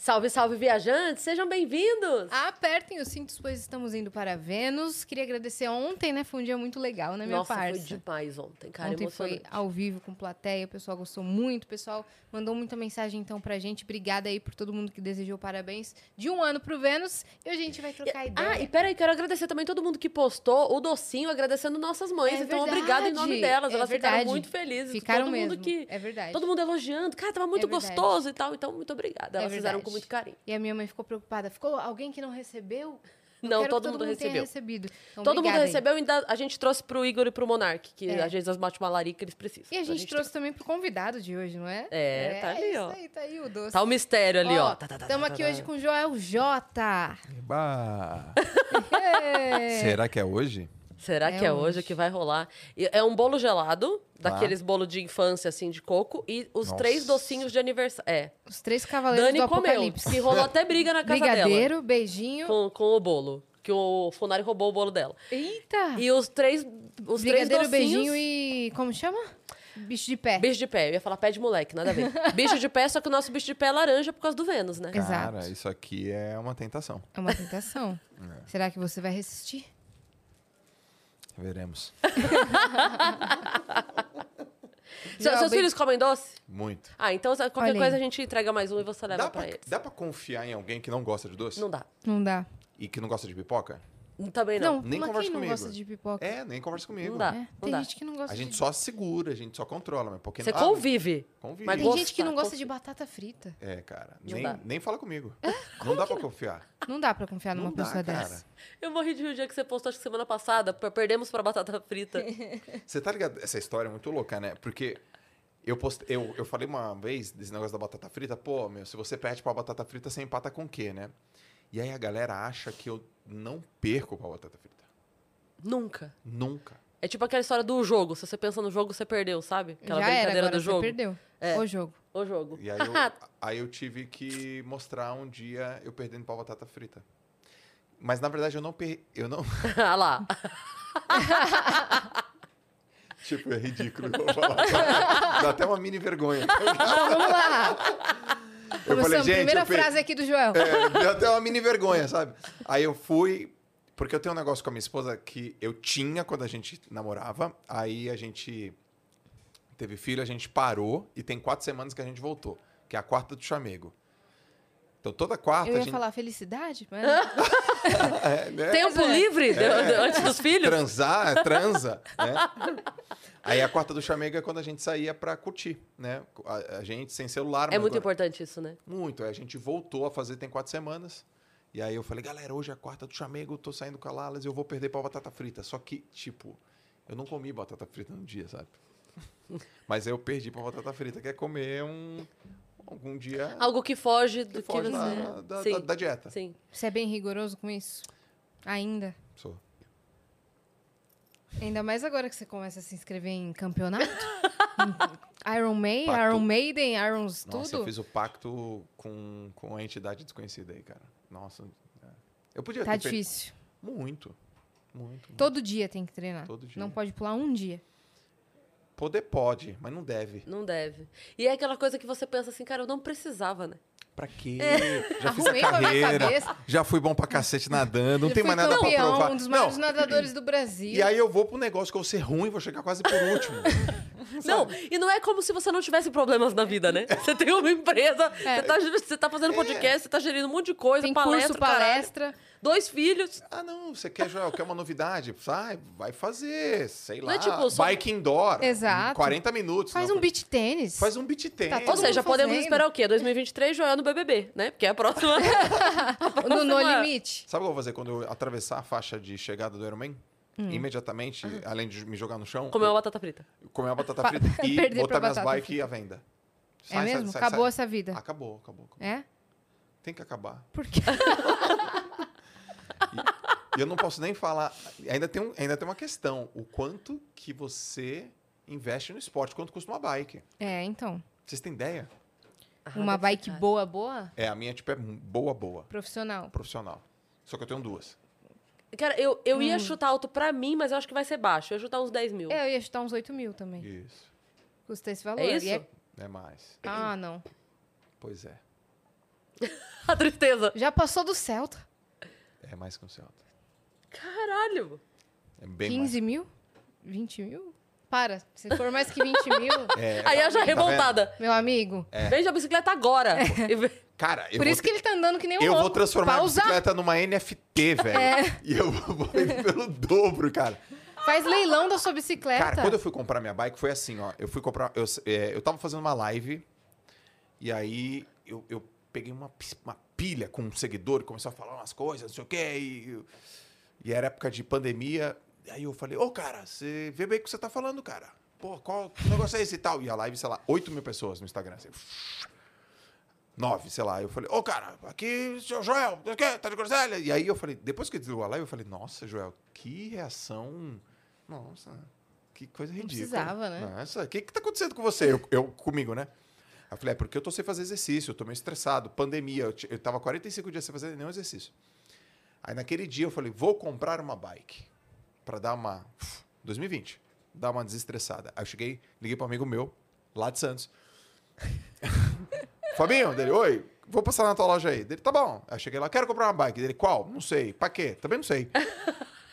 Salve, salve, viajantes! Sejam bem-vindos! Ah, Apertem os cintos, pois estamos indo para Vênus. Queria agradecer ontem, né? Foi um dia muito legal, né, minha Nossa, parça? foi demais ontem, cara, ontem foi emocionante. ao vivo com plateia, o pessoal gostou muito, o pessoal mandou muita mensagem então pra gente. Obrigada aí por todo mundo que desejou parabéns de um ano pro Vênus e hoje a gente vai trocar Ah, ideia. e peraí, quero agradecer também todo mundo que postou o docinho, agradecendo nossas mães. É então, verdade. obrigado em nome delas. É Elas verdade. ficaram muito felizes. Ficaram todo mesmo. mundo que. É verdade. Todo mundo elogiando. Cara, tava muito É verdade. gostoso e tal. Então, muito obrigada. É Elas fizeram verdade. com muito carinho. E a minha mãe ficou preocupada. Ficou alguém que não recebeu? Eu Não, quero que todo, mundo tenha recebeu. recebido. Então, Todo mundo obrigada aí. recebeu e ainda a gente trouxe pro Igor e pro Monark, que às vezes as bate uma larica eles precisam. E a Então, gente trouxe também pro convidado de hoje, não é? É, tá ali, ó. Isso aí, tá aí o doce. Tá o mistério ali, ó. Tá, tá, tá, Estamos tá, aqui tá. hoje com o Joel J. Eba! É. Será que é hoje? Será É que é hoje hoje. que vai rolar? E É um bolo gelado, Tá. daqueles bolo de infância, assim, de coco, e os Nossa. três docinhos de aniversário. É. Os três cavaleiros Dani do comeu. apocalipse. E rolou até briga na casa dela. Brigadeiro, beijinho. Com, com o bolo. Que o Funari roubou o bolo dela. Eita! E os três. Os três brigadeiro, docinhos. beijinho e. Como chama? Bicho de pé. Bicho de pé, eu ia falar pé de moleque, nada a ver. bicho de pé, só que o nosso bicho de pé é laranja por causa do Vênus, É. né? Exato. Cara, isso aqui é uma tentação. É uma tentação. É. Será que você vai resistir? Veremos. Se- Não, seus bem- filhos comem doce? Muito. Ah, então se- qualquer Olha aí. coisa a gente entrega mais um e você leva Dá pra pra, eles. dá pra confiar em alguém que não gosta de doce? Não dá. Não dá. E que não gosta de pipoca? Também não. Não, Nem mas conversa quem não comigo. gosta de pipoca? É, nem conversa comigo. Não dá. É, não Tem dá. gente que não gosta A gente de... só segura, a gente só controla, mas porque Você não- convive. Convive. mas Tem gente que gosta, não gosta confia. de batata frita. É, cara. Não Nem, dá. nem fala comigo. não dá pra confiar. Não dá pra confiar numa não dá, pessoa cara. dessa. Eu morri de rir o dia que você postou, acho que semana passada, pra- perdemos pra batata frita. Você tá ligado? Essa história é muito louca, né? Porque eu, post... eu, eu falei uma vez desse negócio da batata frita, pô, meu, se você perde pra batata frita, você empata com o quê, né? E aí a galera acha que eu não perco pra batata frita. Nunca. Nunca. É tipo aquela história do jogo. Se você pensa no jogo, você perdeu, sabe? Aquela Já era, brincadeira agora do jogo. É. você perdeu. O jogo. O jogo. E aí eu, aí eu tive que mostrar um dia eu perdendo pra batata frita. Mas na verdade eu não per... eu não, ah lá. tipo, é ridículo o que eu vou falar. Dá até uma mini vergonha. Então, vamos lá. Eu Começamos. falei, gente, primeira eu per- frase aqui do Joel. É, deu até uma mini vergonha, sabe? Aí eu fui, porque eu tenho um negócio com a minha esposa que eu tinha quando a gente namorava. Aí a gente teve filho, a gente parou e tem quatro semanas que a gente voltou, que é a quarta do chamego. Então toda quarta Eu a ia gente. falar felicidade, mas... É, né? Tempo é. livre de- antes dos filhos? Transar, transa, né? Aí a quarta do chamego é quando a gente saía pra curtir, né? A, a gente sem celular. É muito importante. importante isso, né? Muito. Aí a gente voltou a fazer tem quatro semanas. E aí eu falei, galera, hoje é a quarta do chamego, eu tô saindo com a Lalas e eu vou perder pra batata frita. Só que, tipo, eu não comi batata frita no dia, sabe? Mas aí eu perdi pra batata frita, que é comer um. algum dia. Algo que foge Ah, do que que, foge você. é. da, da- Sim. da- da dieta. Sim. Você é bem rigoroso com isso? Ainda? Sou. Ainda mais agora que você começa a se inscrever em campeonato? Em Iron May, Pacto. Iron Maiden, Iron Nossa, eu tudo? fiz o pacto com, com a entidade desconhecida aí, cara. Nossa. é. Eu podia Tá ter feito- difícil. Muito. Muito. muito. Todo dia tem que treinar. Todo dia. Não pode pular um dia. Poder pode, mas não deve. Não deve. E é aquela coisa que você pensa assim, cara, eu não precisava, né? Pra quê? Já fiz É. Arrumei a pra minha carreira, cabeça. já fui bom pra cacete nadando, não Já tem fui mais nada pra campeão, provar. um dos maiores não, nadadores do Brasil. e aí eu vou pro negócio que eu vou ser ruim, vou chegar quase por último. Não, e não é como se você não tivesse problemas na vida, né? Você tem uma empresa, você, tá, você tá É. fazendo podcast, você tá gerindo um monte de coisa, É. tem palestra, curso, caralho. palestra. dois filhos. ah, não, você quer, Joel, quer uma novidade? Sai, vai fazer, sei Não lá, é tipo só- bike indoor. Exato. 40 minutos. Faz não, um beat tênis. Faz um beat tênis. todo Ou seja, mundo podemos fazendo. esperar o quê? 2023, Joel no BBB, né? Porque é a próxima. No No próxima- Limite. Sabe o que eu vou fazer quando eu atravessar a faixa de chegada do Ironman? Hum. Imediatamente, Ah. além de me jogar no chão, Comeu uma é batata frita. eu comer uma batata frita e Perder pra botar minhas batata bikes à venda. é mesmo? Acabou essa vida. Acabou, acabou, acabou. É? Tem que acabar. Porque E eu não posso nem falar. Ainda tem, um- ainda tem uma questão. O quanto que você investe no esporte? Quanto custa uma bike? É, então. Vocês têm ideia? Ah, Uma bike boa, boa? É, a minha, tipo, é boa, boa. Profissional. Profissional. Só que eu tenho duas. Cara, eu, eu ia chutar alto pra mim, mas eu acho que vai ser baixo. Eu ia chutar uns 10 mil. Hum. É, eu ia chutar uns 8 mil também. Isso. Custa esse valor. É e isso? É mais. Ah, não. Pois é. A tristeza. Já passou do Celta. É mais que um Celta. Caralho. É bem 15 mil? 20 mil? Para. Se for mais que 20 mil, mais. É, Aí eu já tá É. vendo? revoltada. meu amigo. Veja a bicicleta agora. E ve- Cara, eu Por vou isso que ele tá andando que nem um Eu louco. vou transformar Pausa. a bicicleta numa NFT, velho. É. E eu vou vender pelo dobro, cara. Faz leilão da sua bicicleta. Cara, quando eu fui comprar minha bike, foi assim, ó. Eu fui comprar. Eu, é, eu tava fazendo uma live, e aí eu, eu peguei uma, pis- uma pilha com um seguidor, começou a falar umas coisas, não sei o quê, e, e era época de pandemia. Aí eu falei, ô, cara, você vê bem o que você tá falando, cara. Pô, qual que negócio é esse e tal? E a live, sei lá, 8 mil pessoas no Instagram. Assim, nove, sei lá. Eu falei, ô, cara, aqui, seu Joel, não sei o quê, tá de groselha. E aí eu falei, depois que desligou a live, eu falei, nossa, Joel, que reação. Nossa, que coisa ridícula. precisava, né? Nossa, o que, que tá acontecendo com você? Eu, eu comigo, né? Aí eu falei, é porque eu tô sem fazer exercício, eu tô meio estressado, pandemia, eu, ti- eu tava 45 dias sem fazer nenhum exercício. Aí naquele dia eu falei, vou comprar uma bike pra dar uma 2020, dar uma desestressada. Aí eu cheguei, liguei para um amigo meu, lá de Santos. Fabinho, dele, oi, vou passar na tua loja aí. Dele, tá bom. Aí eu cheguei lá, quero comprar uma bike. Dele, qual? Não sei. Pra quê? Também não sei.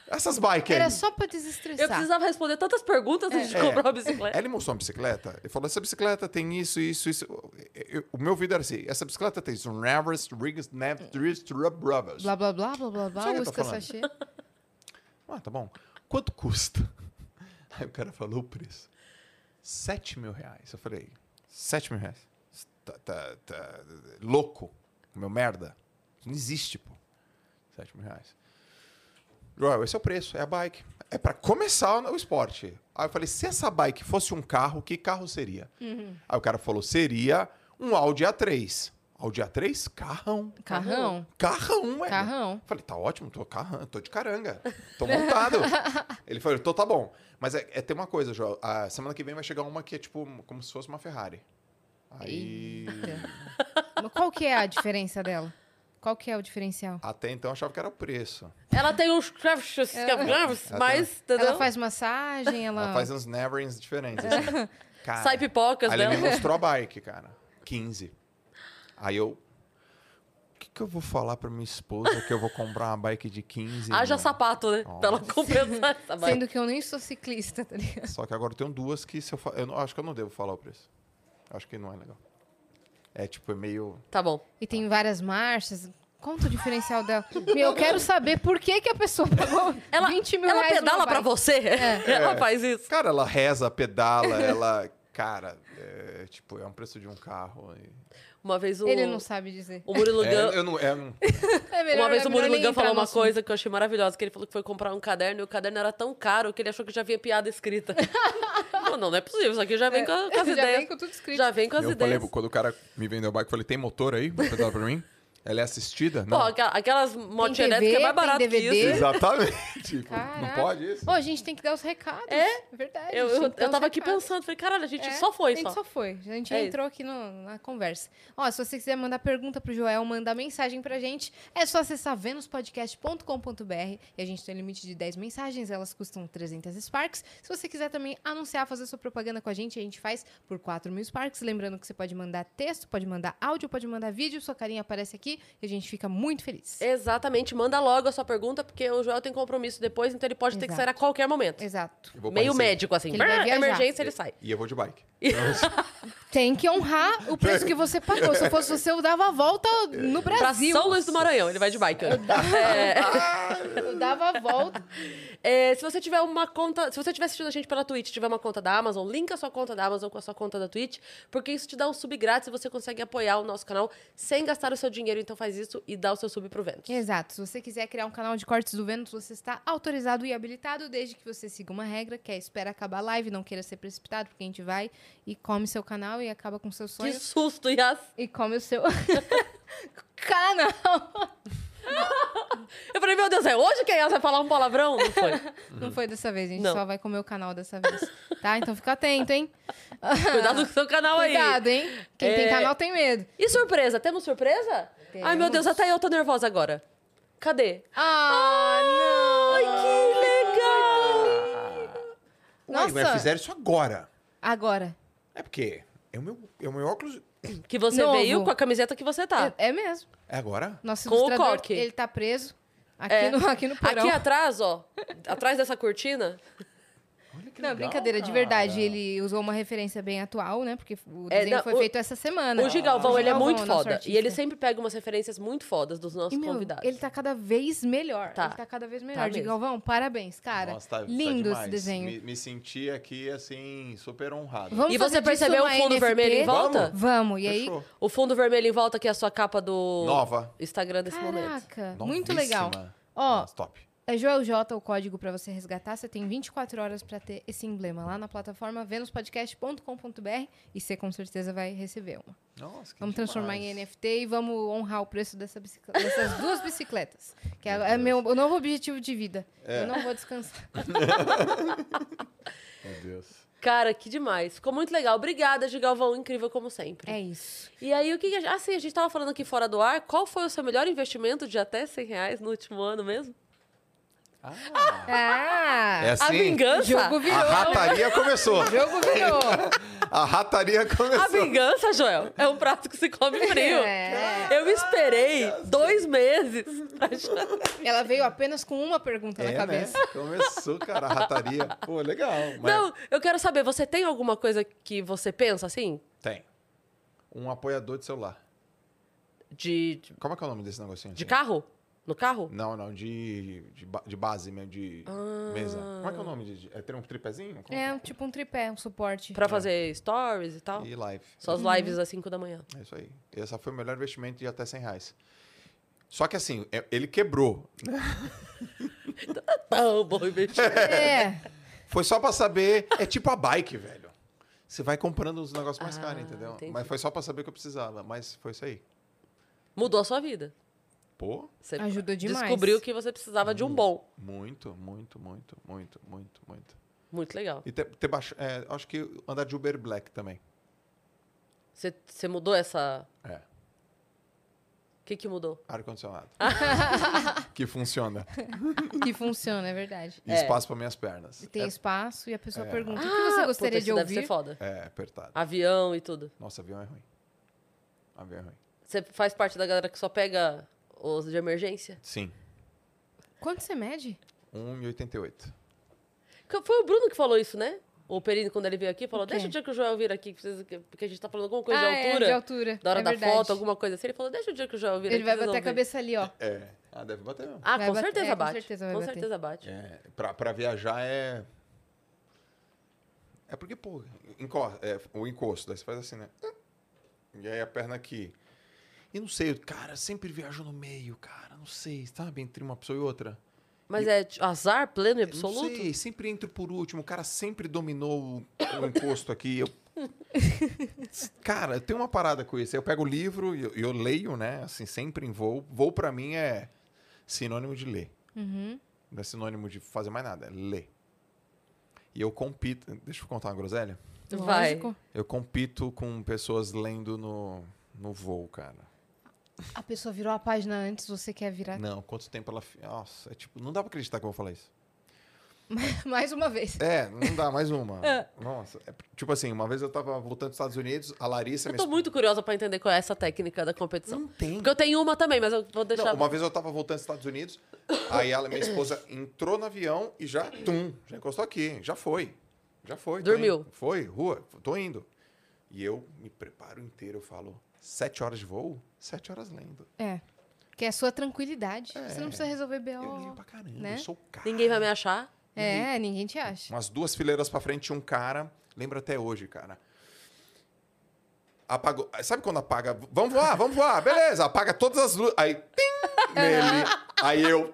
Essas bikes Era aí. só pra Eu desestressar. precisava responder tantas perguntas antes de É. comprar uma Aí bicicleta. ele mostrou uma bicicleta. Ele falou, essa bicicleta tem isso, isso, isso. Eu- eu- o meu vídeo era assim, essa bicicleta tem isso. Nervous, Riggs, Nav, Hum. Drist, Rub, Rubbers. Blá, blá, blá, blá, blá, blá. sei o que eu tô Usca falando. sachê. Ah, tá bom. Quanto custa? Aí o cara falou o preço. 7 mil reais. Eu falei, 7 mil reais. Tá, tá, tá louco. Meu merda. Não existe, pô. 7 mil reais. Joel, esse é o preço, é a bike. É pra começar o esporte. Aí eu falei, se essa bike fosse um carro, que carro seria? Aí o cara falou, seria um Audi A3. Audi A3? Carrão. Carrão. Carrão, é. Carrão. Falei, tá ótimo, tô, carran- tô de caranga. Tô montado. Ele falou, tô, tá bom. Mas é, é, tem uma coisa, Joel. A semana que vem vai chegar uma que é tipo como se fosse uma Ferrari. Aí. Mas Qual que é a diferença dela? Qual que é o diferencial? Até então eu achava que era o preço. Ela tem uns crafts, crafts, É. Ela um- mas, entendeu? Ela faz massagem, ela... Ela faz uns neverings diferentes. Assim. Cara, Ah. Sai pipocas né? aí dela. ele me mostrou a bike, cara. 15. Aí eu. O que, que eu vou falar pra minha esposa que eu vou comprar uma bike de 15? Haja mano? sapato, né? Pra ela compensar essa bike. Sendo que eu nem sou ciclista, tá ligado? Só que agora eu tenho duas que se eu, fa... eu não- acho que eu não devo falar o preço. Acho que não é legal. É tipo, é meio. Tá bom. E tem várias marchas. Conta o diferencial dela. Meu, eu quero saber por que, que a pessoa pagou Ela, 20 mil ela reais. numa pedala pra bike. você? É. Ela faz isso. Cara, ela reza, pedala, ela. Cara, é tipo, é um preço de um carro. e- Uma vez o, Ele não sabe dizer. o Murilo É, Gun- eu não. é, não- É melhor- Uma vez é o melhor Murilo nem Gun entrar falou no uma assunto. coisa que eu achei maravilhosa, que ele falou que foi comprar um caderno e o caderno era tão caro que ele achou que já vinha piada escrita. não, não, não é possível, isso aqui já vem com, a- com as já ideias. vem com tudo escrito. Já vem com as eu ideias. falei, quando o cara me vendeu a bike, eu falei, tem motor aí? Vai pedalar pra mim? Ela é assistida? Pô, Não. aqua- aquelas motinhas TV, elétricas é mais tem barato que DVD. isso. Exatamente. Tipo, não Caraca. pode isso? Ô, a gente tem que dar os recados. É? Verdade. Eu, a gente eu, tem que dar eu os tava aqui recados. pensando, falei, caralho, a gente É, só foi, A gente só. só foi. A gente É entrou aqui no- na conversa. Ó, se você quiser mandar pergunta pro Joel, mandar mensagem pra gente, é só acessar venuspodcast.com.br e a gente tem um limite de 10 mensagens, elas custam 300 Sparks. Se você quiser também anunciar, fazer sua propaganda com a gente, a gente faz por 4 mil Sparks. Lembrando que você pode mandar texto, pode mandar áudio, pode mandar vídeo, sua carinha aparece aqui e a gente fica muito feliz. Exatamente, manda logo a sua pergunta, porque o Joel tem compromisso depois, então ele pode ter que Exato. sair a qualquer momento. Exato. Eu vou pra Meio receita. médico, assim. Que ele vai brrr, viajar. emergência, ele sai. E eu vou de bike. Tem que honrar o preço que você pagou. Se eu fosse você, eu dava a volta no Pra Brasil. São Luís do Maranhão, ele vai de bike. hoje. É, Eu dava a volta. É, se você tiver uma conta, se você estiver assistindo a gente pela Twitch, tiver uma conta da Amazon, linka a sua conta da Amazon com a sua conta da Twitch, porque isso te dá um sub grátis e você consegue apoiar o nosso canal sem gastar o seu dinheiro. Então faz isso e dá o seu sub pro Vênus. Exato. Se você quiser criar um canal de cortes do Vênus, você está autorizado e habilitado, desde que você siga uma regra, que é espera acabar a live, não queira ser precipitado, porque a gente vai e come seu canal e acaba com seus Que sonhos. susto, Yas! E come o seu canal. Eu falei, meu Deus, é hoje que a Yas vai falar um palavrão? Não foi. Não foi dessa vez, a gente Não. só vai comer o canal dessa vez. Tá? Então fica atento, hein? Cuidado com o seu canal aí. Cuidado, hein? Quem tem É. canal tem medo. E surpresa? Temos surpresa? Ai, meu Temos. Deus, até eu tô nervosa agora. Cadê? Ah, não! Ai, que legal! Ué, mas Nossa. fizeram isso agora. Agora. É porque é o meu, é o meu óculos. Que você Novo. veio com a camiseta que você tá. É, é mesmo. É agora? Nosso Com o ilustrador, coque. ele tá preso aqui, É. no, aqui no porão. Aqui atrás, ó. atrás dessa cortina. Olha que Não, legal, brincadeira, de cara. verdade. Ele usou uma referência bem atual, né? Porque o É, desenho não, foi o- feito essa semana. o Gigalvão, Ah, O ele é Gigalvão, muito nosso foda. E artista. ele sempre pega umas referências muito fodas dos nossos E, meu, convidados. ele tá cada vez melhor. Tá. Ele tá cada vez melhor. mesmo. Gigalvão, parabéns, cara. Nossa, tá, tá Lindo esse demais. desenho. Me, me senti aqui, assim, super honrado. Vamos E fazer você disso percebeu uma o fundo NFT? vermelho em volta? Vamos, e aí... Fechou. O fundo vermelho em volta aqui é a sua capa do Nova. Instagram desse momento. Caraca, muito legal. Novíssima. Ó, Nossa, top. É Joel J o código para você resgatar. Você tem 24 horas para ter esse emblema lá na plataforma venuspodcast.com.br e você com certeza vai receber uma. Nossa, que Vamos transformar em demais. NFT e vamos honrar o preço dessa bicicle- dessas duas bicicletas, que é, é meu, o novo objetivo de vida. Eu não vou descansar. Meu Deus. Cara, que demais. Ficou muito legal. Obrigada, Gigalvão. Incrível como sempre. É isso. E aí, o que que a gente... Ah, sim, a gente tava falando aqui fora do ar. Qual foi o seu melhor investimento de até 100 reais no último ano mesmo? Ah, Ah! é a assim? O vingança? jogo virou. A rataria começou. O jogo virou. A rataria A começou. vingança, Joel, é um prato que se come frio. É. Eu esperei dois meses. Ela veio apenas com uma pergunta É, na né? cabeça. Começou, cara, a rataria. Pô, legal. Mas Não, eu quero saber, você tem alguma coisa que você pensa assim? Tem. Um apoiador de celular. De, de- Como é que é o nome desse negocinho? de gente? carro? No carro? Não, não, de, de, ba- de base mesmo, de Ah. mesa. Como é que é o nome? De, de- é ter um tripézinho? Como É que tipo um tripé, um suporte. Pra fazer stories e tal? E Uhum. live. Só as lives às 5 da manhã. É isso aí. Esse foi o melhor investimento de até 100 reais. Só que assim, é- ele quebrou. Tão Ah, bom investimento. É. Foi só pra saber. É tipo a bike, velho. Você vai comprando os negócios mais Ah, caros, entendeu? entendi. Mas foi só pra saber o que eu precisava. Mas foi isso aí. Mudou a sua vida. Pô, Você Ajudou demais. Descobriu que você precisava de um Uhum. bom. muito, muito, muito, muito, muito, muito. Muito legal. E ter, ter baixo, é, acho que andar de Uber Black também. Você, você mudou essa. É. O que, que mudou? Ar-condicionado. que funciona. Que funciona, é verdade. E É. espaço para minhas pernas. E tem É- espaço e a pessoa É. pergunta: o que Ah, você gostaria Puta, isso de deve ouvir? ser foda. É, apertado. Avião e tudo. Nossa, avião é ruim. Avião é ruim. Você faz parte da galera que só pega os de emergência? Sim. Quanto você mede? 1,88. Que Foi o Bruno que falou isso, né? O Perino, quando ele veio aqui, falou: O quê? Deixa o dia que o Joel vir aqui, que precisa que- porque a gente tá falando alguma coisa Ah, de é, altura. de altura. Da hora é da verdade. foto, alguma coisa assim. Ele falou: Deixa o dia que o Joel vir Ele aqui. vai vocês bater a vão ver." cabeça ali, ó. É. Ah, deve bater mesmo. Ah, Vai com bater- é, certeza com bate. certeza vai Com bater. certeza bate. É, pra, pra viajar é. É porque, pô, enco- é, o encosto, daí você faz assim, né? E aí a perna aqui. E não sei, cara, sempre viajo no meio, cara, não sei, sabe? Entre uma pessoa e outra. Mas é t- azar pleno e Eu Não absoluto? sei, sempre entro por último. O cara sempre dominou o, o encosto aqui. Eu... Cara, eu tenho uma parada com isso. Eu pego o livro e eu, e eu leio, né? Assim, sempre em voo. Voo pra mim é sinônimo de ler. Não é sinônimo de fazer mais nada, é ler. E eu compito. Deixa eu contar uma groselha. Vai. Lógico. Eu compito com pessoas lendo no, no voo, cara. A pessoa virou a página antes, você quer virar Não, quanto tempo ela. fi- Nossa, é tipo, não dá pra acreditar que eu vou falar isso. mais uma vez. É, não dá, mais uma. Nossa. é, tipo assim, uma vez eu tava voltando dos Estados Unidos, a Larissa... Eu minha tô muito curiosa pra entender qual é essa técnica da competição. Não tem. Porque eu tenho uma também, mas eu vou Não, deixar. uma vez eu tava voltando dos Estados Unidos, aí ela, minha esposa entrou no avião e já, tum, já encostou aqui, já foi. Já foi. tô Dormiu. indo. Foi, rua, tô indo. E eu me preparo inteiro, eu falo, sete horas de voo? Sete horas lendo. É. Que é a sua tranquilidade. É. Você não precisa resolver Eu leio BO. pra caramba, né? eu sou o cara. Ninguém vai me achar. É, ninguém te acha. Umas duas fileiras pra frente tinha um cara, lembro até hoje, cara. Apagou. Sabe quando apaga? Vamos voar, vamos voar, beleza. Apaga todas as luzes. Aí, tim, nele. Aí eu,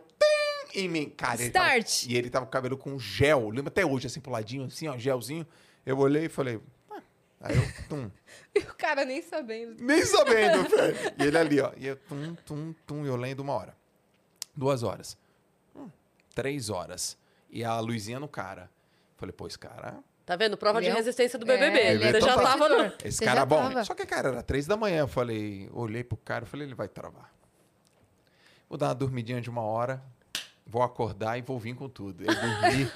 tim, em mim. Cara, ele tava- Start. e ele tava com o cabelo com gel. Lembro até hoje, assim, pro ladinho, assim, ó, gelzinho. Eu olhei e falei, ah. Aí eu, tum. E o cara nem sabendo. Nem sabendo, velho. E ele ali, ó. E eu, tum, tum, tum, eu lendo uma hora. Duas horas. Hum, três horas. E a luzinha no cara. Falei, pô, esse cara Tá vendo? Prova Ele de é um- resistência do é, BBB. ele é Ele já tão tava no... competidor. Esse Você cara já é bom. tava. Só que, cara, era três da manhã. Eu falei, olhei pro cara, eu falei, ele vai travar. Vou dar uma dormidinha de uma hora, vou acordar e vou vir com tudo. Eu dormi.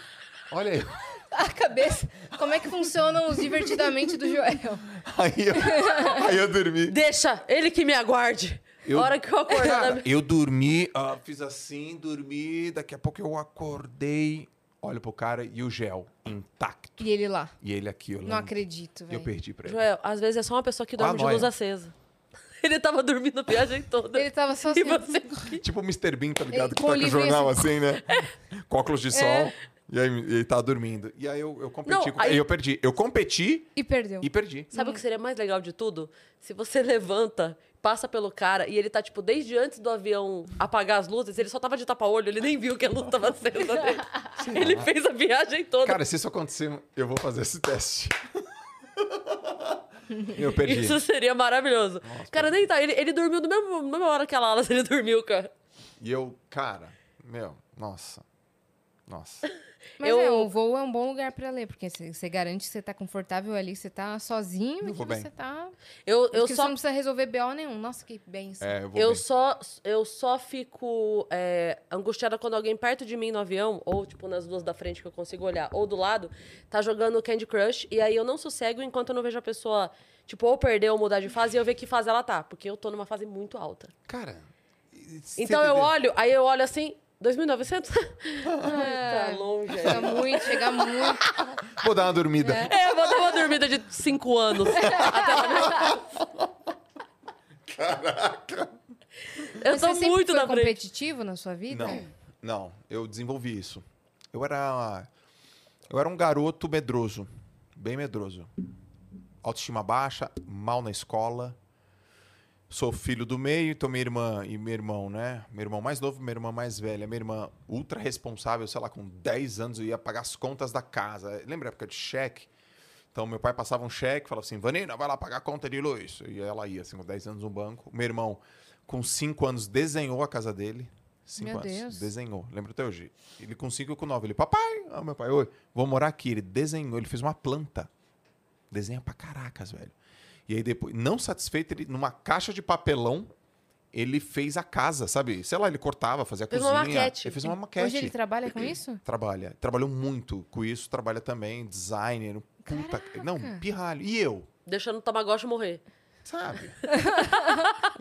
Olha aí. A cabeça. Como é que funcionam os divertidamente do Joel? Aí eu, aí eu dormi. Deixa, ele que me aguarde. Eu- Hora que eu acordar. Cara, na- eu dormi, ah, fiz assim, dormi. Daqui a pouco eu acordei. Olho pro cara e o gel intacto. E ele lá. E ele aqui, eu Não Hum. lembro. acredito, E eu velho. perdi pra ele. Joel, às vezes é só uma pessoa que Qual a dorme de luz noia? acesa. Ele tava dormindo a viagem toda. Ele tava só assim. E você... Tipo o Mr. Bean, tá ligado? Ele que com tá o com o livrinho jornal assim, né? Com óculos de sol. É. E aí ele tava dormindo. E aí eu, eu competi. Não, com- aí- Eu perdi. Eu competi E perdeu. e perdi. Sabe o que seria mais legal de tudo? Se você levanta, passa pelo cara e ele tá, tipo, desde antes do avião apagar as luzes, ele só tava de tapa-olho, ele nem viu que a luz tava acesa dele. Ele fez a viagem toda. Cara, se isso acontecer, eu vou fazer esse teste. eu perdi. Isso seria maravilhoso. cara, nem tá. Ele, ele dormiu na mesma, na mesma hora que a Lala, ele dormiu, cara. E eu, cara, meu, nossa. Nossa. Mas Eu- é, o voo é um bom lugar pra ler, porque você você garante que você tá confortável ali, você tá sozinho Eu e que vou bem. você tá. Eu, eu que só você não precisa resolver BO nenhum. Nossa, que benção. É, eu vou Eu bem. só, eu só fico é, angustiada quando alguém perto de mim no avião, ou tipo nas duas da frente que eu consigo olhar, ou do lado, tá jogando Candy Crush, e aí eu não sossego enquanto eu não vejo a pessoa, tipo, ou perder ou mudar de fase, e eu ver que fase ela tá, porque eu tô numa fase muito alta. Cara. e- você então eu entendeu? olho, aí eu olho assim, 2.900? Ai, tá longe. Chega muito, chega muito. Vou dar uma dormida. É, eu vou dar uma dormida de 5 anos. Até lá minha casa. Eu Mas você tô sempre muito foi na frente. competitivo na sua vida? Não, não. Eu desenvolvi isso. Eu era, eu era um garoto medroso, bem medroso. Autoestima baixa, mal na escola. Sou filho do meio, então minha irmã e meu irmão, né? Meu irmão mais novo, minha irmã mais velha. Minha irmã ultra responsável, sei lá, com 10 anos eu ia pagar as contas da casa. Lembra a época de cheque? Então meu pai passava um cheque, falava assim, Vanina, vai lá pagar a conta de luz. E ela ia, assim, com 10 anos no banco. Meu irmão, com 5 anos, desenhou a casa dele. 5 Meu anos. Deus. Desenhou. Lembra até hoje. Ele com 5 e com 9. Ele, papai, ah, meu pai, oi, vou morar aqui. Ele desenhou, ele fez uma planta. Desenha pra caracas, velho. E aí depois, não satisfeito, ele, numa caixa de papelão, ele fez a casa, sabe? Sei lá, ele cortava, fazia Fez uma cozinha. maquete. Ele fez uma maquete. Hoje ele trabalha com isso? Trabalha. Trabalhou muito com isso, trabalha também, designer, um puta. Não, pirralho. E eu, Deixando o Tamagotchi morrer. sabe?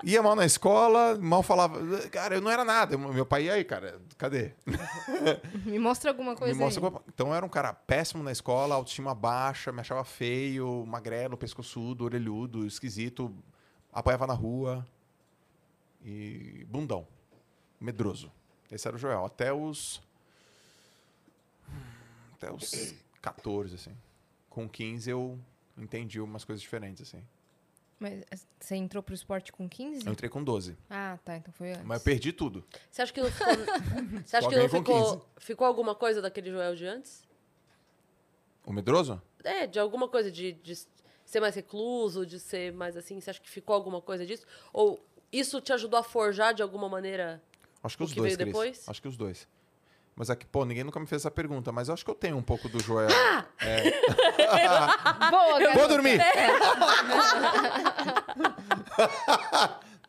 ia mal na escola, mal falava. Cara, eu não era nada. Meu pai, e aí, cara? Cadê? Me mostra alguma coisa Me mostra aí. alguma- Então eu era um cara péssimo na escola, autoestima baixa, me achava feio, magrelo, pescoçudo, orelhudo, esquisito, apanhava na rua e bundão, medroso. Esse era o Joel, até os até os 14 assim. Com 15 eu entendi umas coisas diferentes assim. Mas eh, você entrou pro esporte com 15? Eu entrei com 12, Ah, tá. Então foi antes. mas eu perdi tudo. Você acha que não ficou. Você acha Só que não ganhei com ficou. Ficou alguma coisa daquele Joel de antes? O medroso? É, de alguma coisa de, de ser mais recluso, de ser mais assim. Você acha que ficou alguma coisa disso? Ou isso te ajudou a forjar de alguma maneira? Acho que O os que dois, veio Cris. depois? Acho que os dois. Mas aqui, pô, ninguém nunca me fez essa pergunta, mas eu acho que eu tenho um pouco do Joel. Ah, Boa, garota. É. Vou dormir!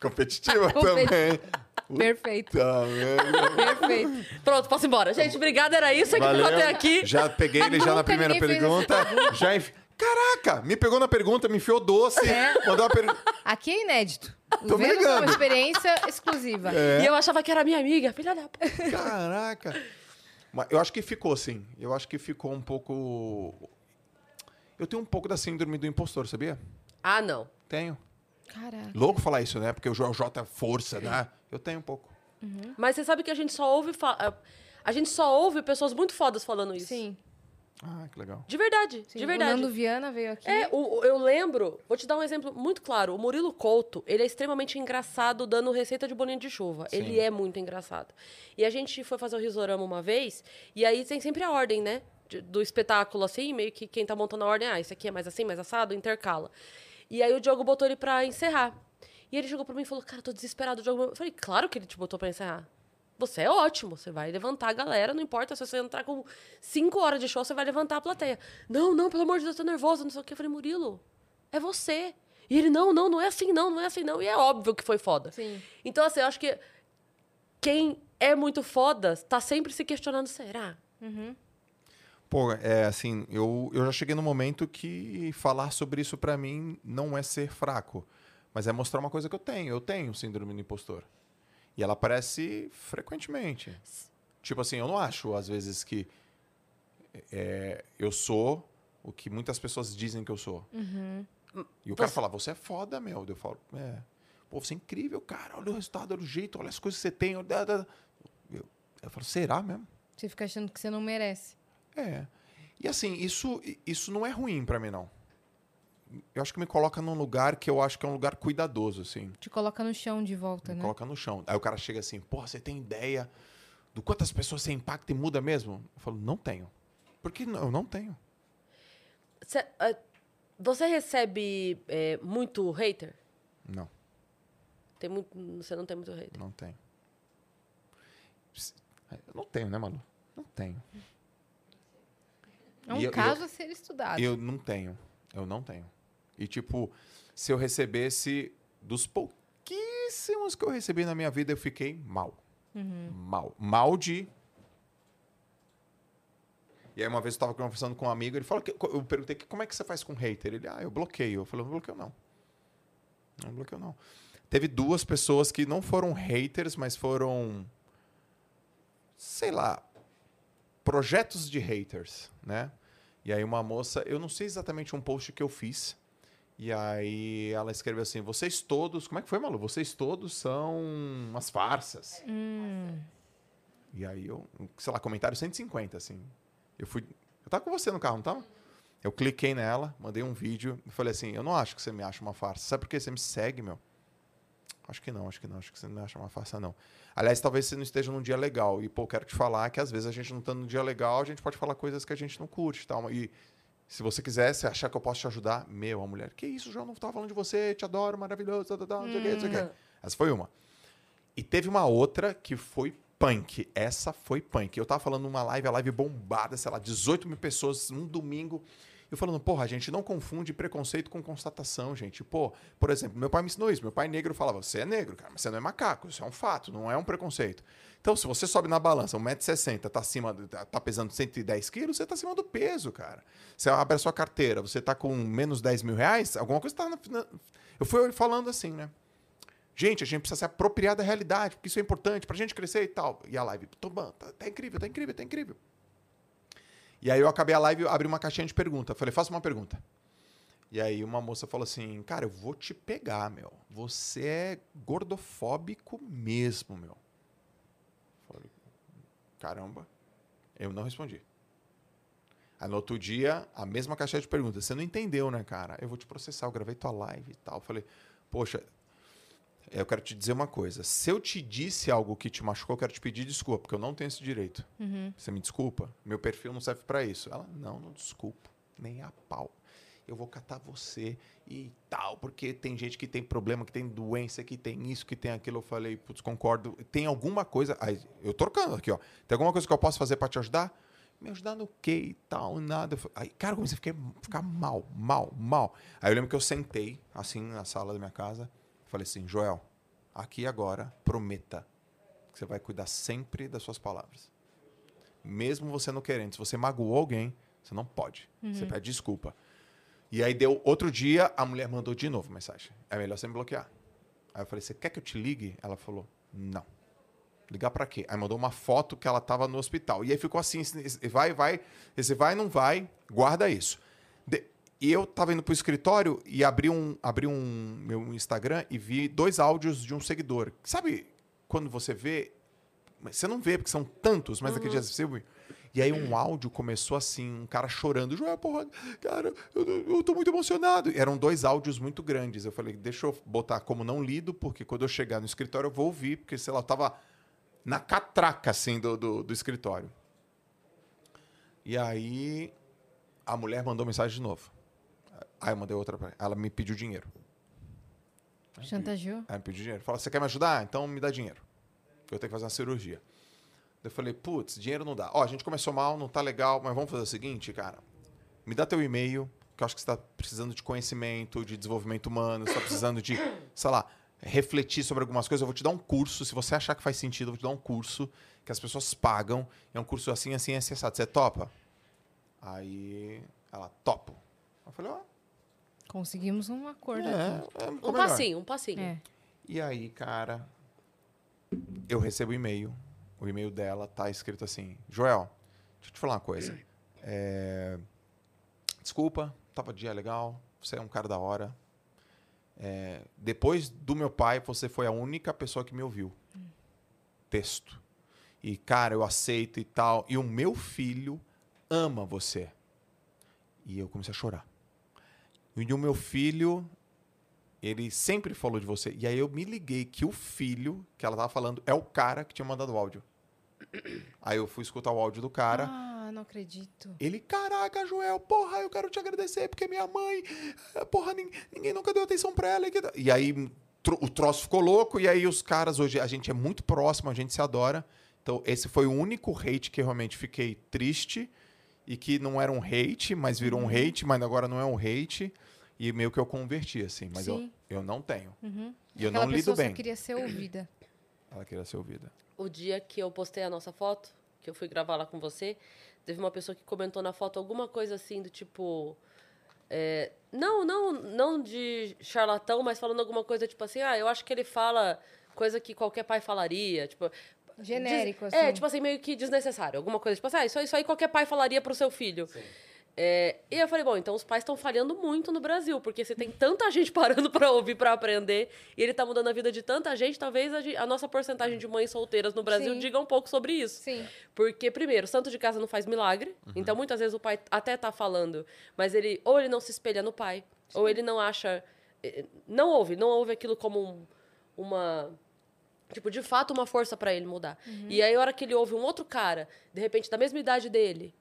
Competitiva Competi- também. Perfeito, Puta merda. perfeito. Pronto, posso ir embora. Gente, obrigada, era isso. É que ficou Valeu. até aqui. Já peguei ele já Nunca na primeira ninguém fez essa pergunta. Já enfi- Caraca! Me pegou na pergunta, me enfiou doce. É. Mandou uma pergunta. Aqui é inédito. O Tô É. me Vênus é uma ligando. experiência exclusiva. E eu achava que era minha amiga. Filha da. p- Caraca! Mas eu acho que ficou, sim. Eu acho que ficou um pouco. Eu tenho um pouco da síndrome do impostor, sabia? Ah, não. Tenho. Caraca. Louco falar isso, né? Porque o Joel J é força, né? Eu tenho um pouco. Mas você sabe que a gente só ouve. fa- A gente só ouve pessoas muito fodas falando isso. Sim, Ah, que legal. De verdade, sim. de verdade. O Nando Viana veio aqui. É, o- o- eu lembro, vou te dar um exemplo muito claro. O Murilo Couto, ele é extremamente engraçado dando receita de bolinha de chuva. Sim. Ele é muito engraçado. E a gente foi fazer o risorama uma vez, e aí tem sempre a ordem, né? de- do espetáculo, assim, meio que quem tá montando a ordem, ah, isso aqui é mais assim, mais assado, intercala. E aí o Diogo botou ele pra encerrar. E ele chegou pra mim e falou, cara, eu tô desesperado, Diogo. Eu falei, claro que ele te botou pra encerrar. Você é ótimo, você vai levantar a galera, não importa se você entrar com cinco horas de show, você vai levantar a plateia. Não, não, pelo amor de Deus, eu tô nervosa, não sei o quê. Eu falei, Murilo, é você. E ele, não, não, não é assim não, não é assim não. E é óbvio que foi foda. Sim. Então, assim, eu acho que quem é muito foda tá sempre se questionando, será? Pô, é assim, eu, eu já cheguei no momento que falar sobre isso pra mim não é ser fraco, mas é mostrar uma coisa que eu tenho. Eu tenho síndrome do impostor. E ela aparece frequentemente. Tipo assim, eu não acho, às vezes, que é, eu sou o que muitas pessoas dizem que eu sou. E o cara Você- fala, você é foda, meu. Eu falo, é. Pô, você é incrível, cara. Olha o resultado, olha o jeito, olha as coisas que você tem. olha- Eu, eu falo, será mesmo? Você fica achando que você não merece. É. E assim, isso, isso não é ruim pra mim, não. Eu acho que me coloca num lugar que eu acho que é um lugar cuidadoso, assim. Te coloca no chão de volta, Me né? coloca no chão. Aí o cara chega assim, porra, você tem ideia do quantas pessoas você impacta e muda mesmo? Eu falo, não tenho. Porque n- eu não tenho. Cê- ah, você recebe é, muito hater? Não, Tem muito, você não tem muito hater. não tenho. Ps- Eu não tenho, né, Malu? Não tenho. É um E eu- caso a ser estudado. Eu não tenho. Eu não tenho. E, tipo, se eu recebesse dos pouquíssimos que eu recebi na minha vida, eu fiquei mal. Mal. Mal de. E aí, uma vez eu tava conversando com um amigo, ele falou que. Eu perguntei que como é que você faz com hater? Ele, ah, eu bloqueio. Eu falei, não bloqueio não. Não bloqueio não. Teve duas pessoas que não foram haters, mas foram. Sei lá. Projetos de haters, né? E aí uma moça, eu não sei exatamente um post que eu fiz. E aí ela escreveu assim: "Vocês todos, como é que foi, Malu? Vocês todos são umas farsas". E aí eu, sei lá, comentário 150 assim. Eu fui, eu tava com você no carro, não tava? Eu cliquei nela, mandei um vídeo e falei assim: "Eu não acho que você me acha uma farsa. Sabe por quê? Você me segue, meu?" Acho que não, acho que não, acho que você não me acha uma farsa, não. Aliás, talvez você não esteja num dia legal. E, pô, quero te falar que às vezes a gente não tá num dia legal, a gente pode falar coisas que a gente não curte e tal. E se você quiser, se achar que eu posso te ajudar, meu, a mulher, que isso, João, não tava falando de você, te adoro, maravilhoso, tá, tá, tá, não sei o que, não sei o que. Essa foi uma. E teve uma outra que foi punk. Essa foi punk. Eu tava falando numa live, a live bombada, sei lá, 18 mil pessoas num domingo. Eu falando, porra, a gente não confunde preconceito com constatação, gente. Pô, por exemplo, meu pai me ensinou isso. Meu pai negro falava, você é negro, cara, mas você não é macaco. Isso é um fato, não é um preconceito. Então, se você sobe na balança 1,60m, tá, acima, do- tá tá pesando 110 quilos, você tá acima do peso, cara. Você abre a sua carteira, você tá com menos 10 mil reais, alguma coisa tá... Na, na- Eu fui falando assim, né? Gente, a gente precisa se apropriar da realidade, porque isso é importante pra gente crescer e tal. E a live, tomando, tá, tá incrível, tá incrível, tá incrível. E aí eu acabei a live, eu abri uma caixinha de pergunta. Falei, faça uma pergunta. E aí uma moça falou assim, cara, eu vou te pegar, meu. Você é gordofóbico mesmo, meu. Falei, caramba. Eu não respondi. Aí no outro dia, a mesma caixinha de perguntas. Você não entendeu, né, cara? Eu vou te processar, eu gravei tua live e tal. Falei, poxa, eu quero te dizer uma coisa. Se eu te disse algo que te machucou, eu quero te pedir desculpa, porque eu não tenho esse direito. Você me desculpa? Meu perfil não serve pra isso. Ela, não, não desculpo. Nem a pau. Eu vou catar você e tal, porque tem gente que tem problema, que tem doença, que tem isso, que tem aquilo. Eu falei, putz, concordo. Tem alguma coisa. Aí, eu trocando aqui, ó. Tem alguma coisa que eu posso fazer pra te ajudar? Me ajudar no quê e tal, nada. Eu fa- Aí, cara, eu comecei a ficar, ficar mal, mal, mal. Aí eu lembro que eu sentei, assim, na sala da minha casa. Falei assim, Joel, aqui e agora, prometa que você vai cuidar sempre das suas palavras mesmo você não querendo. Se você magoou alguém, você não pode. Você pede desculpa. E aí deu outro dia, a mulher mandou de novo mensagem. É melhor você me bloquear. Aí eu falei, você quer que eu te ligue? Ela falou, não. Ligar pra quê? Aí mandou uma foto que ela tava no hospital. E aí ficou assim, esse- esse vai, vai, esse vai, não vai, guarda isso. De- E eu tava indo pro escritório e abri um, abri um meu Instagram e vi dois áudios de um seguidor. Sabe quando você vê mas você não vê, porque são tantos, mas aquele dia você viu? E aí um áudio começou assim, um cara chorando. Joel, porra, cara, eu, eu tô muito emocionado. E eram dois áudios muito grandes. Eu falei, deixa eu botar como não lido, porque quando eu chegar no escritório eu vou ouvir, porque, sei lá, eu tava na catraca, assim, do, do, do escritório. E aí a mulher mandou mensagem de novo. Aí eu mandei outra pra ela. Ela me pediu dinheiro. Chantageou. Aí me pediu dinheiro. Fala, você quer me ajudar? Então me dá dinheiro. eu tenho que fazer uma cirurgia. Eu falei, putz, dinheiro não dá. Ó, a gente começou mal, não tá legal, mas vamos fazer o seguinte, cara. Me dá teu e-mail, que eu acho que você tá precisando de conhecimento, de desenvolvimento humano, você tá precisando de, sei lá, refletir sobre algumas coisas. Eu vou te dar um curso, se você achar que faz sentido, eu vou te dar um curso que as pessoas pagam. É um curso assim, assim, assim, assado. Você topa? Aí ela, topo. Eu falei, ó, Conseguimos um acordo é, aqui. é, Um ficou melhor. passinho, um passinho. É. E aí, cara, eu recebo o e-mail. O e-mail dela tá escrito assim: Joel, deixa eu te falar uma coisa. É, Desculpa, tava dia legal, você é um cara da hora. É, Depois do meu pai, você foi a única pessoa que me ouviu. Texto. E, cara, eu aceito e tal. E o meu filho ama você. E eu comecei a chorar. E o meu filho ele sempre falou de você. E aí eu me liguei que o filho que ela tava falando é o cara que tinha mandado o áudio. Aí eu fui escutar o áudio do cara. Ah, não acredito. Ele, caraca, Joel, porra, eu quero te agradecer porque minha mãe, eh, porra, nin- ninguém nunca deu atenção pra ela. e que- E aí tro- o troço ficou louco e aí os caras hoje, a gente é muito próximo, a gente se adora. Então esse foi o único hate que eu realmente fiquei triste e que não era um hate, mas virou um hate, mas agora não é um hate. E meio que eu converti, assim, mas eu, Sim. eu não tenho. Uhum. E eu Aquela não lido pessoa bem. só queria ser ouvida. Ela queria ser ouvida. O dia que eu postei a nossa foto, que eu fui gravar lá com você, teve uma pessoa que comentou na foto alguma coisa assim do tipo. é, não, não, não de charlatão, mas falando alguma coisa tipo assim, ah, eu acho que ele fala coisa que qualquer pai falaria. Tipo, Genérico, Des- assim. É, tipo assim, meio que desnecessário. Alguma coisa, tipo assim, ah, isso, aí- isso aí qualquer pai falaria pro seu filho. É, e eu falei, bom, então os pais estão falhando muito no Brasil, porque você tem tanta gente parando pra ouvir, pra aprender, e ele tá mudando a vida de tanta gente, talvez a, gen- a nossa porcentagem de mães solteiras no Brasil Sim. diga um pouco sobre isso. Sim. Porque, primeiro, santo de casa não faz milagre. Então, muitas vezes o pai até tá falando, mas ele ou ele não se espelha no pai, ou ele não acha. eh, Não ouve, não ouve aquilo como um- uma. Tipo, de fato, uma força pra ele mudar. E aí, a hora que ele ouve um outro cara, de repente, da mesma idade dele,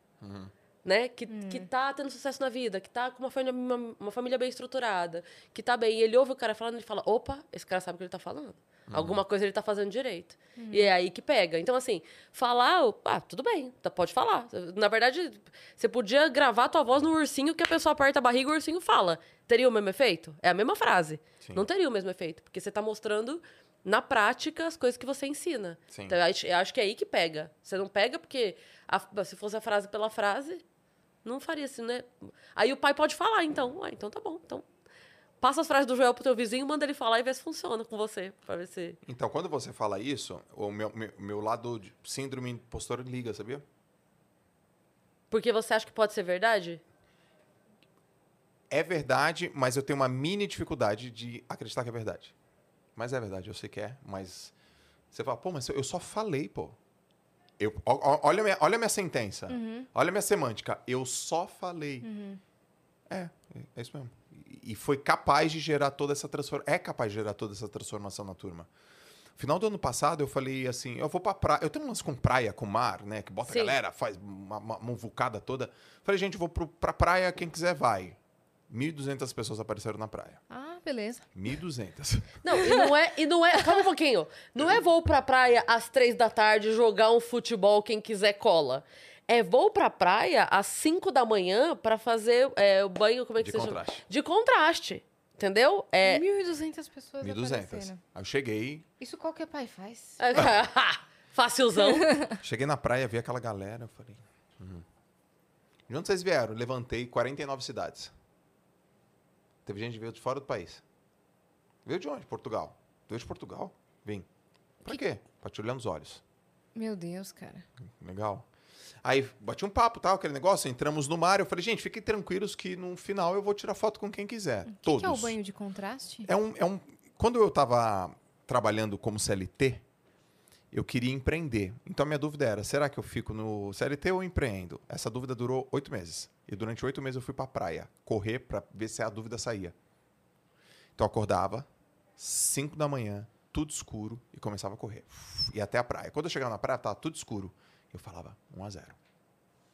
né? Que, que tá tendo sucesso na vida, que tá com uma família, uma, uma família bem estruturada, que tá bem. E ele ouve o cara falando, ele fala, opa, esse cara sabe o que ele tá falando. Alguma coisa ele tá fazendo direito. E é aí que pega. Então, assim, falar, o- ah, tudo bem, tá- pode falar. Na verdade, você podia gravar tua voz no ursinho que a pessoa aperta a barriga e o ursinho fala. Teria o mesmo efeito? É a mesma frase. Sim. Não teria o mesmo efeito, porque você tá mostrando na prática as coisas que você ensina. Sim. Então, eu acho, eu acho que é aí que pega. Você não pega porque a- se fosse a frase pela frase, não faria assim, né? Aí o pai pode falar, então. Ah, então tá bom. Então passa as frases do Joel pro teu vizinho, manda ele falar e vê se funciona com você. Pra ver se. Então, quando você fala isso, o meu, meu, meu lado de síndrome impostor liga, sabia? Porque você acha que pode ser verdade? É verdade, mas eu tenho uma mini dificuldade de acreditar que é verdade. Mas é verdade, eu sei que é, mas. Você fala, pô, mas eu só falei, pô. Eu, ó- ó- olha, a minha, olha a minha sentença. Olha a minha semântica. Eu só falei. É, é isso mesmo. E, e foi capaz de gerar toda essa transformação. É capaz de gerar toda essa transformação na turma. Final do ano passado, eu falei assim: eu vou pra praia. Eu tenho um lance com praia, com mar, né? Que bota Sim. a galera, faz uma, uma muvucada toda. Falei, gente, eu vou pro, pra praia, quem quiser vai. 1.200 pessoas apareceram na praia. Ah, beleza. 1.200. Não, e não é. E não é calma um pouquinho. Não é vou pra praia às três da tarde jogar um futebol, quem quiser cola. É vou pra praia às cinco da manhã pra fazer é, o banho, como é que De você chama? contraste. De contraste. Entendeu? É. 1.200 pessoas 1.200. aparecendo. É. Aí eu cheguei, Isso qualquer pai faz. Facilzão. Cheguei na praia, vi aquela galera, eu falei. "Hum. De onde vocês vieram? Levantei 49 cidades. Teve gente que veio de fora do país. Veio de onde? Portugal. Veio de Portugal? Vim. Pra quê? Pra te olhar nos olhos. Meu Deus, cara. Legal. Aí bati um papo, tal, aquele negócio, entramos no mar. Eu falei, gente, fiquem tranquilos que no final eu vou tirar foto com quem quiser. O Todos. que é o banho de contraste? É um, é um. Quando eu tava trabalhando como CLT, eu queria empreender. Então a minha dúvida era: será que eu fico no CLT ou empreendo? Essa dúvida durou oito meses. E durante oito meses eu fui pra praia correr pra ver se a dúvida saía. Então eu acordava, cinco da manhã, tudo escuro, e começava a correr. E até a praia. Quando eu chegava na praia, tava tudo escuro. Eu falava 1 a 0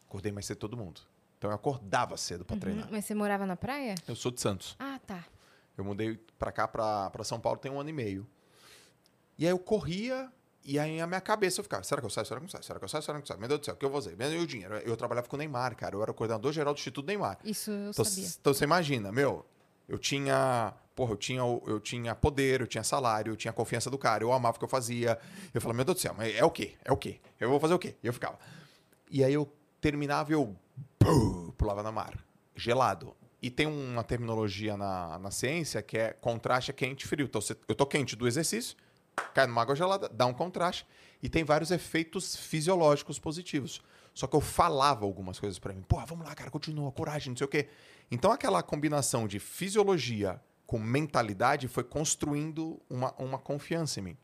Acordei mais cedo todo mundo. Então eu acordava cedo pra treinar. Uhum. Mas você morava na praia? Eu sou de Santos. Ah, tá. Eu mudei pra cá, pra pra São Paulo, tem um ano e meio. E aí eu corria, E aí a minha cabeça eu ficava, será que eu saio, será que eu não saio, será que eu saio, será que eu não saio? Meu Deus do céu, o que eu vou fazer? E o dinheiro? Eu trabalhava com o Neymar, cara. Eu era o coordenador geral do Instituto Neymar. Isso eu Então, sabia. c- então você imagina, meu, eu tinha. Porra, eu tinha, o- eu tinha poder, eu tinha salário, eu tinha confiança do cara, eu amava o que eu fazia. Eu falava, meu Deus do céu, mas é o quê? É o quê? Eu vou fazer o quê? E eu ficava. E aí eu terminava e eu pum, pulava na mar, gelado. E tem uma terminologia na, na ciência que é contraste é quente e frio. Então você- eu tô quente do exercício, cai numa água gelada, dá um contraste. E tem vários efeitos fisiológicos positivos. Só que eu falava algumas coisas pra mim. Porra, vamos lá, cara, continua, coragem, não sei o quê. Então aquela combinação de fisiologia com mentalidade foi construindo uma, uma confiança em mim.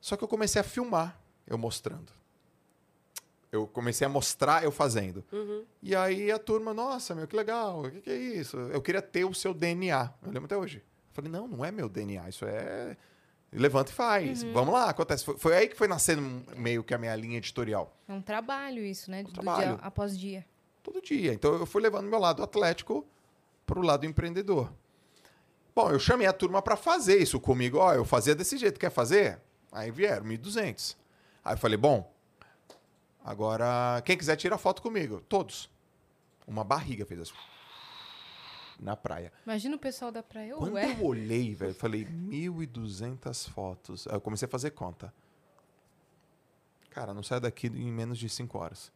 Só que eu comecei a filmar eu mostrando. Eu comecei a mostrar eu fazendo. E aí a turma, nossa, meu, que legal, o que, que é isso? Eu queria ter o seu DNA. Eu lembro até hoje. Eu falei, não, não é meu DNA, isso é. Levanta e faz. Vamos lá, acontece. Foi, foi aí que foi nascendo meio que a minha linha editorial. É um trabalho isso, né? Do dia É trabalho. após dia. Todo dia. Então eu fui levando meu lado atlético pro lado empreendedor. Bom, eu chamei a turma para fazer isso comigo. Ó, eu fazia desse jeito, quer fazer? Aí vieram 1.200. Aí eu falei, bom, agora quem quiser tira foto comigo. Todos. Uma barriga fez assim. Na praia. Imagina o pessoal da praia. Quando Ué, eu olhei, velho, eu falei 1.200 fotos. Aí eu comecei a fazer conta. Cara, não saio daqui em menos de 5 horas.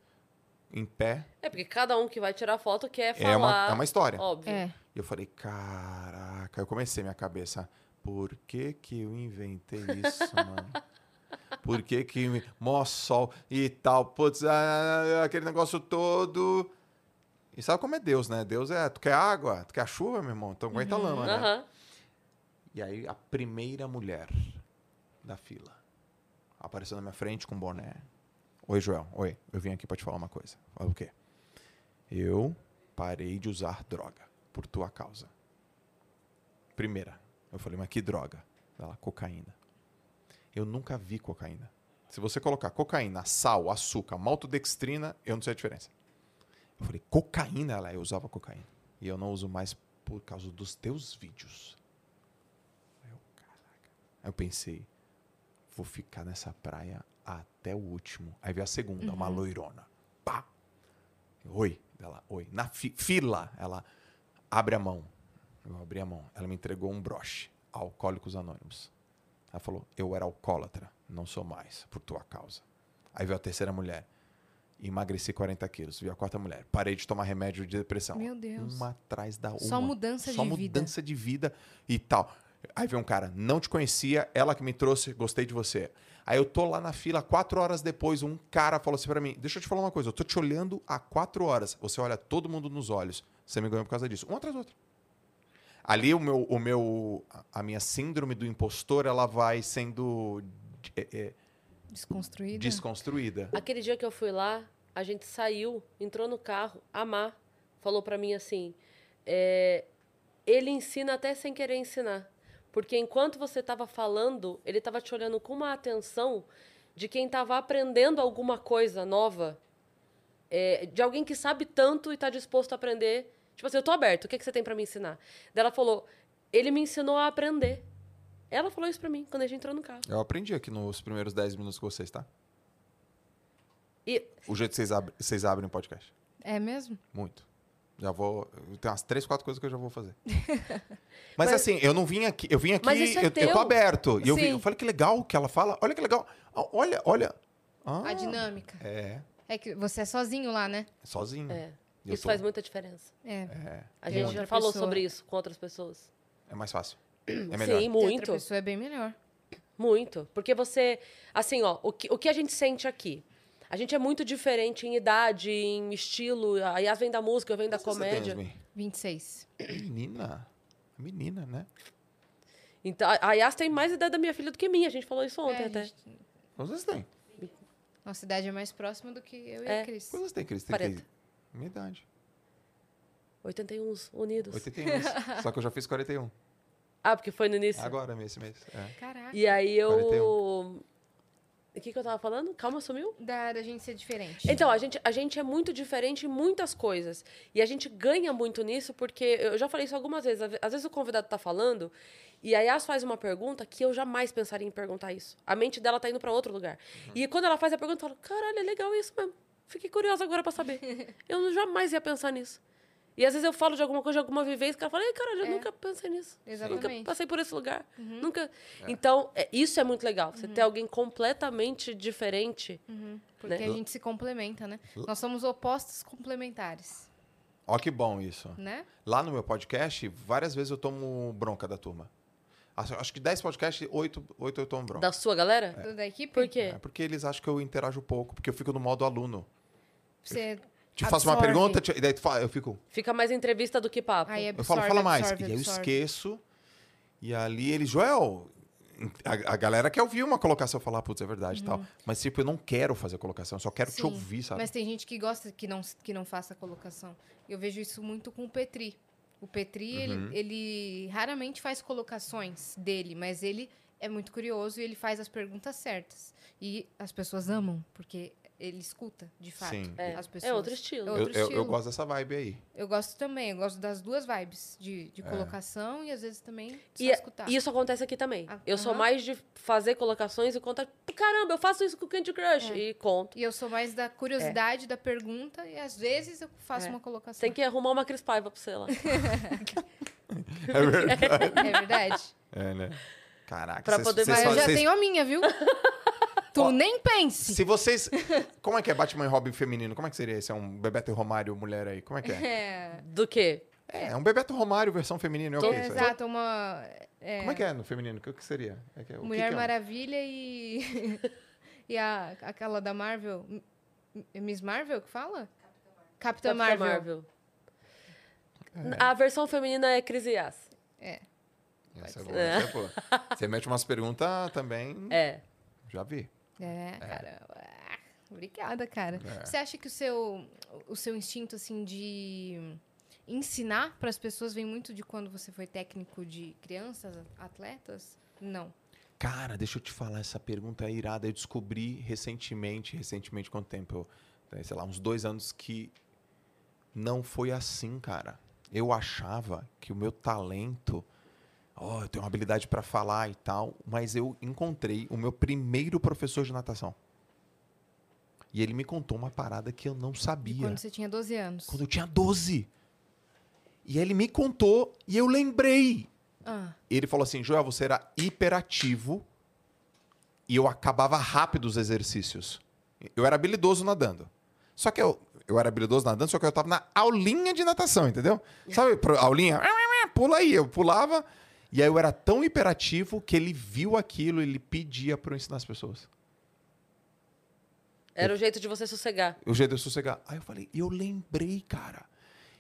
Em pé É porque cada um que vai tirar foto quer falar. é uma, é uma história. Óbvio. é. E eu falei, caraca, eu comecei minha cabeça. Por que que eu inventei isso, mano? Por que que... eu in- Mó sol e tal. Putz, ah, aquele negócio todo... E sabe como é Deus, né? Deus é... Tu quer água? Tu quer chuva, meu irmão? Então aguenta a lama, né? Uhum. Aham. E aí a primeira mulher da fila apareceu na minha frente com um boné. Oi, Joel. Oi, eu vim aqui pra te falar uma coisa. Fala o quê? Eu parei de usar droga por tua causa. Primeira. Eu falei, mas que droga? Ela, cocaína. Eu nunca vi cocaína. Se você colocar cocaína, sal, açúcar, maltodextrina, eu não sei a diferença. Eu falei, cocaína? Ela, eu usava cocaína. E eu não uso mais por causa dos teus vídeos. Aí eu, caraca. Aí eu pensei, vou ficar nessa praia até o último. Aí veio a segunda, uma Uhum. loirona. Pá! Oi. Ela, oi. Na fi- fila, ela abre a mão. Eu abri a mão. Ela me entregou um broche. Alcoólicos Anônimos. Ela falou, eu era alcoólatra. Não sou mais, por tua causa. Aí veio a terceira mulher. Emagreci 40 quilos. Veio a quarta mulher. Parei de tomar remédio de depressão. Meu Deus. Uma atrás da outra. Só mudança Só de vida. mudança de vida e tal. Aí vem um cara, não te conhecia, ela que me trouxe, gostei de você. Aí eu tô lá na fila, quatro horas depois, um cara falou assim pra mim: Deixa eu te falar uma coisa, eu tô te olhando há quatro horas. Você olha todo mundo nos olhos. Você me ganhou por causa disso. Um atrás do outro. Ali o meu, o meu, a- a minha síndrome do impostor, ela vai sendo é, é, Desconstruída. desconstruída. Aquele dia que eu fui lá, a gente saiu, entrou no carro, a Má falou pra mim assim: é, ele ensina até sem querer ensinar. Porque enquanto você tava falando, ele tava te olhando com uma atenção de quem tava aprendendo alguma coisa nova. É, de alguém que sabe tanto e tá disposto a aprender. Tipo assim, eu tô aberto, o que, é que você tem pra me ensinar? Daí ela falou: ele me ensinou a aprender. Ela falou isso pra mim quando a gente entrou no carro. Eu aprendi aqui nos primeiros dez minutos com vocês, tá? E O jeito que vocês, abrem- vocês abrem o podcast. É mesmo? Muito. Já vou. Tem umas três, quatro coisas que eu já vou fazer. Mas, assim, eu não vim aqui. Eu vim aqui. Mas isso é eu, eu teu. tô aberto. E eu, vim, Sim. eu falei que legal que ela fala. Olha que legal. Ah, Olha, olha. Ah, A dinâmica. é, É que você é sozinho lá, né? sozinho. é, Hum. Eu isso tô- faz muita diferença. É. A Tem gente outra já falou pessoa. sobre isso com outras pessoas. É mais fácil. É melhor. Sim, Ter Outra muito. pessoa é bem melhor. Muito. Porque você. Assim, ó, o que, o que a gente sente aqui? A gente é muito diferente em idade, em estilo. A Yas vem da música, eu venho da Quantos anos você tem, comédia. Yasmin? 26. Menina. Menina, né? Então, a- a Yas tem mais idade da minha filha do que minha. A gente falou isso ontem É, até. gente, Quantos anos você tem? nossa idade é mais próxima do que eu e É. a Cris. Quantos anos você tem, Cris? Tem 40. que- Minha idade. 81 unidos. 81. Só que eu já fiz 41. Ah, porque foi no início. Agora, esse mês. É. Caraca. E aí eu. 41. O que, que eu tava falando? Calma, sumiu? Da, da gente ser diferente. Então, a gente, a gente é muito diferente em muitas coisas. E a gente ganha muito nisso, porque eu já falei isso algumas vezes. Às ve- Às vezes o convidado tá falando E a Yas faz uma pergunta que eu jamais pensaria em perguntar isso. A mente dela tá indo para outro lugar. E quando ela faz a pergunta, eu falo, caralho, é legal isso mesmo. Fiquei curiosa agora para saber. eu não- jamais ia pensar nisso. E às vezes eu falo de alguma coisa, de alguma vivência, que ela fala, ei, caralho, eu É. nunca pensei nisso. Nunca Exatamente. passei por esse lugar. Nunca. Então, é- isso é muito legal. Você ter alguém completamente diferente. Porque né? a gente se complementa, né? Nós somos opostos complementares, Ó, que bom isso. né? Lá no meu podcast, várias vezes eu tomo bronca da turma. Acho acho que 10 podcasts, 8, oito eu tomo bronca. Da sua galera? Do- Da equipe. Por quê? É porque eles acham que eu interajo pouco, porque eu fico no modo aluno. Você Te faço uma Absorve. pergunta, te- e daí tu fala, eu fico. Fica mais entrevista do que papo. É aí é absorve, Eu falo, fala mais. absorve, e aí eu absorve. esqueço. E ali ele, Joel. A, a galera quer ouvir uma colocação falar, putz, é verdade e tal. Mas, tipo, eu não quero fazer colocação, eu só quero te Uhum. Sim, ouvir, sabe? Mas tem gente que gosta que não, que não faça colocação. Eu vejo isso muito com o Petri. O Petri, ele, ele raramente faz colocações dele, mas ele é muito curioso e ele faz as perguntas certas. E as pessoas amam, porque ele escuta, de fato, Sim. É, as pessoas. é outro estilo. Eu- Eu, outro eu- eu estilo. gosto dessa vibe aí. Eu gosto também, eu gosto das duas vibes, de, de colocação e às vezes também de E só escutar. e isso acontece aqui também. Ah, eu sou aham. mais de fazer colocações e contar. Caramba, eu faço isso com o Candy É. Crush. E conto. E eu sou mais da curiosidade da pergunta e às vezes eu faço uma colocação. É. Tem que arrumar uma crispaiva pra você lá. É verdade. É verdade? é, né? Caraca, Pra vocês, poder- vocês Mas eu fazem- já vocês- tenho a minha, viu? tu nem pense. Se vocês. Como é que é Batman e Robin feminino? Como é que seria esse? É um Bebeto e Romário mulher aí? Como é que é? É, Do quê? É, é um Bebeto Romário versão feminina. É o Tô- que é, isso aí? exato, uma Como é que é no feminino? O que que seria? É que- o que Mulher que é? Maravilha e. e a, aquela da Marvel. M- M- Miss Marvel que fala? Capitã Capitã Marvel. é? A versão feminina é Cris Yas. Essa é boa, essa é boa. Você mete umas perguntas também. É. Já vi. É, cara. ah, Obrigada, cara. É. Você acha que o seu, o seu instinto, assim, de ensinar para as pessoas vem muito de quando você foi técnico de crianças, atletas? Não. Cara, deixa eu te falar, essa pergunta é irada. Eu descobri recentemente, recentemente quanto tempo? Eu, eh, sei lá, uns dois anos que não foi assim, cara. Eu achava que o meu talento, ó, eu tenho uma habilidade pra falar e tal, mas eu encontrei o meu primeiro professor de natação. E ele me contou uma parada que eu não De sabia. quando você tinha 12 anos. Quando eu tinha 12. E ele me contou e eu lembrei. Ah, Ele falou assim: Joel, você era hiperativo e eu acabava rápido os exercícios. Eu era habilidoso nadando. Só que eu, eu era habilidoso nadando, só que eu tava na aulinha de natação, entendeu? Sabe, pro- aulinha? Pula aí. Eu pulava. E aí eu era tão hiperativo que ele viu aquilo e ele pedia pra eu ensinar as pessoas. Era o jeito de você sossegar. O jeito de eu sossegar. Aí eu falei, eu lembrei, cara.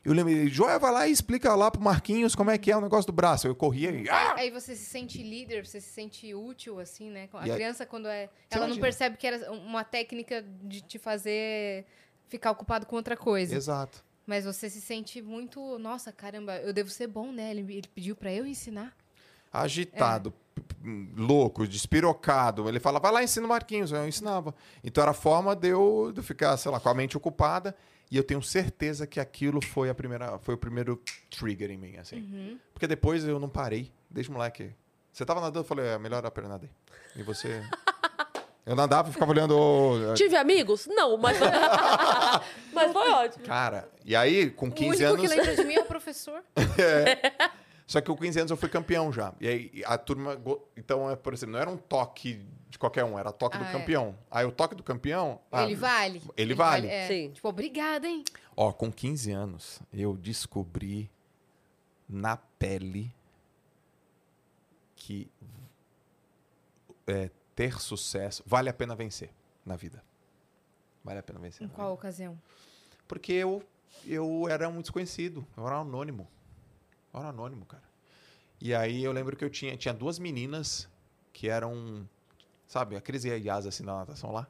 Eu lembrei, Joel, vai lá e explica lá pro Marquinhos como é que é o negócio do braço. Eu corria e. Ah! Aí você se sente líder, você se sente útil, assim, né? A E aí- criança, quando é. Ela não imagina. percebe que era uma técnica de te fazer ficar ocupado com outra coisa. Exato. Mas você se sente muito. Nossa, caramba, eu devo ser bom, né? Ele, ele pediu pra eu ensinar. agitado, p- p- louco, despirocado. Ele fala, vai lá, ensina o Marquinhos. Eu ensinava. Então era a forma de eu, de eu ficar, sei lá, com a mente ocupada. E eu tenho certeza que aquilo foi, a primeira, foi o primeiro trigger em mim, assim. Uhum. Porque depois eu não parei, desde moleque. Você tava nadando, eu falei, é melhor a nadar. E você... eu nadava e ficava olhando... ô, Tipo, Tive amigos? Não, mas foi, mas foi ótimo. Cara, e aí, com o 15 único que anos... lembra de mim é o professor. Só que com 15 anos eu fui campeão já. E aí a turma. go- Então, é, por exemplo, não era um toque de qualquer um, era toque do Ah, é. campeão. Aí o toque do campeão. ah, ele vale. Ele, vale. é. Sim. Tipo, obrigada, hein? Ó, com 15 anos eu descobri na pele que é, ter sucesso vale a pena vencer na vida. Vale a pena vencer. Em na qual ocasião? Porque eu, eu era um desconhecido, eu era um anônimo. Eu era um anônimo, cara. E aí eu lembro que eu tinha, tinha duas meninas que eram, sabe, a Cris e a Yas, assim, na natação lá.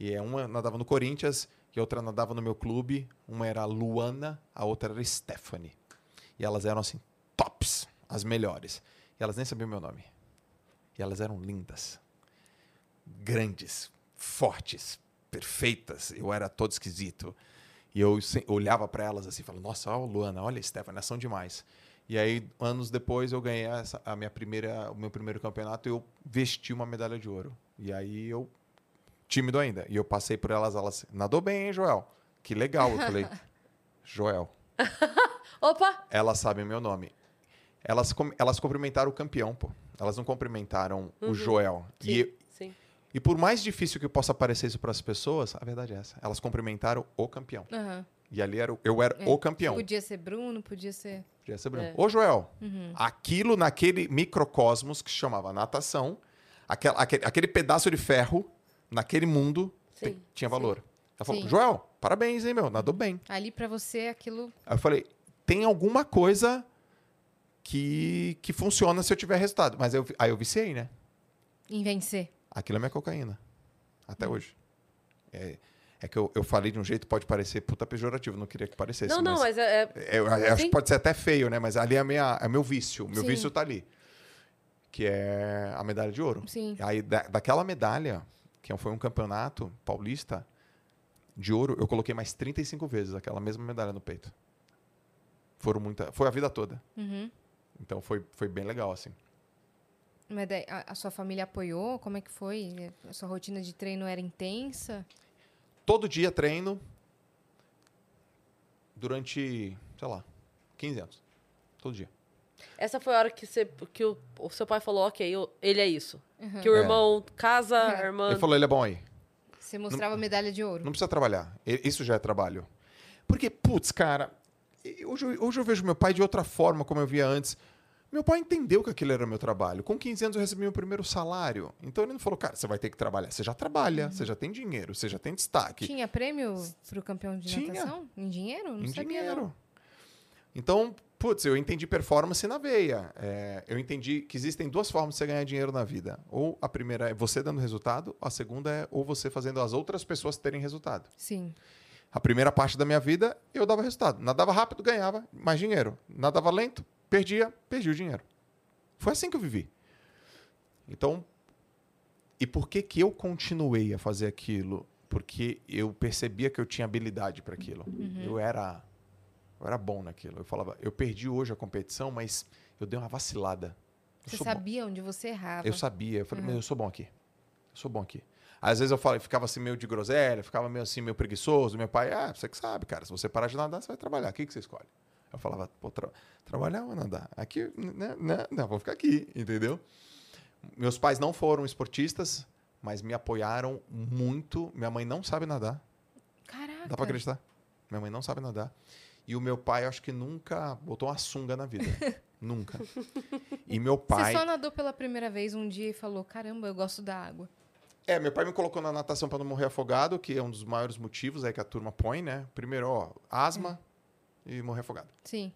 E é, uma nadava no Corinthians e a outra nadava no meu clube. Uma era Luana, a outra era Stephanie. E elas eram, assim, tops, as melhores. E elas nem sabiam meu nome. E elas eram lindas, grandes, fortes, perfeitas. Eu era todo esquisito. E eu se- olhava para elas assim, e falava, nossa, olha a Luana, olha a Stephanie, elas são demais. E aí, anos depois, eu ganhei essa- a minha primeira, o meu primeiro campeonato e eu vesti uma medalha de ouro. E aí eu, tímido ainda, e eu passei por elas, elas, nadou bem, hein, Joel? Que legal. Eu falei, Joel, Opa! elas sabem meu nome. Elas, com- elas cumprimentaram o campeão, pô. Elas não cumprimentaram o Joel. E, Uhum. Sim. e por mais difícil que possa parecer isso para as pessoas, a verdade é essa. Elas cumprimentaram o campeão. Aham. E ali era, o- eu era É. o campeão. Podia ser Bruno, podia ser. Podia ser branco. É. Ô, Joel, aquilo naquele microcosmos que se chamava natação, aquel- aquele, aquele pedaço de ferro, naquele mundo, te- Sim, Uhum. tinha valor. Ela falou, Sim. Joel, parabéns, hein, meu? Nadou bem. Ali pra você aquilo. Aí eu falei, tem alguma coisa que, que funciona se eu tiver resultado. Mas eu, aí eu viciei, né? Em vencer. Aquilo é minha cocaína. Até Hum. hoje. É, é que eu, eu falei de um jeito, pode parecer puta pejorativo, não queria que parecesse. não, não, mas- mas é, é- eu, eu acho Sim. que pode ser até feio, né? Mas ali é, a minha, é meu vício. Meu Sim. vício tá ali. Que é a medalha de ouro. Sim. Aí, da- daquela medalha, que foi um campeonato paulista de ouro, eu coloquei mais 35 vezes aquela mesma medalha no peito. Foram muita, foi a vida toda. Uhum. Então foi, foi bem legal, assim. Mas daí, a, a sua família apoiou? Como é que foi? A sua rotina de treino era intensa? Todo dia treino durante, sei lá, 15 anos. Todo dia. essa foi a hora que, você, que o, o seu pai falou, ok, eu- ele é isso. Uhum. Que o É. irmão casa, É. a irmã... Ele falou, ele é bom aí. Você mostrava medalha de ouro. Não precisa trabalhar. E- Isso já é trabalho. Porque, putz, cara, e- hoje, eu- hoje eu vejo meu pai de outra forma, como eu via antes. Meu pai entendeu que aquilo era meu trabalho. Com 15 anos eu recebi meu primeiro salário. Então ele não falou, cara, você vai ter que trabalhar. Você já trabalha, você já tem dinheiro, você já tem destaque. Tinha prêmio pro campeão de Tinha. natação? Em dinheiro? Não em sabia. dinheiro. Não. Então, putz, eu entendi performance na veia. É, eu entendi que existem duas formas de você ganhar dinheiro na vida. Ou a primeira é você dando resultado, a segunda é ou você fazendo as outras pessoas terem resultado. Sim. A primeira parte da minha vida, eu dava resultado. Nadava rápido, ganhava mais dinheiro. Nadava lento, perdia, perdi o dinheiro. Foi assim que eu vivi. Então, e por que que eu continuei a fazer aquilo? Porque eu percebia que eu tinha habilidade para aquilo. Eu era eu era bom naquilo. Eu falava, eu perdi hoje a competição, mas eu dei uma vacilada. Eu Você sou bom. sabia onde você errava. Eu sabia. Eu falei, É. meu, eu sou bom aqui. Eu sou bom aqui. Às vezes eu falei, ficava assim meio de groselha, ficava meio assim, meio preguiçoso. Meu pai, ah, você que sabe, cara. Se você parar de nadar, você vai trabalhar. O que, que você escolhe? Eu falava, pô, tra- trabalhar ou nadar? Aqui, né, né, não, vou ficar aqui, entendeu? Meus pais não foram esportistas, mas me apoiaram muito. Minha mãe não sabe nadar. Caraca. Dá pra acreditar. Minha mãe não sabe nadar. E o meu pai, eu acho que nunca botou uma sunga na vida. nunca. E meu pai. Você só nadou pela primeira vez um dia e falou: caramba, eu gosto da água. É, meu pai me colocou na natação pra não morrer afogado, que é um dos maiores motivos aí que a turma põe, né? Primeiro, ó, asma e morrer afogado. Sim.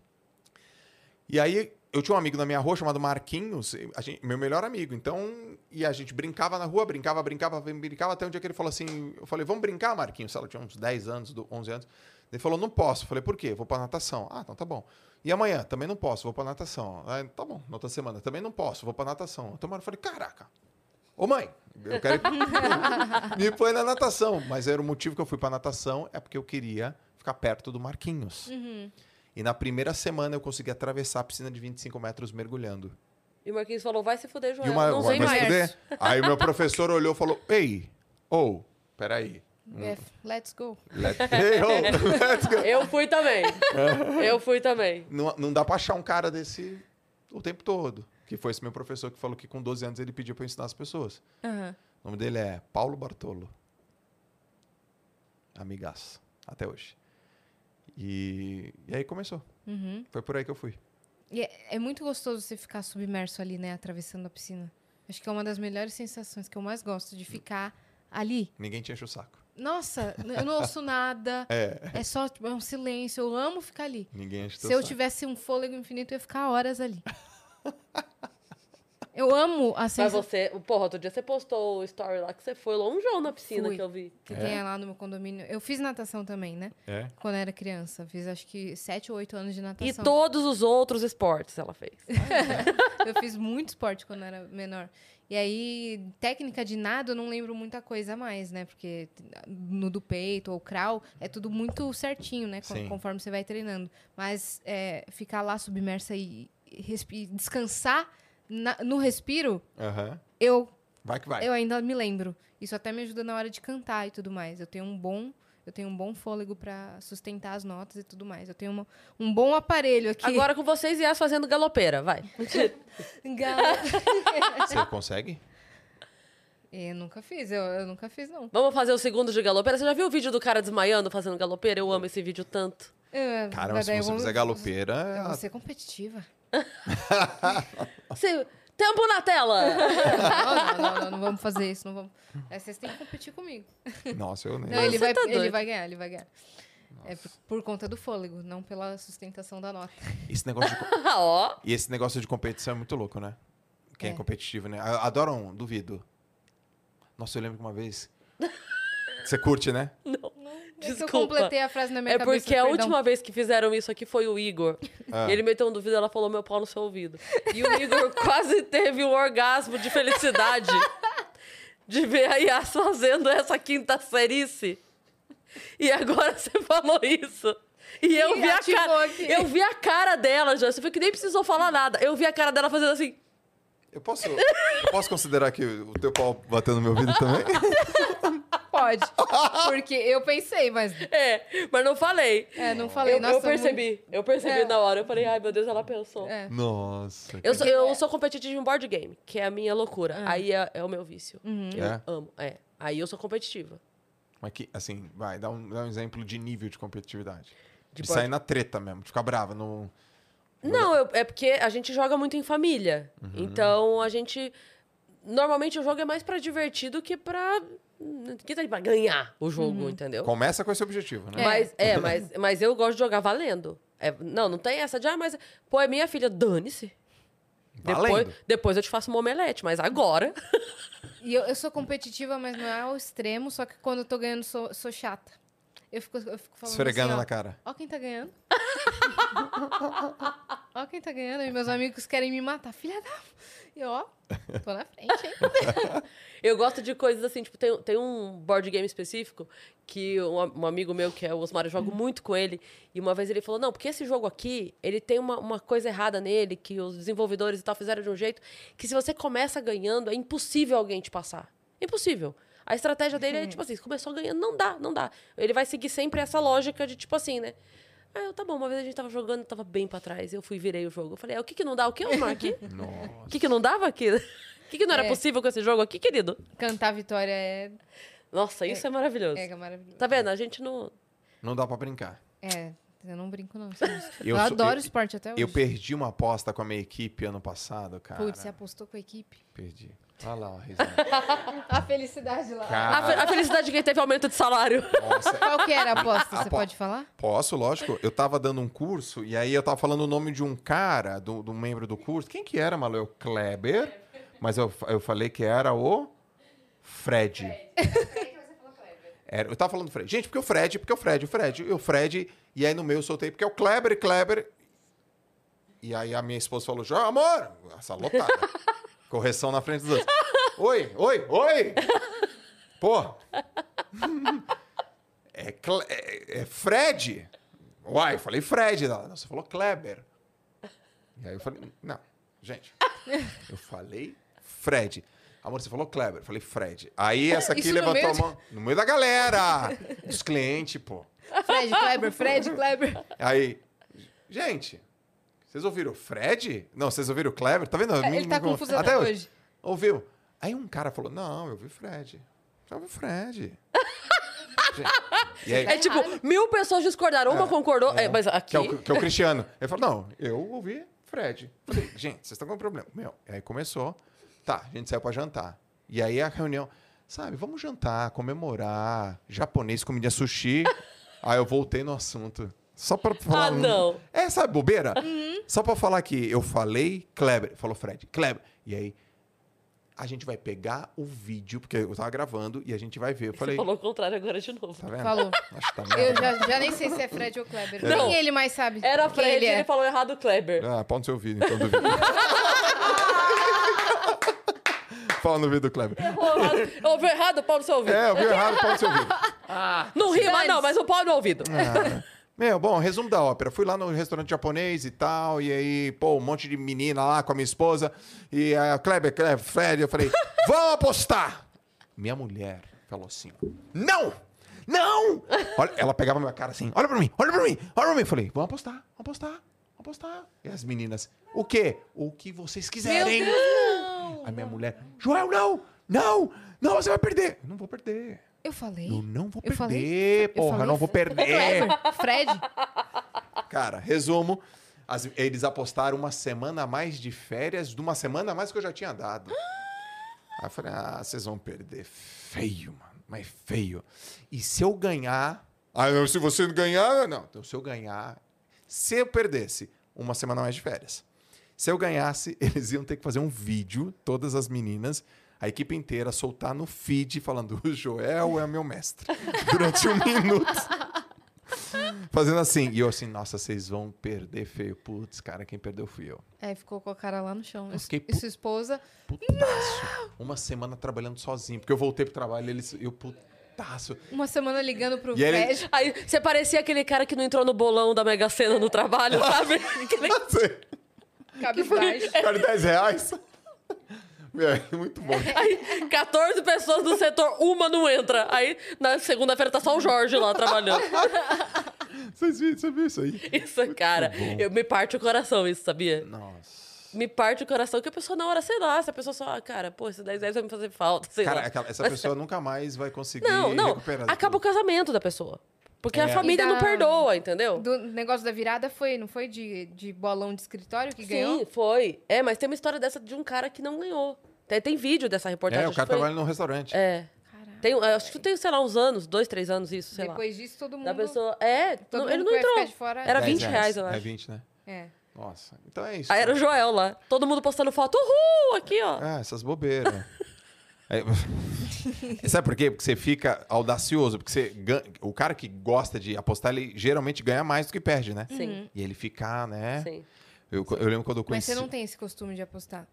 E aí, eu tinha um amigo na minha rua chamado Marquinhos, e a gente- meu melhor amigo. Então, e a gente brincava na rua, brincava, brincava, brincava, até um dia que ele falou assim, eu falei, vamos brincar, Marquinhos? Sei lá, eu tinha uns 10 anos, do- 11 anos. Ele falou, não posso. Eu falei, por quê? Vou pra natação. Ah, então tá bom. E amanhã? Também não posso, vou pra natação. Ah, tá bom, na outra semana. Também não posso, vou pra natação. Então, eu falei, caraca. Ô mãe, eu quero ir- me põe na natação. Mas era o motivo que eu fui pra natação, é porque eu queria ficar perto do Marquinhos. E na primeira semana eu consegui atravessar a piscina de 25 metros mergulhando. E o Marquinhos falou, vai se fuder, Joel. e uma, não vai sei vai se mais. fuder? Aí meu professor olhou e falou: Ei, ou, peraí. É, let's go. Let, ei, ô, let's go." Eu fui também. eu fui também. Não, não dá pra achar um cara desse o tempo todo. Que foi esse meu professor que falou que com 12 anos ele pediu pra eu ensinar as pessoas. Aham. O nome dele é Paulo Bartolo. Amigaço, até hoje. E, e aí começou. Uhum. Foi por aí que eu fui. E é, é muito gostoso você ficar submerso ali, né? Atravessando a piscina. Acho que é uma das melhores sensações que eu mais gosto Hum. de ficar ali. Ninguém te enche o saco. Nossa, n- eu não ouço nada. É. só tipo, é um silêncio. Eu amo ficar ali. Ninguém enche o teu Se eu saco. tivesse um fôlego infinito, eu ia ficar horas ali. eu amo a Mas sensação você, porra, outro dia você postou o story lá que você foi longeão na piscina Fui. Tá que eu vi. que tem lá no meu condomínio. Eu fiz natação também, né? É? Quando eu era criança. Fiz acho que 7 ou 8 anos de natação. E todos os outros esportes ela fez. Eu fiz muito esporte quando era menor. E aí, técnica de nado, eu não lembro muita coisa mais, né? Porque no do peito ou crawl, é tudo muito certinho, né? Con- Sim. Conforme você vai treinando. Mas é, ficar lá submersa e, respi- descansar na- no respiro, Aham. eu Vai que vai. eu ainda me lembro. Isso até me ajuda na hora de cantar e tudo mais. Eu tenho um bom, eu tenho um bom fôlego pra sustentar as notas e tudo mais. Eu tenho uma- um bom aparelho aqui. Agora com vocês e as fazendo galopeira, vai. Galo- Você consegue? eu É, nunca fiz, eu, eu nunca fiz não. Vamos fazer o segundo de galopeira. Você já viu o vídeo do cara desmaiando fazendo galopeira? Eu amo esse vídeo tanto. Eu- Cara, mas mas se daí eu você vou- fizer galopeira, Eu ela- Ah. vou ser competitiva. Você- Tempo na tela! não, não, não, não, não vamos fazer isso, não vamos. É, vocês têm que competir comigo. Nossa, eu nem. Não, ele, vai, tá ele doido. vai ganhar, ele vai ganhar. É por, por conta do fôlego, não pela sustentação da nota. É Esse negócio de... co- Ó. E esse negócio de competição é muito louco, né? Quem é, É. competitivo, né? A- Adoram, duvido. Nossa, eu lembro que uma vez. Você curte, né? É que eu Desculpa. completei a frase na minha É cabeça. porque a perdão. última vez que fizeram isso aqui foi o Igor. Ah. Ele meteu um duvido ela falou meu pau no seu ouvido. E o Igor quase teve um orgasmo de felicidade de ver a Yas fazendo essa quinta serice. E agora você falou isso. E eu Ih, vi a ativou cara. aqui. Eu vi a cara dela já. Você viu que nem precisou falar nada. Eu vi a cara dela fazendo assim. Eu posso, eu posso considerar que o teu pau bateu no meu ouvido também? Pode. Porque eu pensei, mas. É, mas não falei. É, não Eu, falei. eu nossa, percebi. Eu percebi É. na hora. Eu falei, ai meu Deus, ela pensou. É. Nossa. Eu sou, eu sou competitiva em board game, que é a minha loucura. Aí é, é o meu vício. Eu É? amo, é. Aí eu sou competitiva. Mas que, assim, vai, dá um, dá um exemplo de nível de competitividade. De, De sair na treta mesmo, de ficar brava. No... Uhum. Não, eu- é porque a gente joga muito em família. Então a gente. Normalmente o jogo é mais pra divertir do que pra. Que tá ali pra ganhar o jogo, entendeu? Começa com esse objetivo, né? Mas, é, mas, mas eu gosto de jogar valendo. É, não, não tem essa de, ah, mas. Pô, é minha filha, dane-se. Depois, Valendo. depois eu te faço uma omelete, mas agora. E eu, eu sou competitiva, mas não é ao extremo, só que quando eu tô ganhando, sou, sou chata. Eu fico, eu fico falando. Esfregando assim, ó, na cara. Ó quem tá ganhando. ó quem tá ganhando. E meus amigos querem me matar. Filha da. E eu, ó, tô na frente, hein? Eu gosto de coisas assim, tipo, tem, tem um board game específico que um, a- um amigo meu, que é o Osmar, eu jogo muito com ele. E uma vez ele falou: Não, porque esse jogo aqui, ele tem uma, uma coisa errada nele, que os desenvolvedores e tal fizeram de um jeito, que se você começa ganhando, é impossível alguém te passar. Impossível. A estratégia dele é tipo assim: se começou ganhando, não dá, não dá. Ele vai seguir sempre essa lógica de tipo assim, né? Ah, eu, tá bom, uma vez a gente tava jogando, tava bem pra trás, eu fui e virei o jogo. Eu falei: é, o que que não dá? O que, Osmar? O que, Nossa. o que, que não dava aqui? O que, que não era É. possível com esse jogo aqui, querido? Cantar vitória é. Nossa, isso é, maravilhoso. É maravilhoso. Tá vendo? A gente não. Não dá pra brincar. É, eu não brinco, não. sério. Eu, Eu sou- adoro eu- esporte até É hoje. Eu perdi uma aposta com a minha equipe ano passado, cara. Putz, é- você apostou com a equipe. Perdi. Olha lá, ó, a risada. A felicidade lá. A, fe- Cara, a felicidade de quem teve aumento de salário. nossa. Qual que era a aposta? Você Apo- pode falar? Posso, lógico. Eu tava dando um curso e aí eu tava falando o nome de um cara, do, do membro do curso. Quem que era, Malu? É o Kleber. Mas eu, fa- eu falei que era o Fred. Era, eu tava falando do Fred. Gente, porque o Fred, porque o Fred, o Fred, e o Fred. E aí no meu eu soltei, porque é o Kleber, Kleber. E aí a minha esposa falou, já, amor, essa lotada. Correção na frente dos outros. Oi, oi, oi. Pô, é, Cle- é- é Fred? Uai, eu falei Fred. Ela, Não, você falou Kleber. E aí eu falei, não, gente. Eu falei Fred. Amor, você falou Kleber. Eu falei Fred. Aí essa aqui Isso no levantou meio a de- mão. No meio da galera. Dos clientes, pô. Fred Kleber, Fred Kleber. Aí, gente, vocês ouviram o Fred? Não, vocês ouviram o Kleber? Tá vendo? Me- Ele tá me- confuso até hoje. Ouviu? Aí um cara falou, não, eu vi o Fred. Eu vi o Fred. Gente, e aí, É tipo, mil pessoas discordaram, uma concordou. É, mas aqui. que é, o, que é o Cristiano. Ele falou, não, eu ouvi Fred. Falei, gente, vocês estão com um problema. Meu, aí começou. Tá, a gente saiu pra jantar. E aí a reunião, sabe, vamos jantar, comemorar, japonês, comida sushi. aí eu voltei no assunto. Só pra falar... Ah, um- não. Uhum. É, sabe, bobeira? Só pra falar que eu falei Kleber, falou Fred, Kleber. E aí... A gente vai pegar o vídeo, porque eu tava gravando, e a gente vai ver. Eu falei, Você falou o contrário agora de novo. tá vendo? Falou. Acho que tá Eu merda. já, já nem sei se é Fred ou Kleber. Não. Nem ele mais sabe. Era quem Fred, ele, ele é. falou errado o Kleber. Ah, pau no seu ouvido, então duvido. Pau no ouvido do Kleber. Eu ouvi errado, pau no seu ouvido. É, ouviu errado, pau no seu ouvido. Não rima, não, mas o pau no ouvido. Ah. Meu, bom, resumo da ópera. Fui lá no restaurante japonês e tal, e aí, pô, um monte de menina lá com a minha esposa, e a Kleber, Kleber, Fred, eu falei, vamos apostar! Minha mulher falou assim, não! Não! Olha, ela pegava minha cara assim, olha pra mim, olha pra mim, olha pra mim. Eu falei, vamos apostar, vamos apostar, vamos apostar. E as meninas, o quê? O que vocês quiserem. a minha mulher, Joel, não! Não! Não, você vai perder! Eu não vou perder. Eu falei. Eu não vou Eu falei? perder, Eu porra, eu falei? não vou perder. É. Fred, Cara, resumo. as- eles apostaram uma semana a mais de férias, de uma semana a mais que eu já tinha dado. Aí eu falei, ah, vocês vão perder feio, mano. Mas feio. E se eu ganhar. Ah, não, se você não ganhar. Não, então se eu ganhar. Se eu perdesse, uma semana a mais de férias. Se eu ganhasse, eles iam ter que fazer um vídeo, todas as meninas, a equipe inteira, soltar no feed falando: o Joel é meu mestre. Durante um minuto. Fazendo assim. E eu assim, nossa, vocês vão perder feio. Putz, cara, quem perdeu fui eu. é, ficou com a cara lá no chão. Eu fiquei E sua esposa, Putaço. Uma semana trabalhando sozinho. Porque eu voltei pro trabalho e eles. Eu putaço. uma semana ligando pro E ele- Fred. Aí você parecia aquele cara que não entrou no bolão da Mega Sena no trabalho, sabe? Aquele- Cabisbaixo. Cara, 10 reais. Meu, é muito bom. Aí, 14 pessoas do setor, uma não entra. Aí, na segunda-feira, tá só o Jorge lá trabalhando. Vocês viram, você viu isso aí? Isso, cara, eu, me parte o coração isso, sabia? Nossa. Me parte o coração que a pessoa na hora, sei lá, se a pessoa só, ah, cara, pô, esses 10 reais vai me fazer falta, sei Cara, lá. aquela- essa pessoa nunca mais vai conseguir Não, não, recuperar. acaba o casamento da pessoa. Porque a É. família E não da- perdoa, entendeu? Do negócio da virada foi, não foi de, de bolão de escritório que Sim, ganhou? foi. É, mas tem uma história dessa de um cara que não ganhou. Tem, tem vídeo dessa reportagem. É, o acho que cara foi- trabalha num restaurante. É. Caraca. Tem, acho que tem, sei lá, uns anos, dois, três anos isso, sei Depois disso, todo lá. mundo. Da pessoa. É, todo não- mundo ele não que vai ficar entrou. de fora- Era 10 20 reais, eu É acho. 20, né? É. Nossa. Então é isso. Aí era o cara. Joel lá. Todo mundo postando foto. Uhul! Aqui, ó. Ah, essas bobeiras. É, Sabe por quê? Porque você fica audacioso, porque você gan- o cara que gosta de apostar, ele geralmente ganha mais do que perde, né? Sim. E ele fica, né? Uhum. Sim. Eu, eu lembro quando eu Mas você conheci, não tem esse costume de apostar.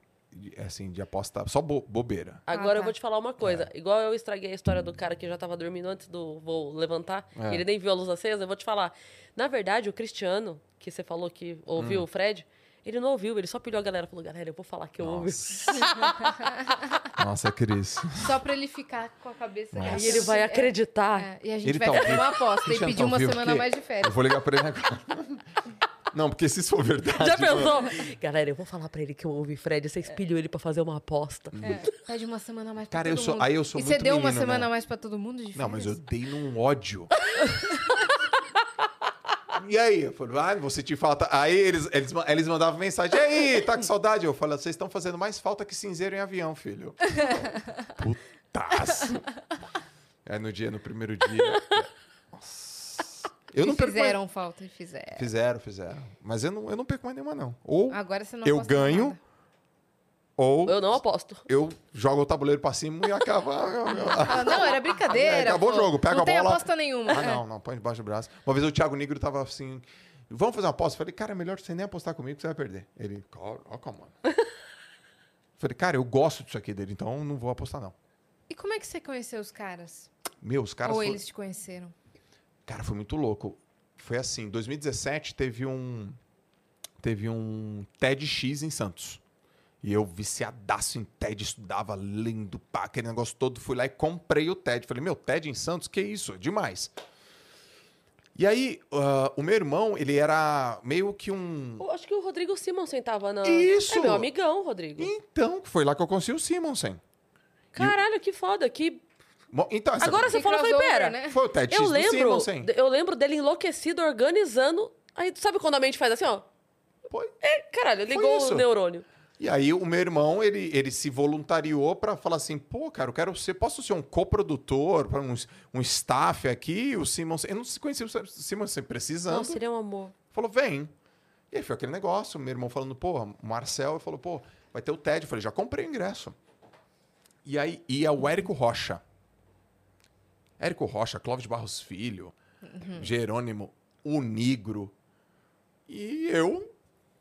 assim, de aposta, só bo- bobeira. Agora eu tá. vou te falar uma coisa. É. Igual eu estraguei a história do cara que já tava dormindo antes do voo levantar, É. e ele nem viu a luz acesa, eu vou te falar. Na verdade, o Cristiano, que você falou que Hum. ouviu o Fred, ele não ouviu, ele só pilhou a galera. Falou, galera, eu vou falar que eu ouvi. Nossa, Nossa Cris. Só pra ele ficar com a cabeça. Nossa. Aí ele vai É, acreditar. é, e a gente Ele vai tá ao fazer vivo. uma aposta e Cristiano pedir tá ao uma vivo semana aqui. mais de Eu férias. vou ligar pra ele agora. Não, porque se isso for verdade... Já pensou? é. Galera, eu vou falar pra ele que eu ouvi Fred, vocês pilham ele pra fazer uma aposta. É, pede uma semana a mais pra Cara, eu todo sou- mundo. aí eu sou E muito deu uma menino, semana né? a mais pra todo mundo de férias? Não, mas eu dei num ódio. E aí? Eu falei, ah, você te falta. Aí eles, eles, ma- eles mandavam mensagem. E aí, tá com saudade? Eu falo, vocês estão fazendo mais falta que cinzeiro em avião, filho. Putaço. Aí no dia, no primeiro dia. Nossa. Eu não E perco. mais- fizeram falta e fizeram. Fizeram, fizeram. Mas eu não, eu não perco mais nenhuma, não. Ou Agora você não eu aposta ganho, nada. ou Eu não aposto. eu jogo o tabuleiro pra cima e acaba. Ah, não, era brincadeira. É, acabou o pô. jogo, pega não a Não bola. tem aposta nenhuma. Ah, não, não, põe debaixo do braço. Uma vez o Thiago Negro tava assim. Vamos fazer uma aposta? Eu falei, cara, é melhor você nem apostar comigo que você vai perder. Ele, coloca, mano. Eu falei, cara, eu gosto disso aqui dele, então eu não vou apostar, não. E como é que você conheceu os caras? Meu, os caras. Ou foram- eles te conheceram? Cara, foi muito louco. Foi assim, em 2017 teve um teve um TEDx em Santos. E eu viciadaço em TED, estudava lendo, pá, aquele negócio todo, fui lá e comprei o TED. Falei, meu, TED em Santos, que isso, é demais. E aí, ah, o meu irmão, ele era meio que um... Eu acho que o Rodrigo Simon sentava na. Isso! É meu amigão, Rodrigo. Então, foi lá que eu conheci o Simonsen. Caralho, que foda. Que... Mo- Então, essa- Agora você Que fala, eu falei, crossover, pera. né? foi o TEDx Eu do lembro, Simonsen. eu lembro dele enlouquecido, organizando. Aí, sabe quando a mente faz assim, ó? É, Foi. Caralho, ligou isso. o neurônio. E aí o meu irmão, ele, ele se voluntariou pra falar assim, pô, cara, eu quero ser, posso ser um coprodutor, pra um, um staff aqui, o Simons, eu não se conhecia o Simons precisando, Não, seria um amor. falou, vem. E aí foi aquele negócio, meu irmão falando, pô, o Marcel, ele falou, pô, vai ter o TED, eu falei, já comprei o ingresso. E aí ia o Érico Rocha. Érico Rocha, Clóvis de Barros Filho, Jerônimo, o Negro. E eu,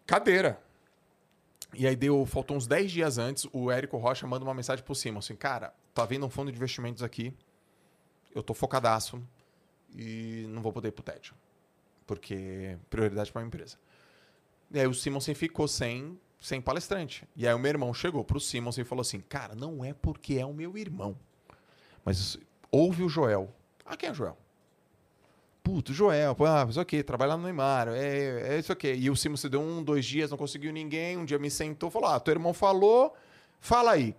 cadeira. E aí deu, faltou uns 10 dias antes, o Érico Rocha manda uma mensagem pro Simon, assim, cara, tá vindo um fundo de investimentos aqui, eu tô focadaço e não vou poder ir pro TED, porque prioridade pra minha empresa. E aí o Simonsen ficou sem, sem palestrante. E aí o meu irmão chegou pro Simonsen e falou assim, cara, não é porque é o meu irmão, mas ouve o Joel. Ah, quem é o Joel? Puto, Joel, pô, ah, isso aqui, trabalha lá no Neymar, é, é isso aqui. E o Simo se deu um, dois dias, não conseguiu ninguém. Um dia me sentou, falou: Ah, teu irmão falou, fala aí.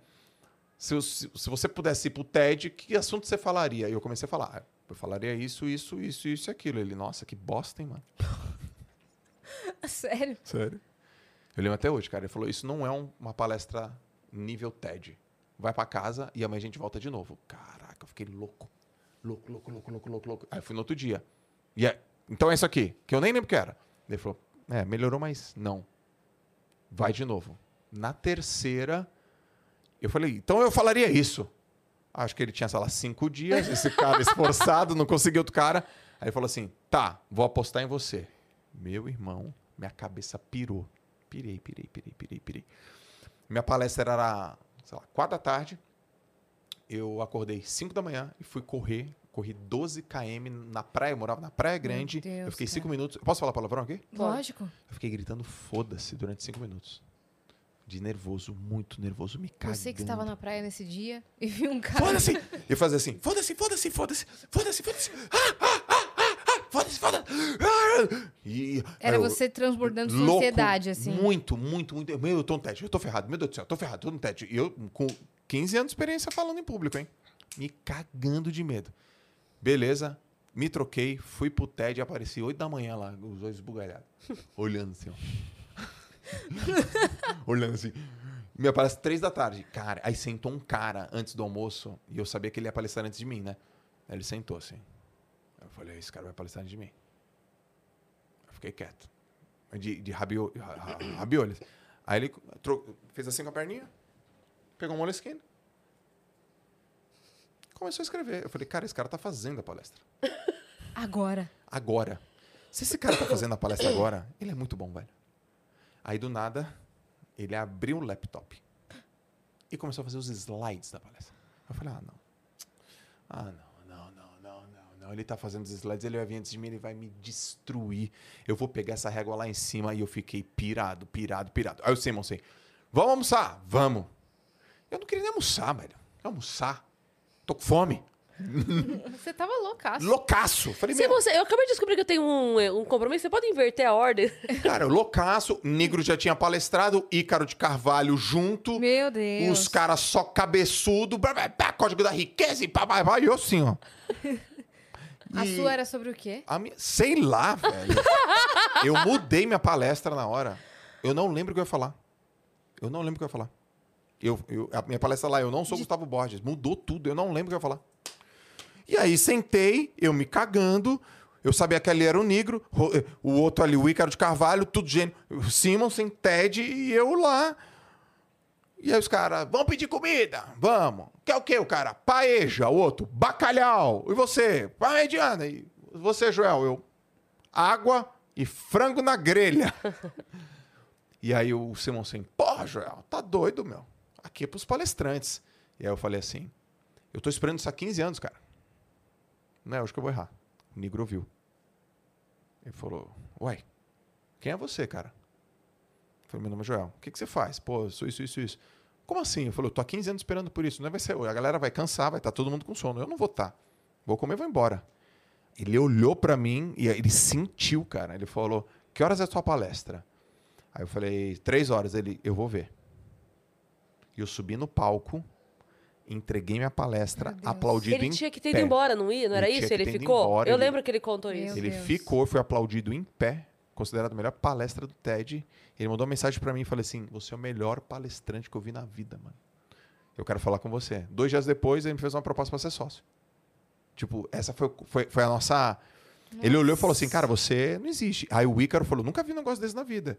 Se, eu- se, se você pudesse ir pro TED, que assunto você falaria? E eu comecei a falar: "Ah, Eu falaria isso, isso, isso, isso e aquilo. Ele, nossa, que bosta, hein, mano. Sério? Sério? Eu lembro até hoje, cara. Ele falou: Isso não é um- uma palestra nível TED. Vai pra casa e amanhã a gente volta de novo. Caraca, eu fiquei louco. Louco, louco, louco, louco, louco, louco. Aí eu fui no outro dia. E é, então é isso aqui, que eu nem lembro o que era. Ele falou: É, melhorou, mas não. Vai de novo. Na terceira, eu falei: Então eu falaria isso. Acho que ele tinha, sei lá, cinco dias. Esse cara esforçado, não conseguiu outro cara. Aí ele falou assim: Tá, vou apostar em você. Meu irmão, minha cabeça pirou. Pirei, pirei, pirei, pirei, pirei. Minha palestra era, sei lá, 4 da tarde. Eu acordei 5 da manhã e fui correr. Corri 12 km na praia, eu morava na Praia Grande. Deus, eu fiquei 5 cara. minutos. Posso falar palavrão aqui? Lógico. Eu fiquei gritando foda-se durante 5 minutos. De nervoso, muito nervoso, me cagando. Você que estava na praia nesse dia e viu um cara. Foda-se! Eu fazia assim, foda-se, foda-se, foda-se, foda-se, foda-se, ah, ah, ah, ah, ah, foda-se, foda-se. Ah, ah. E- Era eu- você transbordando sua louco, ansiedade, assim. Muito, muito, muito. Meu, eu tô no TED, eu tô ferrado. Meu Deus do céu, eu tô ferrado, tô no TED. E eu, com 15 anos de experiência falando em público, hein? Me cagando de medo. Beleza, me troquei, fui pro TED e apareci 8 da manhã lá, os olhos bugalhados. olhando assim, ó. olhando assim. Me aparece três da tarde. Cara, aí sentou um cara antes do almoço e eu sabia que ele ia palestrar antes de mim, né? Aí ele sentou assim. Eu falei, esse cara vai palestrar antes de mim. Eu fiquei quieto. De, de rabio, ra- ra- rabiolhas. Aí ele tro- fez assim com a perninha, pegou um moleskine, começou a escrever. Eu falei, cara, esse cara tá fazendo a palestra. Agora. Agora. Se esse cara tá fazendo a palestra agora, ele é muito bom, velho. Aí do nada, ele abriu o laptop e começou a fazer os slides da palestra. Eu falei, ah, não. Ah, não, não, não, não, não, não. Ele tá fazendo os slides, ele vai vir antes de mim, ele vai me destruir. Eu vou pegar essa régua lá em cima e eu fiquei pirado, pirado, pirado. Aí eu sei, sei. Vamos almoçar? Vamos. Eu não queria nem almoçar, velho. Almoçar. Tô com fome. Você tava loucaço. Loucaço. Falei, Assim, Se meu, você, eu acabei de descobrir que eu tenho um, eh, um compromisso. Você pode inverter a ordem? Cara, loucaço, Negro já tinha palestrado, Ícaro de Carvalho junto, Meu Deus. os caras só cabeçudo, blá, blá, blá, código da riqueza e pá, pá, pá, e eu assim, ó. A E sua era sobre o quê? a minha- Sei lá, velho. eu mudei minha palestra na hora. Eu não lembro o que eu ia falar. Eu não lembro o que eu ia falar. Eu, eu- a minha palestra lá, eu não sou Gustavo Borges. Mudou tudo, eu não lembro o que eu ia falar. E aí sentei, eu me cagando. Eu sabia que ali era o negro, ro- eh, o outro ali, o Ícaro de Carvalho, tudo gênio. Simonsen, Ted e eu lá. E aí os caras, vamos pedir comida? Vamos. Quer o quê, o cara? Paeja. O outro, bacalhau. E você? Parmegiana. E você, Joel? Eu, água e frango na grelha. e aí o Simonsen, porra, Joel, tá doido, meu. Aqui é pros palestrantes. E aí eu falei assim, eu tô esperando isso há 15 anos, cara. Não é hoje que eu vou errar. O negro ouviu. Ele falou, uai, quem é você, cara? Eu falei, meu nome é Joel. O que, que você faz? Pô, eu sou isso, isso, isso. Como assim? Eu falei, eu tô há 15 anos esperando por isso. Não é, vai ser hoje. A galera vai cansar, vai estar todo mundo com sono. Eu não vou estar. Vou comer e vou embora. Ele olhou pra mim e aí ele sentiu, cara. Ele falou, que horas é a sua palestra? Aí eu falei, três horas. Ele, eu vou ver. E eu subi no palco, entreguei minha palestra, Meu Deus. aplaudido ele em tinha que ter pé. ido embora, não ia? Não era Ele tinha isso? que Ele ter ido ficou? embora, eu ele- lembro que ele contou Meu isso. Ele Deus. ficou, foi aplaudido em pé, considerado a melhor palestra do TED. Ele mandou uma mensagem pra mim e falou assim: Você é o melhor palestrante que eu vi na vida, mano. Eu quero falar com você. Dois dias depois, ele me fez uma proposta pra ser sócio. Tipo, essa foi, foi, foi a nossa. Ele olhou e falou assim: Cara, você não existe. Aí o Ícaro falou: Nunca vi um negócio desse na vida.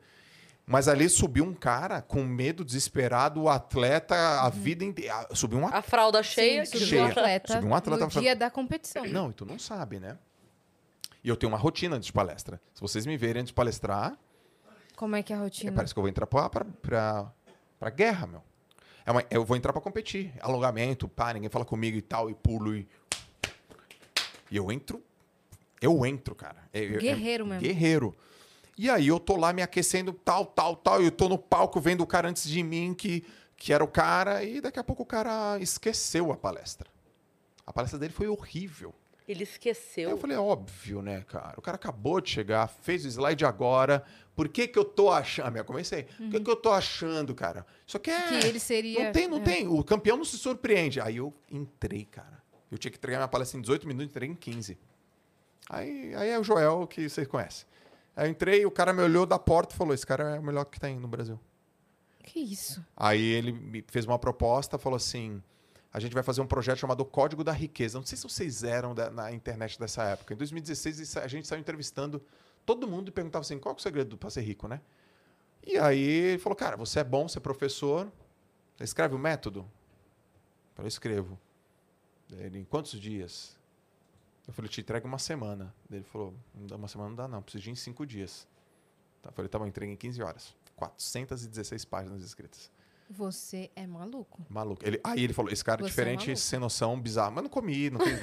Mas ali subiu um cara com medo, desesperado, o atleta, Uhum. a vida inteira. Subiu Ah, um A fralda cheia. Sim, que- subiu Cheia. um atleta. Subiu um atleta no pra- dia da competição. Não, e tu não sabe, né? E eu tenho uma rotina antes de palestra. Se vocês me verem antes de palestrar, Como é que é a É, rotina? Parece que eu vou entrar pra, pra, pra, pra guerra, meu. É uma- eu vou entrar pra competir. Alongamento, pá, ninguém fala comigo e tal, e pulo e. E eu entro. Eu entro, cara. É- é- é- Guerreiro mesmo. Guerreiro. E aí eu tô lá me aquecendo, tal, tal, tal. E eu tô no palco vendo o cara antes de mim, que, que era o cara, e daqui a pouco o cara esqueceu a palestra. A palestra dele foi horrível. Ele Aí eu esqueceu. falei, óbvio, né, cara? O cara acabou de chegar, fez o slide agora. Por que que eu tô achando... Ah, minha, comecei. Por que que eu tô achando, cara? Isso aqui é... Uhum. Que ele seria. Não tem, não é. tem. O campeão não se surpreende. Aí eu entrei, cara. Eu tinha que entregar minha palestra em 18 minutos, entrei em 15. Aí, aí é o Joel, que você conhece. Aí eu entrei, o cara me olhou da porta e falou, esse cara é o melhor que tem no Brasil. É. Que isso? Aí ele me fez uma proposta, falou assim: a gente vai fazer um projeto chamado Código da Riqueza. Não sei se vocês eram da- na internet dessa época. Em 2016, isso- a gente saiu entrevistando todo mundo e perguntava assim: qual que é o segredo para ser rico, né? E aí ele falou: cara, você é bom, você é professor, você escreve o método? Eu falei: escrevo. Ele, em quantos dias? Eu falei: te entrego uma semana. Ele falou: não dá uma semana não dá, não, preciso de em cinco dias. Eu falei: tá bom, entregue em 15 horas. 416 páginas escritas. Você é maluco. Maluco. Ele, aí ele falou: esse cara é Você é diferente, maluco. sem noção, bizarro. Mas não comi, não fiz.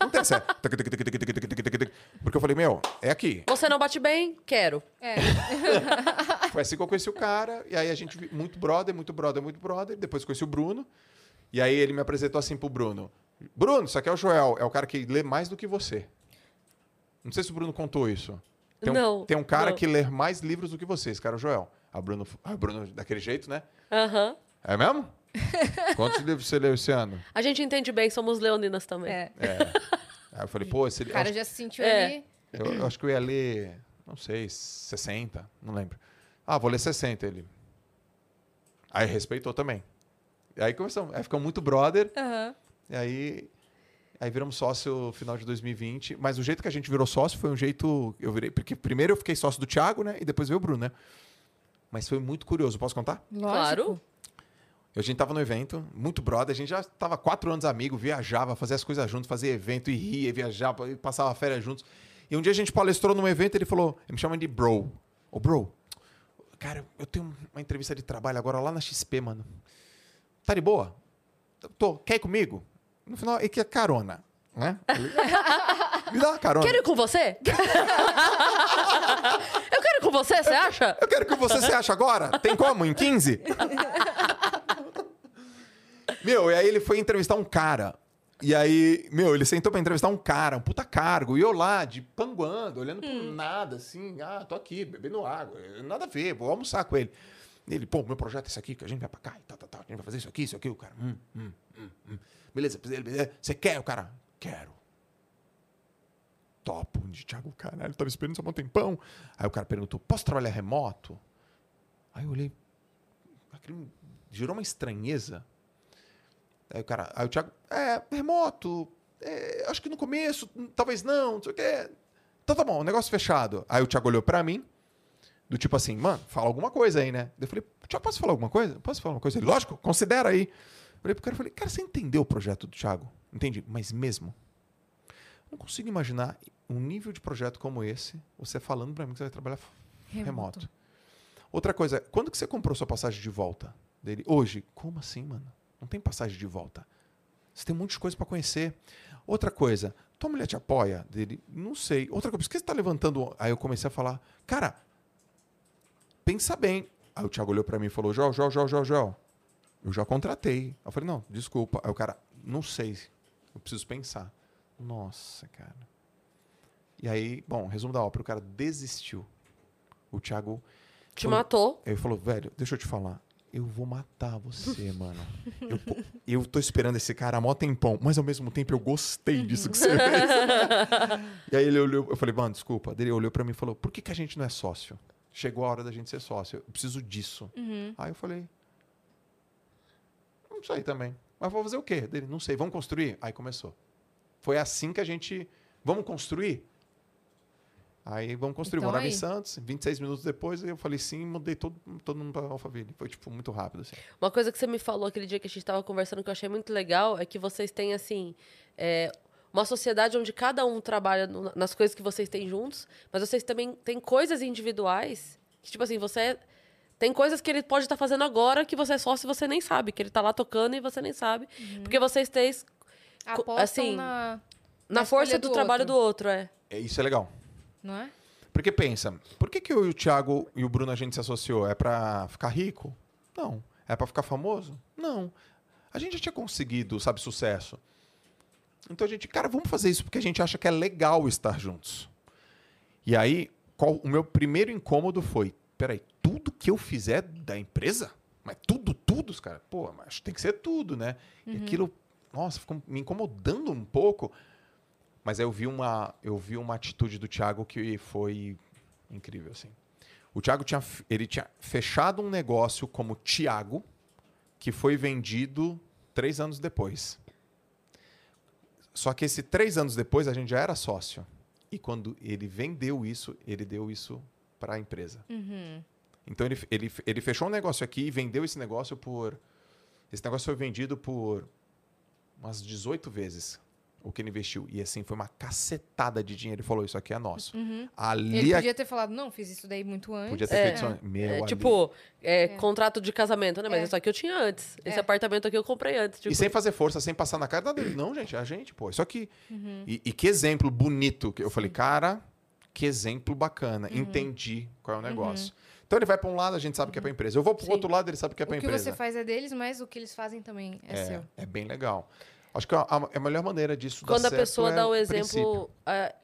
não tem essa. tuc, tuc, tuc, tuc, tuc, tuc, tuc, tuc. Porque eu falei: meu, é aqui. Você não bate bem? Quero. É. Foi assim que eu conheci o cara. E aí a gente, vi- muito brother, muito brother, muito brother. Depois conheci o Bruno. E aí ele me apresentou assim pro Bruno: Bruno, isso aqui é o Joel, é o cara que lê mais do que você. Não sei se o Bruno contou isso. Tem um, Não, Tem um cara não. que lê mais livros do que você, esse cara é o Joel. Aí o Bruno, aí o Bruno daquele jeito, né? Aham. É mesmo? Quantos livros você leu esse ano? A gente entende bem, somos leoninas também. é. Aí eu falei, pô, esse, O eu, cara já se sentiu É. ali. Eu, eu acho que eu ia ler, não sei, 60, não lembro. Ah, vou ler 60 ele. Aí respeitou também. E aí começamos, aí ficamos muito brother, Aham. e aí aí viramos sócio no final de 2020, mas o jeito que a gente virou sócio foi um jeito eu virei, porque primeiro eu fiquei sócio do Thiago, né, e depois veio o Bruno, né? Mas foi muito curioso, posso contar? Lógico. A gente tava no evento, muito brother, a gente já tava quatro anos amigo, viajava, fazia as coisas juntos, fazia evento e ria, e viajava, e passava férias juntos. E um dia a gente palestrou num evento e ele falou, ele me chama de bro. Ô, bro, cara, eu tenho uma entrevista de trabalho agora lá na XP, mano. Tá de boa? Tô, quer ir comigo? No final, ele quer carona, né? Ele- me dá uma carona. Quero ir com você? eu quero ir com você, você acha? Eu quero que você se acha agora. Tem como? Em 15? meu, e aí ele foi entrevistar um cara. E aí, meu, ele sentou pra entrevistar um cara, um puta cargo. E eu lá, de panguando, olhando pro nada, assim. Ah, tô aqui, bebendo água. Nada a ver, vou almoçar com ele. E ele, pô, meu projeto é isso aqui, que a gente vai pra cá e tal, tal, tal. A gente vai fazer isso aqui, isso aqui. O cara, hum, hum, hum, hum. Beleza, beleza, beleza. Você quer? O cara, quero topo de Thiago, caralho, tava esperando isso há um tempão. Aí o cara perguntou, posso trabalhar remoto? Aí eu olhei, aquilo gerou uma estranheza. Aí o cara, aí o Thiago, é, remoto, é, acho que no começo, talvez não, não sei o quê. Então tá bom, negócio fechado. Aí o Thiago olhou pra mim, do tipo assim, mano, fala alguma coisa aí, né? Eu falei, Thiago, posso falar alguma coisa? Posso falar alguma coisa? Ele, lógico, considera aí. Eu falei pro cara, eu falei, cara, você entendeu o projeto do Thiago? Entendi, mas mesmo? Não consigo imaginar um nível de projeto como esse, você falando pra mim que você vai trabalhar f- remoto. Remoto. Outra coisa, quando que você comprou sua passagem de volta dele? Hoje. Como assim, mano? Não tem passagem de volta. Você tem um monte de coisa pra conhecer. Outra coisa, tua mulher te apoia dele? Não sei. Outra coisa, por que você tá levantando? Aí eu comecei a falar, cara, pensa bem. Aí o Thiago olhou pra mim e falou, Joel, Joel, Joel, Joel, Joel, eu já contratei. Aí eu falei, não, desculpa. Aí o cara, não sei, eu preciso pensar. Nossa, cara. E aí, bom, resumo da ópera, o cara desistiu. O Thiago Te Foi. matou. Aí ele falou, velho, deixa eu te falar. Eu vou matar você, mano. Eu, po- eu tô esperando esse cara há mó tempão, mas ao mesmo tempo eu gostei disso que você fez. e aí ele olhou, eu falei, mano, desculpa. Daí Ele olhou pra mim e falou, por que, que a gente não é sócio? Chegou a hora da gente ser sócio. Eu preciso disso. Uhum. Aí eu falei, não sei também. Mas vou fazer o quê? Dele, não sei. Vamos construir? Aí começou. Foi assim que a gente. Vamos construir? Aí vamos construir. Então, Morava em aí. Santos, 26 minutos depois, eu falei sim, mudei todo, todo mundo pra Alphaville. Foi, tipo, muito rápido, assim. Uma coisa que você me falou aquele dia que a gente tava conversando que eu achei muito legal é que vocês têm, assim, é, uma sociedade onde cada um trabalha no- nas coisas que vocês têm juntos, mas vocês também têm coisas individuais Que, tipo assim, você. Tem coisas que ele pode estar fazendo agora que você é sócio e você nem sabe, que ele tá lá tocando e você nem sabe. Uhum. Porque vocês têm isso Apostam assim, na... na, Na força escolha do, do trabalho outro. do outro, é. É, Isso é legal. Não é? Porque pensa, por que, que eu e o Thiago e o Bruno a gente se associou? É pra ficar rico? Não. É pra ficar famoso? Não. A gente já tinha conseguido, sabe, sucesso. Então a gente, cara, vamos fazer isso porque a gente acha que é legal estar juntos. E aí, qual- o meu primeiro incômodo foi: peraí, tudo que eu fizer da empresa? Mas tudo, tudo, os cara? Pô, mas acho que tem que ser tudo, né? E aquilo, nossa, ficou me incomodando um pouco. Mas aí eu vi uma, eu vi uma atitude do Thiago que foi incrível, assim. O Thiago tinha, f- ele tinha fechado um negócio como Thiago, que foi vendido três anos depois. Só que esse três anos depois a gente já era sócio. E quando ele vendeu isso, ele deu isso para a empresa. Uhum. Então ele, ele, ele fechou um negócio aqui e vendeu esse negócio por. Esse negócio foi vendido por umas 18 vezes o que ele investiu. E assim, foi uma cacetada de dinheiro. Ele falou: Isso aqui é nosso. Ali Ele a- podia ter falado, não, fiz isso daí muito antes. Podia ter É. feito isso. antes. Meu, É, ali. tipo, é, contrato de casamento, né? Mas É. isso aqui eu tinha antes. Esse É. apartamento aqui eu comprei antes. Tipo, E sem fazer força, sem passar na cara dele. Não, gente, é a gente, pô. Isso aqui. E, e que exemplo bonito. que Eu falei, cara, que exemplo bacana. Entendi qual é o negócio. Então ele vai pra um lado, a gente sabe que é pra empresa. Eu vou pro Sim. outro lado, ele sabe que é o que pra empresa. você faz é deles, mas o que eles fazem também é, seu. é, é bem legal. Acho que é a, a- a melhor maneira disso quando dar a certo pessoa é dá o princípio. exemplo, a,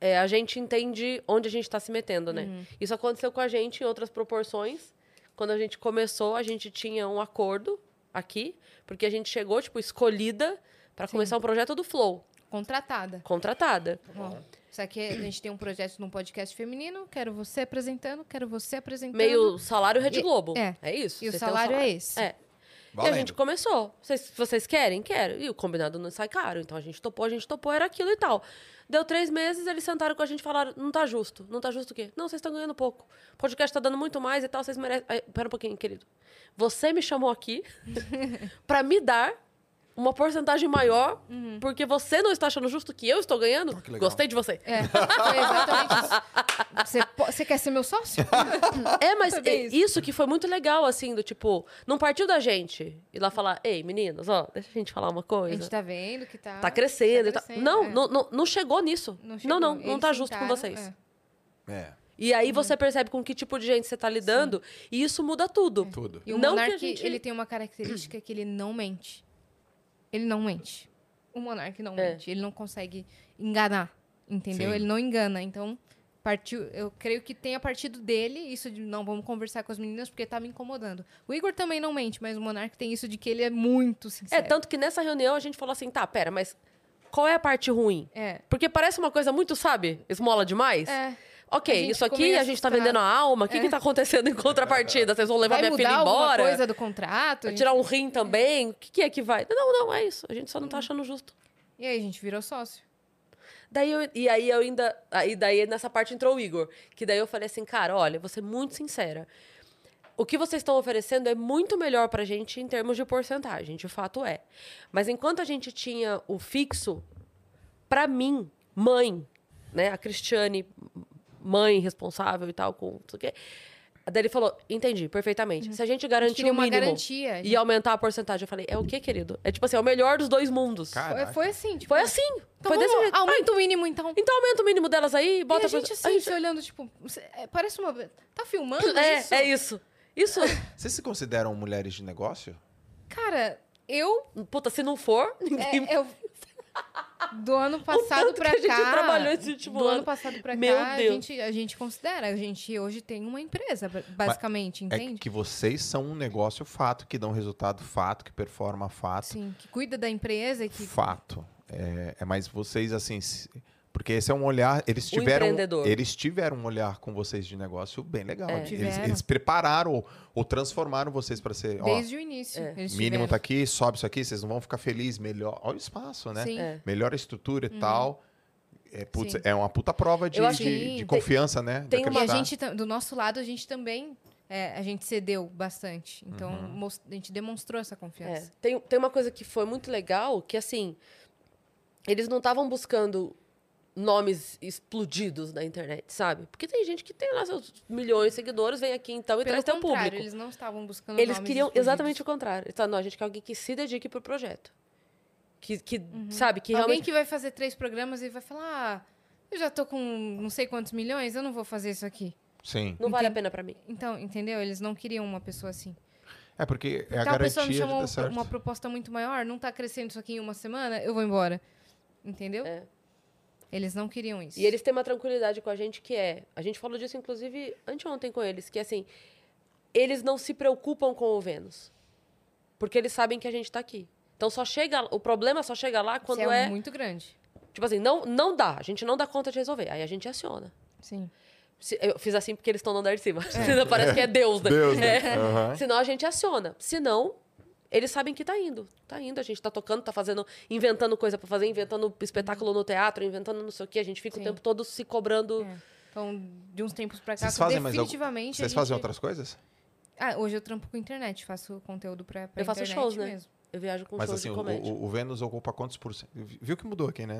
é, a gente entende onde a gente está se metendo, né? Isso aconteceu com a gente em outras proporções. Quando a gente começou, a gente tinha um acordo aqui, porque a gente chegou, tipo, escolhida para começar um projeto do Flow, Contratada. contratada. Tá Bom, isso aqui a gente tem um projeto num podcast feminino, quero você apresentando, quero você apresentando. Meio salário Rede Então, E- Globo. é. É, isso. E o vocês têm um salário é esse. É. E a gente começou. Vocês, vocês querem? Quero. E o combinado não sai caro. Então a gente topou, a gente topou, era aquilo e tal. Deu três meses, eles sentaram com a gente e falaram: não tá justo. Não tá justo o quê? Não, vocês estão ganhando pouco. O podcast tá dando muito mais e tal, vocês merecem. Aí, pera um pouquinho, querido. Você me chamou aqui pra me dar uma porcentagem maior, Uhum. porque você não está achando justo o que eu estou ganhando? Ah, que legal. Gostei de você. É, foi exatamente isso. Você, po- você quer ser meu sócio? É, mas Foi bem é- isso. isso. que foi muito legal, assim, do tipo, não partiu da gente ir lá falar, ei, meninas, ó, deixa a gente falar uma A coisa. gente tá vendo que tá. Tá crescendo. e tal. crescendo, não, é. não, não, não chegou nisso. Não, chegou. não, não, Eles tá justo com sentaram, vocês. é. Uhum. É, E aí você percebe com que tipo de gente você tá lidando e isso muda tudo. É. tudo. E o Não que a Monark, gente- ele tem uma característica que ele não mente. Ele não mente. O Monark não É. mente. Ele não consegue enganar, entendeu? Sim. Ele não engana. Então, partiu, eu creio que tenha partido dele isso de não, vamos conversar com as meninas porque tá me incomodando. O Igor também não mente, mas o Monark tem isso de que ele é muito É, sincero. tanto que nessa reunião a gente falou assim, tá, pera, mas qual é a parte ruim? É. Porque parece uma coisa muito, sabe, esmola demais. É. A Ok, gente isso ficou aqui meio a gente tá assustado. vendendo a alma, o que que tá acontecendo em contrapartida? Vocês vão levar Vai minha mudar filha alguma embora? coisa do contrato? A Vai gente- tirar um rim também? O que, que é que vai? Não, não, é isso. A gente só não tá achando justo. E aí, a gente virou sócio. Daí eu- e aí eu ainda. Aí daí nessa parte entrou o Igor. Que daí eu falei assim, cara, olha, vou ser muito sincera. O que vocês estão oferecendo é muito melhor pra gente em termos de porcentagem, de fato é. Mas enquanto a gente tinha o fixo, pra mim, mãe, né? A Cristiane, mãe responsável e tal, com não sei o quê. Daí ele falou, entendi, perfeitamente. Se a gente garantir queria o um uma mínimo garantia, a gente- e aumentar a porcentagem, eu falei, é o que, querido? É tipo assim, é o melhor dos dois mundos. Cara, Foi, Caraca. foi assim, tipo. Foi assim. Então foi desse vamos- jeito. Ah, aumenta o mínimo, então. então aumenta o mínimo delas aí, bota e a gente pra- assim, se olhando, tipo, cê- é, parece uma. Tá filmando É, isso? é isso. Isso, Vocês se consideram mulheres de negócio? Cara, eu. puta, se não for, ninguém. é, eu- do ano passado tanto pra que a gente cá. trabalhou esse último do ano ano. passado pra Meu cá, a Deus. gente, a gente considera. A gente hoje tem uma empresa, ba- basicamente, É entende? que vocês são um negócio fato, que dão resultado fato, que performa fato. Sim, Assim, que cuida da empresa e que. Fato. É, é mais vocês, assim. se- Porque esse é um olhar. Eles O tiveram. empreendedor. Eles tiveram um olhar com vocês de negócio bem legal. É. Eles, Tiveram. eles prepararam ou, ou transformaram vocês para ser. Desde o início. É. eles ó, mínimo tá tiveram. aqui, sobe isso aqui, vocês não vão ficar felizes. Melhor. Olha o espaço, né? Sim. É. Melhor a estrutura e tal. É, putz, Uhum. Sim. é uma puta prova de, Eu acho de- que- de Sim. Tem- confiança, né? De tem uma- E a acreditar. gente, tam- do nosso lado, a gente também. é, a gente cedeu bastante. Então, Uhum. mos- a gente demonstrou essa É. confiança. Tem, tem uma coisa que foi muito legal, que assim, eles não estavam buscando nomes explodidos na internet, sabe? Porque tem gente que tem lá seus milhões de seguidores, vem aqui então e Pelo traz teu contrário, público. eles não estavam buscando Eles nomes queriam escolhidos. exatamente o contrário. Eles falaram, não, a gente quer alguém que se dedique pro projeto. Que, que sabe, que Uhum. Alguém realmente... que vai fazer três programas e vai falar, ah, eu já tô com não sei quantos milhões, eu não vou fazer isso aqui. Sim. Não vale a Entendi. pena pra mim. Então, entendeu? Eles não queriam uma pessoa assim. É porque é a Então a pessoa garantia me de chamou dar certo. uma proposta muito maior, não tá crescendo isso aqui em uma semana, eu vou embora. Entendeu? É. Eles não queriam isso. E eles têm uma tranquilidade com a gente que é. A gente falou disso, inclusive, anteontem com eles, que assim, eles não se preocupam com o Vênus. Porque eles sabem que a gente tá aqui. Então só chega. O problema só chega lá Isso quando é, é. muito grande. Tipo assim, não, não dá. A gente não dá conta de resolver. Aí a gente aciona. Sim. Se- Eu fiz assim porque eles estão no andar de cima. Parece que é Deus, né? Deus, né? É. Aham. Senão a gente aciona. Senão, eles sabem que tá indo. Tá indo, a gente tá tocando, tá fazendo, inventando coisa pra fazer, inventando espetáculo no teatro, inventando não sei o quê. A gente fica Sim. o tempo todo se cobrando. É. Então, de uns tempos pra cá, Vocês fazem mais algum- definitivamente. a Vocês gente- fazem outras coisas? Ah, hoje eu trampo com internet, faço conteúdo pra, pra Eu faço internet shows, né? mesmo. Eu viajo Um com Mas shows assim, de o, comédia. o- o Vênus ocupa quantos por cento? Viu que mudou aqui, né?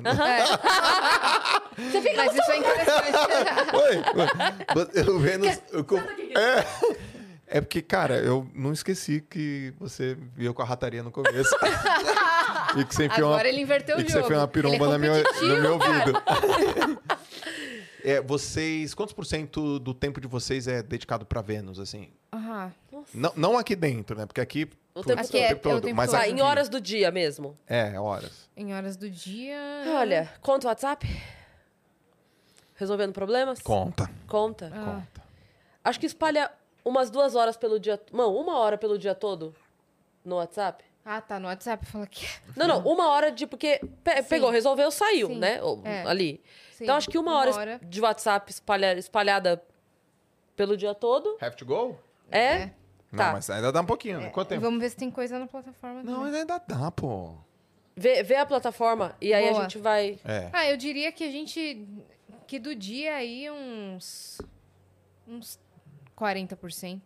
Você fica É. Mas isso é interessante. Oi, oi. O Vênus. o co- É. É porque, cara, eu não esqueci que você veio com a rataria no começo. e que você enfiou Agora uma, ele inverteu e o que jogo. você fez uma piromba ele é na minha, competitivo, no meu cara. ouvido. É, vocês. Quantos por cento do tempo de vocês é dedicado pra Vênus, assim? Aham. Não, não aqui dentro, né? Porque aqui. O tempo putz, todo. Aqui é- é o tempo mas todo. Tá, aqui, em horas do dia mesmo. É, horas. Em horas do dia. Olha, conta o WhatsApp? Resolvendo problemas? Conta. Conta. Ah, Acho que espalha umas duas horas pelo dia. Não, uma hora pelo dia todo no WhatsApp. ah, tá. No WhatsApp fala que. Não, não, uma hora de. Porque pe- Sim. pegou, resolveu, saiu, Sim. né? Ou- É. Ali. Sim, então acho que uma, hora, es- de WhatsApp espalha- espalhada pelo dia todo. Have to go? É. É. Tá. Não, mas ainda dá um pouquinho. né? Quanto tempo? Vamos ver se tem coisa na plataforma. Não, também. ainda dá, pô. Vê, vê a plataforma e aí Boa. a gente vai. É. Ah, eu diria que a gente. Que do dia aí uns. Uns 40%.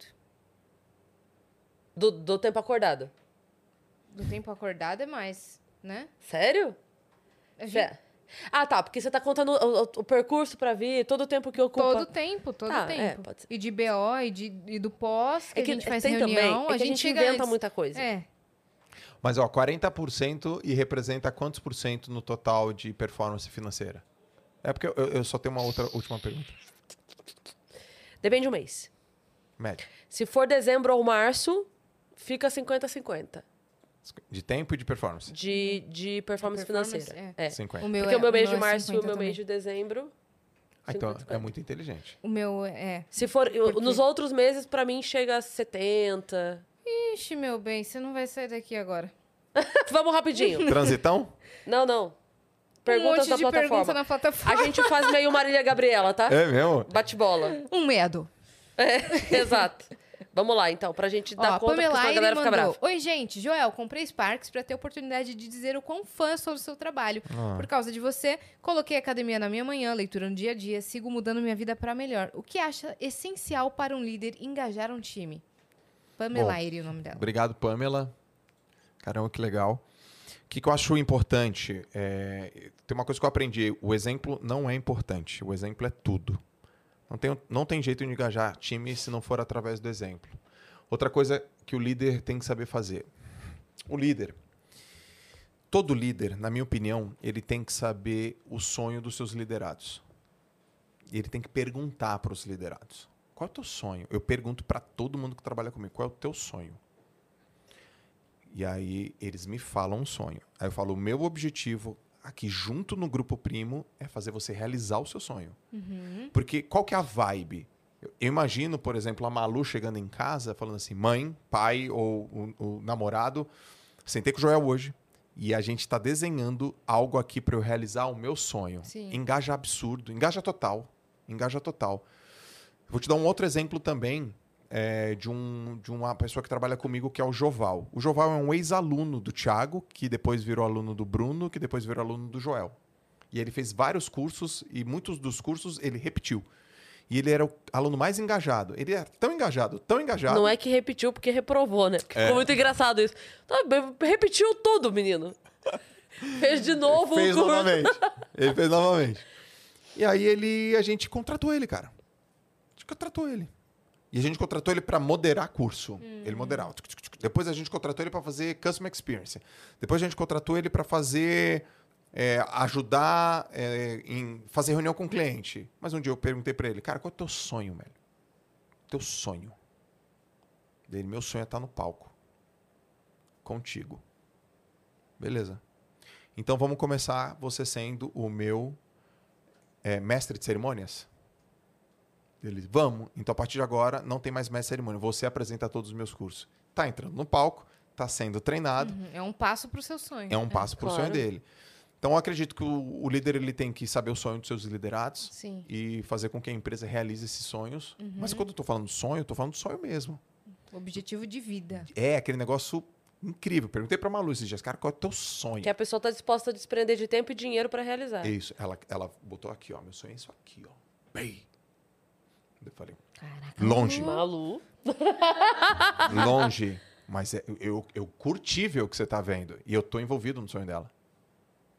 Do, do tempo acordado. Do tempo acordado é mais, né? Sério? A gente- Cê- Ah, tá. Porque você tá contando o, o- o percurso pra vir, todo o tempo que ocupa. Todo tempo, todo Tá, é, tempo. pode ser. E de BO e, de, e do pós, que, É que a gente faz tem reunião, também. É que a gente, chega inventa antes. muita coisa. É, Mas, ó, 40% e representa quantos por cento no total de performance financeira? É porque eu, eu só tenho uma outra última pergunta. Depende do mês. Média. Se for dezembro ou março, fica 50-50 De tempo e de performance? de, de performance, De Uhum. performance, financeira. É. 50. o meu Porque é, o meu mês de é março e o 50 meu também. mês de dezembro. Ah, então, 50. é muito inteligente. O meu é. Se for. eu- Porque- nos outros meses, pra mim, chega a 70. Ixi, meu bem, você não vai sair daqui agora. Vamos rapidinho. Transitão? Não, não. um Perguntas monte da de plataforma. pergunta na plataforma. A gente faz meio Marília Gabriela, tá? É mesmo? Bate-bola. Um medo. Exato. Vamos lá, então, pra gente dar conta, Ó, porque Pamela senão a Aire galera fica mandou. brava. Oi, gente. Joel, comprei Sparks pra ter oportunidade de dizer o quão fã sou do seu trabalho. Ah. Por causa de você, coloquei academia na minha manhã, leitura no dia a dia, sigo mudando minha vida pra melhor. O que acha essencial para um líder engajar um time? Pamela Bom, Aire, o nome dela. Obrigado, Pamela. Caramba, que legal. O que, que eu acho importante? É, tem uma coisa que eu aprendi: o exemplo não é importante, o exemplo é tudo. Não tem, não tem jeito de engajar time se não for através do exemplo. Outra coisa que o líder tem que saber fazer: o líder. Todo líder, na minha opinião, ele tem que saber o sonho dos seus liderados. E ele tem que perguntar para os liderados: qual é o teu sonho? Eu pergunto para todo mundo que trabalha comigo: qual é o teu sonho? E aí eles me falam um sonho. Aí eu falo, o meu objetivo aqui junto no grupo primo é fazer você realizar o seu sonho. Porque qual que é a vibe? Eu eu imagino, por exemplo, a Malu chegando em casa falando assim, mãe, pai ou o, o namorado, sentei com o Joel hoje e a gente está desenhando algo aqui para eu realizar o meu sonho. Sim. Engaja absurdo, engaja total, engaja total. Vou te dar um outro exemplo também é, de, um, de uma pessoa que trabalha comigo, que é o Joval. O Joval é um ex-aluno do Thiago, que depois virou aluno do Bruno, que depois virou aluno do Joel. E ele fez vários cursos e muitos dos cursos ele repetiu. E ele era o aluno mais engajado. Ele era tão engajado, tão engajado. Não é que repetiu porque reprovou, né? É. Porque Ficou muito engraçado isso. Tá, be- Repetiu tudo, menino. Fez de novo fez o curso. novamente. Ele fez novamente. E aí ele, a gente contratou ele, cara. A gente contratou ele. E a gente contratou ele para moderar curso. Ele moderava. Tuc, tuc, tuc. Depois a gente contratou ele para fazer customer experience. Depois a gente contratou ele para fazer é, ajudar é, em fazer reunião com o cliente. Mas um dia eu perguntei para ele, cara, qual é o teu sonho, velho? Teu sonho. Daí ele, meu sonho é estar no palco. Contigo. Beleza. Então vamos começar você sendo o meu é, mestre de cerimônias? Ele, vamos. Então a partir de agora não tem mais mestre de cerimônia. Você apresenta todos os meus cursos. Tá entrando no palco, tá sendo treinado, Uhum, É um passo pro seu sonho. é um passo pro claro. sonho dele. Então eu acredito que o, o líder ele tem que saber o sonho dos seus liderados Sim. e fazer com que a empresa realize esses sonhos. Mas quando eu tô falando sonho, eu tô falando sonho mesmo. Objetivo de vida. É aquele negócio incrível. Perguntei pra Malu esses dias, cara, qual é o teu sonho? Que a pessoa tá disposta a desprender de tempo e dinheiro pra realizar. Isso. Ela, ela botou aqui, ó. Meu sonho é isso aqui, ó. Bem. Eu falei, Caraca. longe, Uhum. Malu. longe. Mas é- eu, eu, eu curti ver o que você tá vendo. E eu tô envolvido no sonho dela.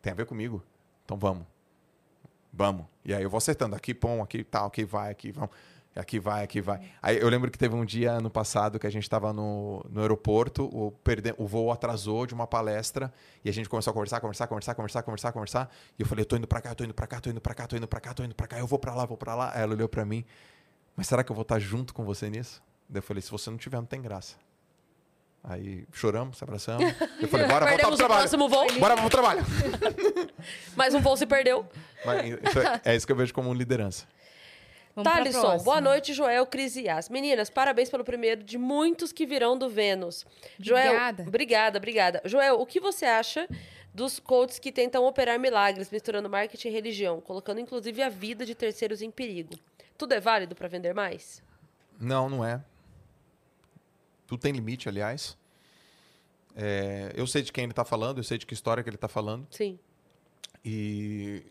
Tem a ver comigo. Então vamos. Vamos. E aí eu vou acertando. Aqui, pão, aqui, tal, aqui vai, aqui vão. Aqui vai, aqui vai. Aí eu lembro que teve um dia ano passado que a gente tava no, no aeroporto, o, perde, o voo atrasou de uma palestra e a gente começou a conversar, conversar, conversar, conversar, conversar, conversar. E eu falei, eu tô indo pra cá, eu tô indo pra cá, tô indo pra cá, tô indo pra cá, tô indo pra cá, eu vou pra lá, vou pra lá. Aí ela olhou pra mim, mas será que eu vou estar junto com você nisso? Daí eu falei, se você não tiver, não tem graça. Aí choramos, se abraçamos. Eu falei, bora voltar pro Perdemos o trabalho. próximo voo. Bora pro trabalho. Mais um voo se perdeu. Mas isso é- é isso que eu vejo como liderança. Vamos pra Thalisson, próxima. Tá boa noite, Joel, Cris e Yas. Meninas, parabéns pelo primeiro de muitos que virão do Vênus. Joel, Obrigada. Obrigada, obrigada. Joel, o que você acha dos coaches que tentam operar milagres, misturando marketing e religião, colocando inclusive a vida de terceiros em perigo? Tudo é válido pra vender mais? Não, não é. Tudo tem limite, aliás. É, eu sei de quem ele tá falando, eu sei de que história que ele tá falando. Sim. E.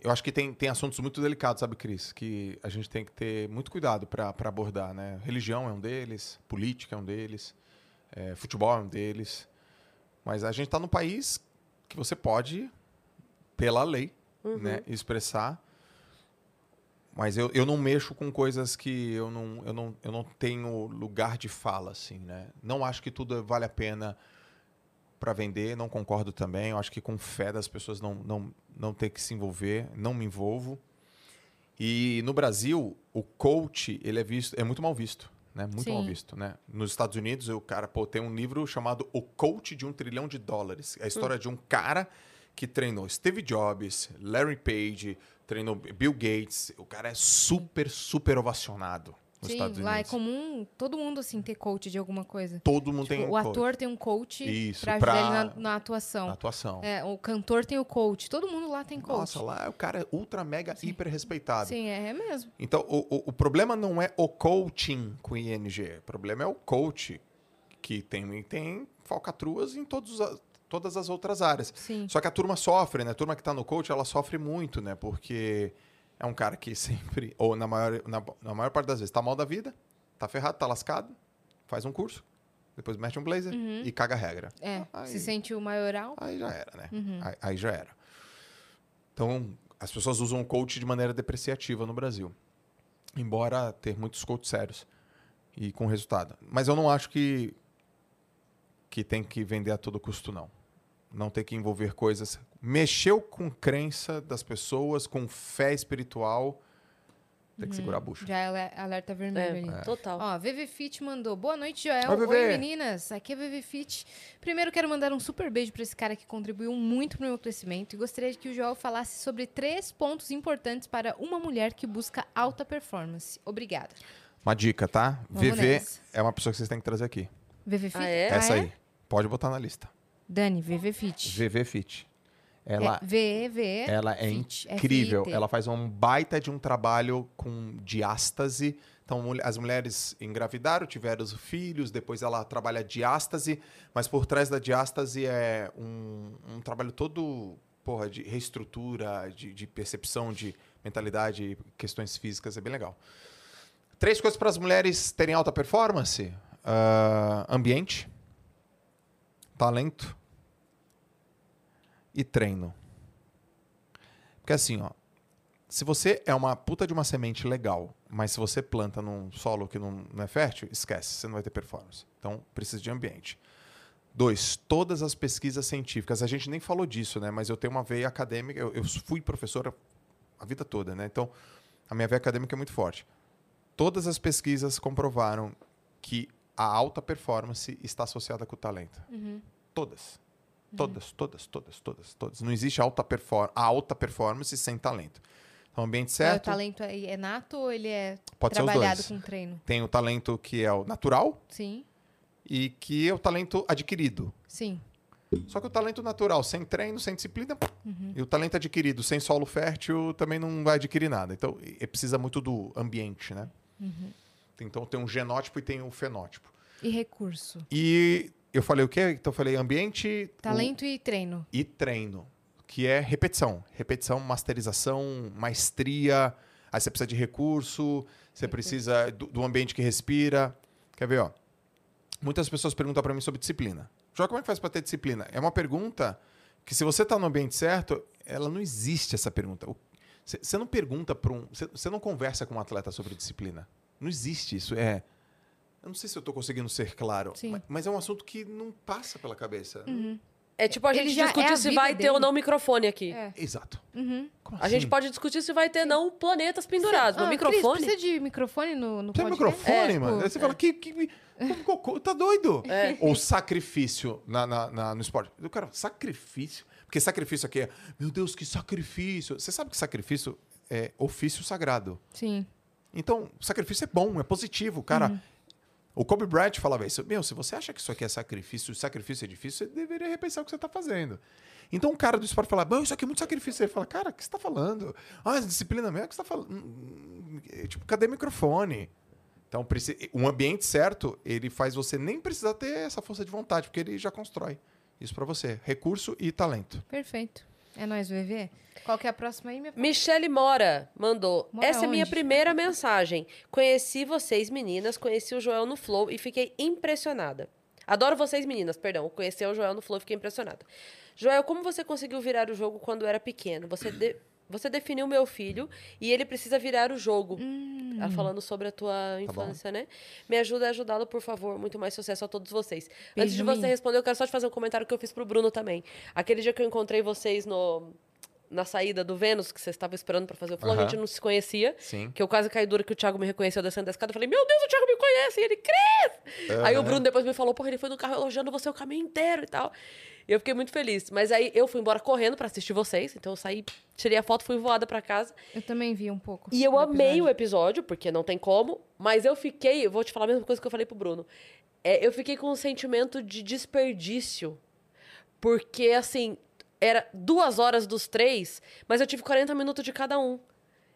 Eu acho que tem, tem assuntos muito delicados, sabe, Cris? Que a gente tem que ter muito cuidado para abordar, né? Religião é um deles, política é um deles, é, futebol é um deles. Mas a gente está num país que você pode, pela lei, Uhum. né, expressar. Mas eu, eu não mexo com coisas que eu não, eu, não, eu não tenho lugar de fala, assim, né? Não acho que tudo vale a pena para vender, não concordo também. Eu acho que com fé das pessoas não, não, não ter que se envolver, não me envolvo. E no Brasil, o coach, ele é visto, é muito mal visto, né? Muito mal Sim. visto, né? Nos Estados Unidos, o cara, pô, tem um livro chamado O Coach de um Trilhão de Dólares. É a história de um cara que treinou Steve Jobs, Larry Page, treinou Bill Gates. O cara é super, super ovacionado nos Sim, Estados lá é Unidos. comum todo mundo assim ter coach de alguma coisa. Todo mundo Tipo, tem um o ator coach tem um coach Isso, pra ajudar pra- ele na, na atuação. na atuação. É, o cantor tem o coach. Todo mundo lá tem coach. Nossa, lá o cara é ultra, mega, hiper respeitado. Sim, é, é mesmo. Então, o, o, o problema não é o coaching com ING. O problema é o coach, que tem, tem falcatruas em todos a- todas as outras áreas. Sim. Só que a turma sofre, né? A turma que tá no coach, ela sofre muito, né? Porque é um cara que sempre, ou na maior, na, na maior parte das vezes, tá mal da vida, tá ferrado, tá lascado, faz um curso, depois mete um blazer e caga a regra. É, Ai. se sente o maioral. Aí já era, né? Uhum. Aí, aí já era. Então, as pessoas usam o coach de maneira depreciativa no Brasil. Embora ter muitos coaches sérios e com resultado. Mas eu não acho que, que tem que vender a todo custo, não. Não tem que envolver coisas. Mexeu com crença das pessoas, com fé espiritual. Tem que segurar a bucha. Já é ale- alerta vermelho É, ali. total. Ó, VV Fit mandou. Boa noite, Joel. Oi, VV. Oi, meninas. Aqui é VV Fit. Primeiro, quero mandar um super beijo pra esse cara que contribuiu muito pro meu crescimento. E gostaria que o Joel falasse sobre três pontos importantes para uma mulher que busca alta performance. Obrigada. Uma dica, tá? Vamos VV nessa. é uma pessoa que vocês têm que trazer aqui. VV Fit? Ah, é? Essa aí. Pode botar na lista. Dani, VV Fit. VV Fit. Ela É, VE, VE. Ela é Fit, incrível. FIT. Ela faz um baita de um trabalho com diástase. Então, mul- as mulheres engravidaram, tiveram os filhos, depois ela trabalha diástase, mas por trás da diástase é um, um trabalho todo porra, de reestrutura, de, de percepção, de mentalidade, questões físicas, é bem legal. Três coisas para as mulheres terem alta performance: Ah, ambiente, talento e treino. Porque assim, ó. Se você é uma puta de uma semente legal, mas se você planta num solo que não, não é fértil, esquece, você não vai ter performance. Então, precisa de ambiente. Dois, todas as pesquisas científicas. A gente nem falou disso, né? Mas eu tenho uma veia acadêmica, eu, eu fui professora a vida toda, né? Então, a minha veia acadêmica é muito forte. Todas as pesquisas comprovaram que a alta performance está associada com o talento. Uhum. Todas. Todas, todas, todas, todas, todas. Não existe alta, perfor a alta performance sem talento. Então, ambiente Mas O certo, talento é, é nato ou ele é pode ser os trabalhado dois. com treino? Tem o talento que é o natural Sim, e que é o talento adquirido. sim. Só que o talento natural, sem treino, sem disciplina, e o talento adquirido, sem solo fértil, também não vai adquirir nada. Então, e- e precisa muito do ambiente, né? Então, tem um genótipo e tem um fenótipo. E recurso. E eu falei o quê? Então, eu falei ambiente... o- Talento e treino. e treino, que é repetição. Repetição, masterização, maestria. Aí você precisa de recurso, você precisa do, do ambiente que respira. Quer ver, ó? Muitas pessoas perguntam pra mim sobre disciplina. João, como é que faz pra ter disciplina? É uma pergunta que, se você tá no ambiente certo, ela não existe essa pergunta. O- Você você não pergunta pra um. Você você não conversa com um atleta sobre disciplina. Não existe isso. É. Eu não sei se eu tô conseguindo ser claro, Sim. ma- mas é um assunto que não passa pela cabeça. É tipo, a Ele gente já é discutir a se vida vai ter dele. ou não microfone aqui. É. Exato. Uhum. Como A gente assim? pode discutir se vai ter não planetas pendurados, mas Ah, microfone. Cris, precisa de microfone no, no Tem podcast? microfone, É, mano. tipo, Aí você fala, que, que, como cocô, tá doido? Ou sacrifício na, na- na- no esporte. O cara, sacrifício? Porque sacrifício aqui é, meu Deus, que sacrifício. Você sabe que sacrifício é ofício sagrado. Sim. Então, sacrifício é bom, é positivo, cara. O Kobe Bryant falava isso. Meu, se você acha que isso aqui é sacrifício, sacrifício é difícil, você deveria repensar o que você está fazendo. Então, um cara do esporte fala, bom, isso aqui é muito sacrifício. Ele fala, cara, o que você está falando? Ah, disciplina mesmo, o que você está falando? Hum, é, Tipo, cadê o microfone? Então, preci- um ambiente certo, ele faz você nem precisar ter essa força de vontade, porque ele já constrói isso para você. Recurso e talento. Perfeito. É nóis, VV. Qual que é a próxima aí, minha Michele Mora mandou. Mora Essa é minha onde? primeira mensagem. Conheci vocês, meninas, conheci o Joel no Flow e fiquei impressionada. Adoro vocês, meninas, perdão. Conheci o Joel no Flow e fiquei impressionada. Joel, como você conseguiu virar o jogo quando era pequeno? Você, de- você definiu meu filho e ele precisa virar o jogo. Hum. Ela falando sobre a tua infância, né? Me ajuda a ajudá-lo, por favor. Muito mais sucesso a todos vocês. Antes de Beijo, você responder, eu quero só te fazer um comentário que eu fiz pro Bruno também. Aquele dia que eu encontrei vocês no, na saída do Vênus, que vocês estavam esperando pra fazer o flow, a Aham. gente não se conhecia. Sim. Que eu quase caí dura que o Thiago me reconheceu descendo da escada. Eu falei, meu Deus, o Thiago me conhece. E ele, Cris! Aí o Bruno depois me falou, porra, ele foi no carro elogiando você o caminho inteiro e tal. E eu fiquei muito feliz. Mas aí eu fui embora correndo pra assistir vocês. Então eu saí, tirei a foto, fui voada pra casa. Eu também vi um pouco. E eu do amei o episódio. episódio, porque não tem como, mas eu fiquei, eu vou te falar a mesma coisa que eu falei pro Bruno. É, eu fiquei com um sentimento de desperdício. Porque, assim, era duas horas dos três, mas eu tive 40 minutos de cada um.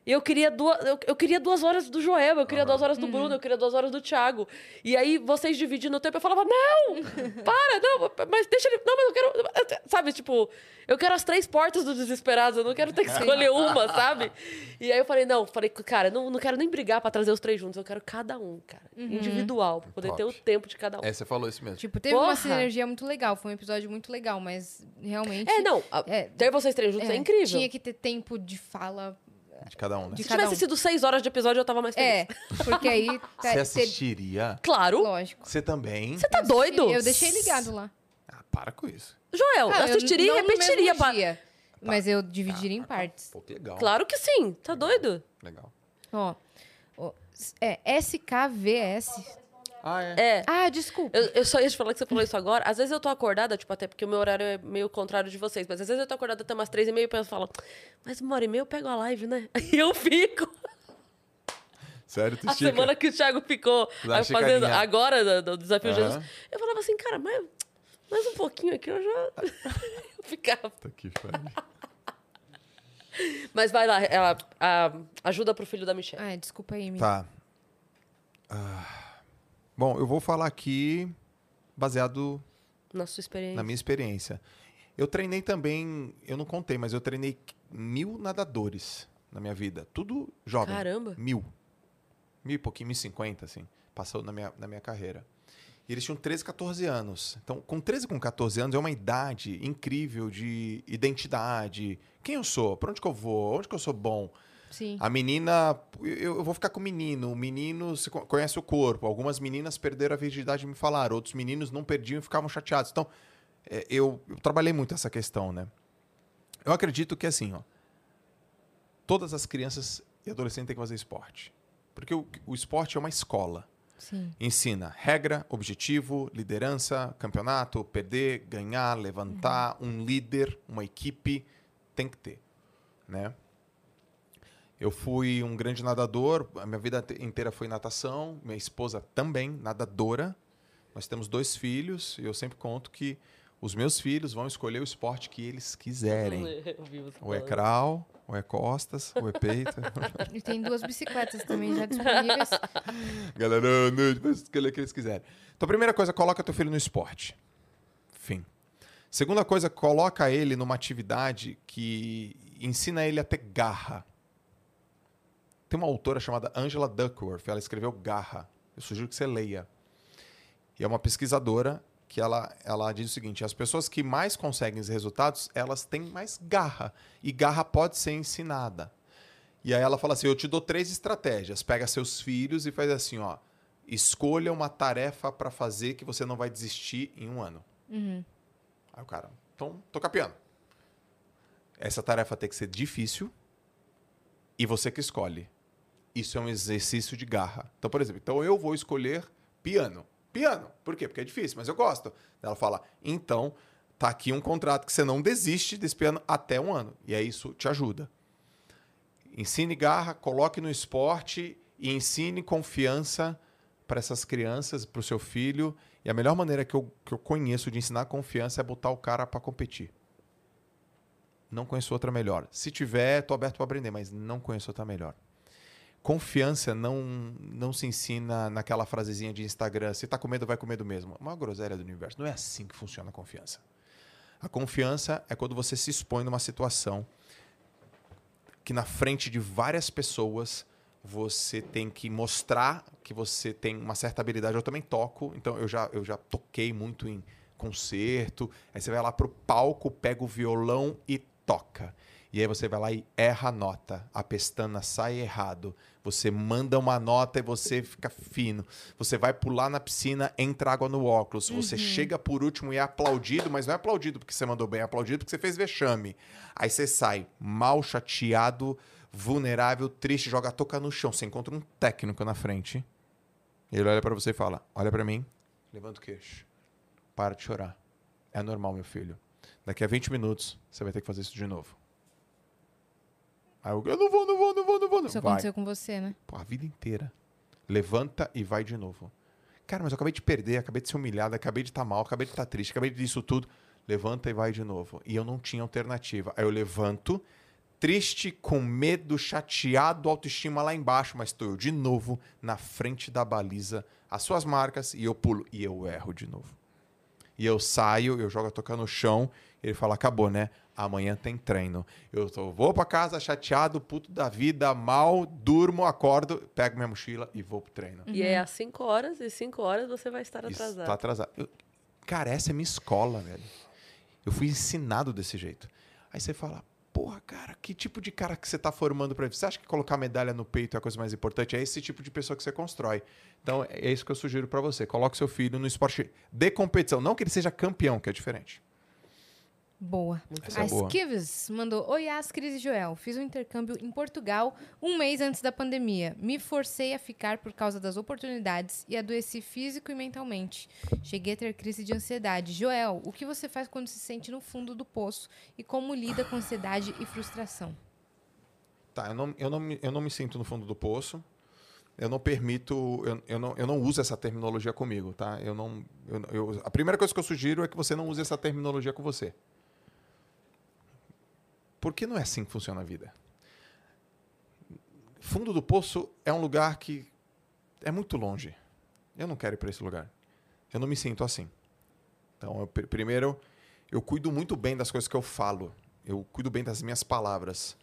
E eu queria duas, eu, eu queria duas horas do Joel, eu queria duas horas Uhum. do Bruno, eu queria duas horas do Thiago. E aí vocês dividindo o tempo, eu falava, não! Para, não, mas deixa ele. Não, mas eu quero. eu- Sabe, tipo, eu quero as três portas do desesperado, eu não quero ter que escolher uma, sabe? E aí eu falei, não, falei, cara, não, não quero nem brigar pra trazer os três juntos, eu quero cada um, cara. Uhum. Individual, pra poder Top. ter o tempo de cada um. É, você falou isso mesmo. Tipo, teve uma Porra! sinergia muito legal. Foi um episódio muito legal, mas realmente... É, não, a- é, ter vocês três juntos é, é, incrível. Tinha que ter tempo de fala. De cada um, né? de Se cada tivesse um. sido seis horas de episódio, eu tava mais feliz. É, porque aí... Você ter- assistiria? Claro. Lógico. Você também? Você tá doido? Eu deixei ligado lá. Ah, para com isso. Joel, Ah, eu assistiria não e no mesmo repetiria. pa- dia, Mas eu Ah, dividiria tá em partes. Pô, que legal. Claro que sim. Tá doido? Legal. Ó, ó, é SKVS. Ah, é. É. Ah, desculpa. Eu, eu só ia te falar que você falou isso agora. Às vezes eu tô acordada, tipo, até porque o meu horário é meio contrário de vocês, mas às vezes eu tô acordada até umas três e meia e penso, falo, mas uma hora e meia eu pego a live, né? E eu fico. Sério, tu A estica? semana que o Thiago ficou Dá uma aí fazendo esticadinha. agora do, do desafio de Aham. Jesus, eu falava assim, cara, mas mais um pouquinho aqui eu já eu ficava. Puta que pariu. Mas vai lá, ela, a- ajuda pro filho da Michelle. Ah, desculpa aí, menina. Tá. Ah, Bom, eu vou falar aqui baseado Na sua experiência. na minha experiência. Eu treinei também, eu não contei, mas eu treinei mil nadadores na minha vida. Tudo jovem. Caramba. Mil. Mil e pouquinho, mil e cinquenta, assim. Passou na minha, na minha carreira. E eles tinham 13, 14 anos. Então, com 13, com 14 anos, é uma idade incrível de identidade, quem eu sou, pra onde que eu vou, onde que eu sou bom. Sim. A menina, eu, eu vou ficar com o menino. O menino se co- conhece o corpo. Algumas meninas perderam a virgindade e me falaram. Outros meninos não perdiam e ficavam chateados. Então, é, eu, eu trabalhei muito essa questão, né? Eu acredito que, assim, ó, todas as crianças e adolescentes têm que fazer esporte. Porque o, o esporte é uma escola. Sim. Ensina regra, objetivo, liderança, campeonato, perder, ganhar, levantar, um líder, uma equipe, tem que ter, né? Eu fui um grande nadador, a minha vida te- inteira foi natação, minha esposa também, nadadora. Nós temos dois filhos e eu sempre conto que os meus filhos vão escolher o esporte que eles quiserem. Eu vi você Ou é falando. crawl, ou é costas, ou é peito. E tem duas bicicletas também já disponíveis. Galera, noite, vai escolher o que eles quiserem. Então, primeira coisa, coloca teu filho no esporte. Fim. Segunda coisa, coloca ele numa atividade que ensina ele a ter garra. Tem uma autora chamada Angela Duckworth, ela escreveu Garra. Eu sugiro que você leia. E é uma pesquisadora que ela, ela diz o seguinte: as pessoas que mais conseguem os resultados, elas têm mais garra. E garra pode ser ensinada. E aí ela fala assim: eu te dou três estratégias. Pega seus filhos e faz assim: ó, escolha uma tarefa pra fazer que você não vai desistir em um ano. Uhum. Aí o cara, então, toca piano. Essa tarefa tem que ser difícil e você que escolhe. Isso é um exercício de garra. Então, por exemplo, então eu vou escolher piano. Piano. Por quê? Porque é difícil, mas eu gosto. Ela fala, então, tá aqui um contrato que você não desiste desse piano até um ano. E aí isso te ajuda. Ensine garra, coloque no esporte e ensine confiança para essas crianças, para o seu filho. E a melhor maneira que eu, que eu conheço de ensinar confiança é botar o cara para competir. Não conheço outra melhor. Se tiver, tô aberto para aprender, mas não conheço outra melhor. Confiança não, não se ensina naquela frasezinha de Instagram, se tá com medo, vai com medo mesmo. Uma groselha do universo. Não é assim que funciona a confiança. A confiança é quando você se expõe numa situação que na frente de várias pessoas você tem que mostrar que você tem uma certa habilidade. Eu também toco, então eu já, eu já toquei muito em concerto. Aí você vai lá pro palco, pega o violão e toca. E aí você vai lá e erra a nota. A pestana sai errado. Você manda uma nota e você fica fino. Você vai pular na piscina, entra água no óculos. Você Uhum. chega por último e é aplaudido, mas não é aplaudido porque você mandou bem, é aplaudido porque você fez vexame. Aí você sai mal, chateado, vulnerável, triste, joga a touca no chão. Você encontra um técnico na frente. Ele olha pra você e fala: Olha pra mim, levanta o queixo. Para de chorar. É normal, meu filho. Daqui a 20 minutos você vai ter que fazer isso de novo. Aí eu, eu não vou, não vou, não vou, não vou. Não. Isso Vai. aconteceu com você, né? Pô, a vida inteira. Levanta e vai de novo. Cara, mas eu acabei de perder, acabei de ser humilhado, acabei de estar mal, acabei de estar triste, acabei disso tudo. Levanta e vai de novo. E eu não tinha alternativa. Aí eu levanto, triste, com medo, chateado, autoestima lá embaixo, mas estou eu de novo na frente da baliza, as suas marcas, e eu pulo. E eu erro de novo. E eu saio, eu jogo a tocar no chão. Ele fala: acabou, né? Amanhã tem treino. Eu tô- vou pra casa chateado, puto da vida, mal, durmo, acordo, pego minha mochila e vou pro treino. E é às 5 horas, e 5 horas você vai estar atrasado. Está atrasado. Eu- cara, essa é minha escola, velho. Eu fui ensinado desse jeito. Aí você fala, porra, cara, que tipo de cara que você tá formando pra vida? Você acha que colocar medalha no peito é a coisa mais importante? É esse tipo de pessoa que você constrói. Então, é isso que eu sugiro pra você. Coloque seu filho no esporte de competição. Não que ele seja campeão, que é diferente. Boa. Essa é A boa. Skives mandou: Oi, As, Cris e Joel. Fiz um intercâmbio em Portugal um mês antes da pandemia. Me forcei a ficar por causa das oportunidades e adoeci físico e mentalmente. Cheguei a ter crise de ansiedade. Joel, o que você faz quando se sente no fundo do poço e como lida com ansiedade e frustração? Tá, eu não, eu, não, me- eu não me sinto no fundo do poço. Eu não permito, eu, eu, não, eu não uso essa terminologia comigo, tá? Eu não, eu, eu- a primeira coisa que eu sugiro é que você não use essa terminologia com você. Porque não é assim que funciona a vida. Fundo do poço é um lugar que é muito longe. Eu não quero ir para esse lugar. Eu não me sinto assim. Então, eu pr- primeiro, eu cuido muito bem das coisas que eu falo. Eu cuido bem das minhas palavras.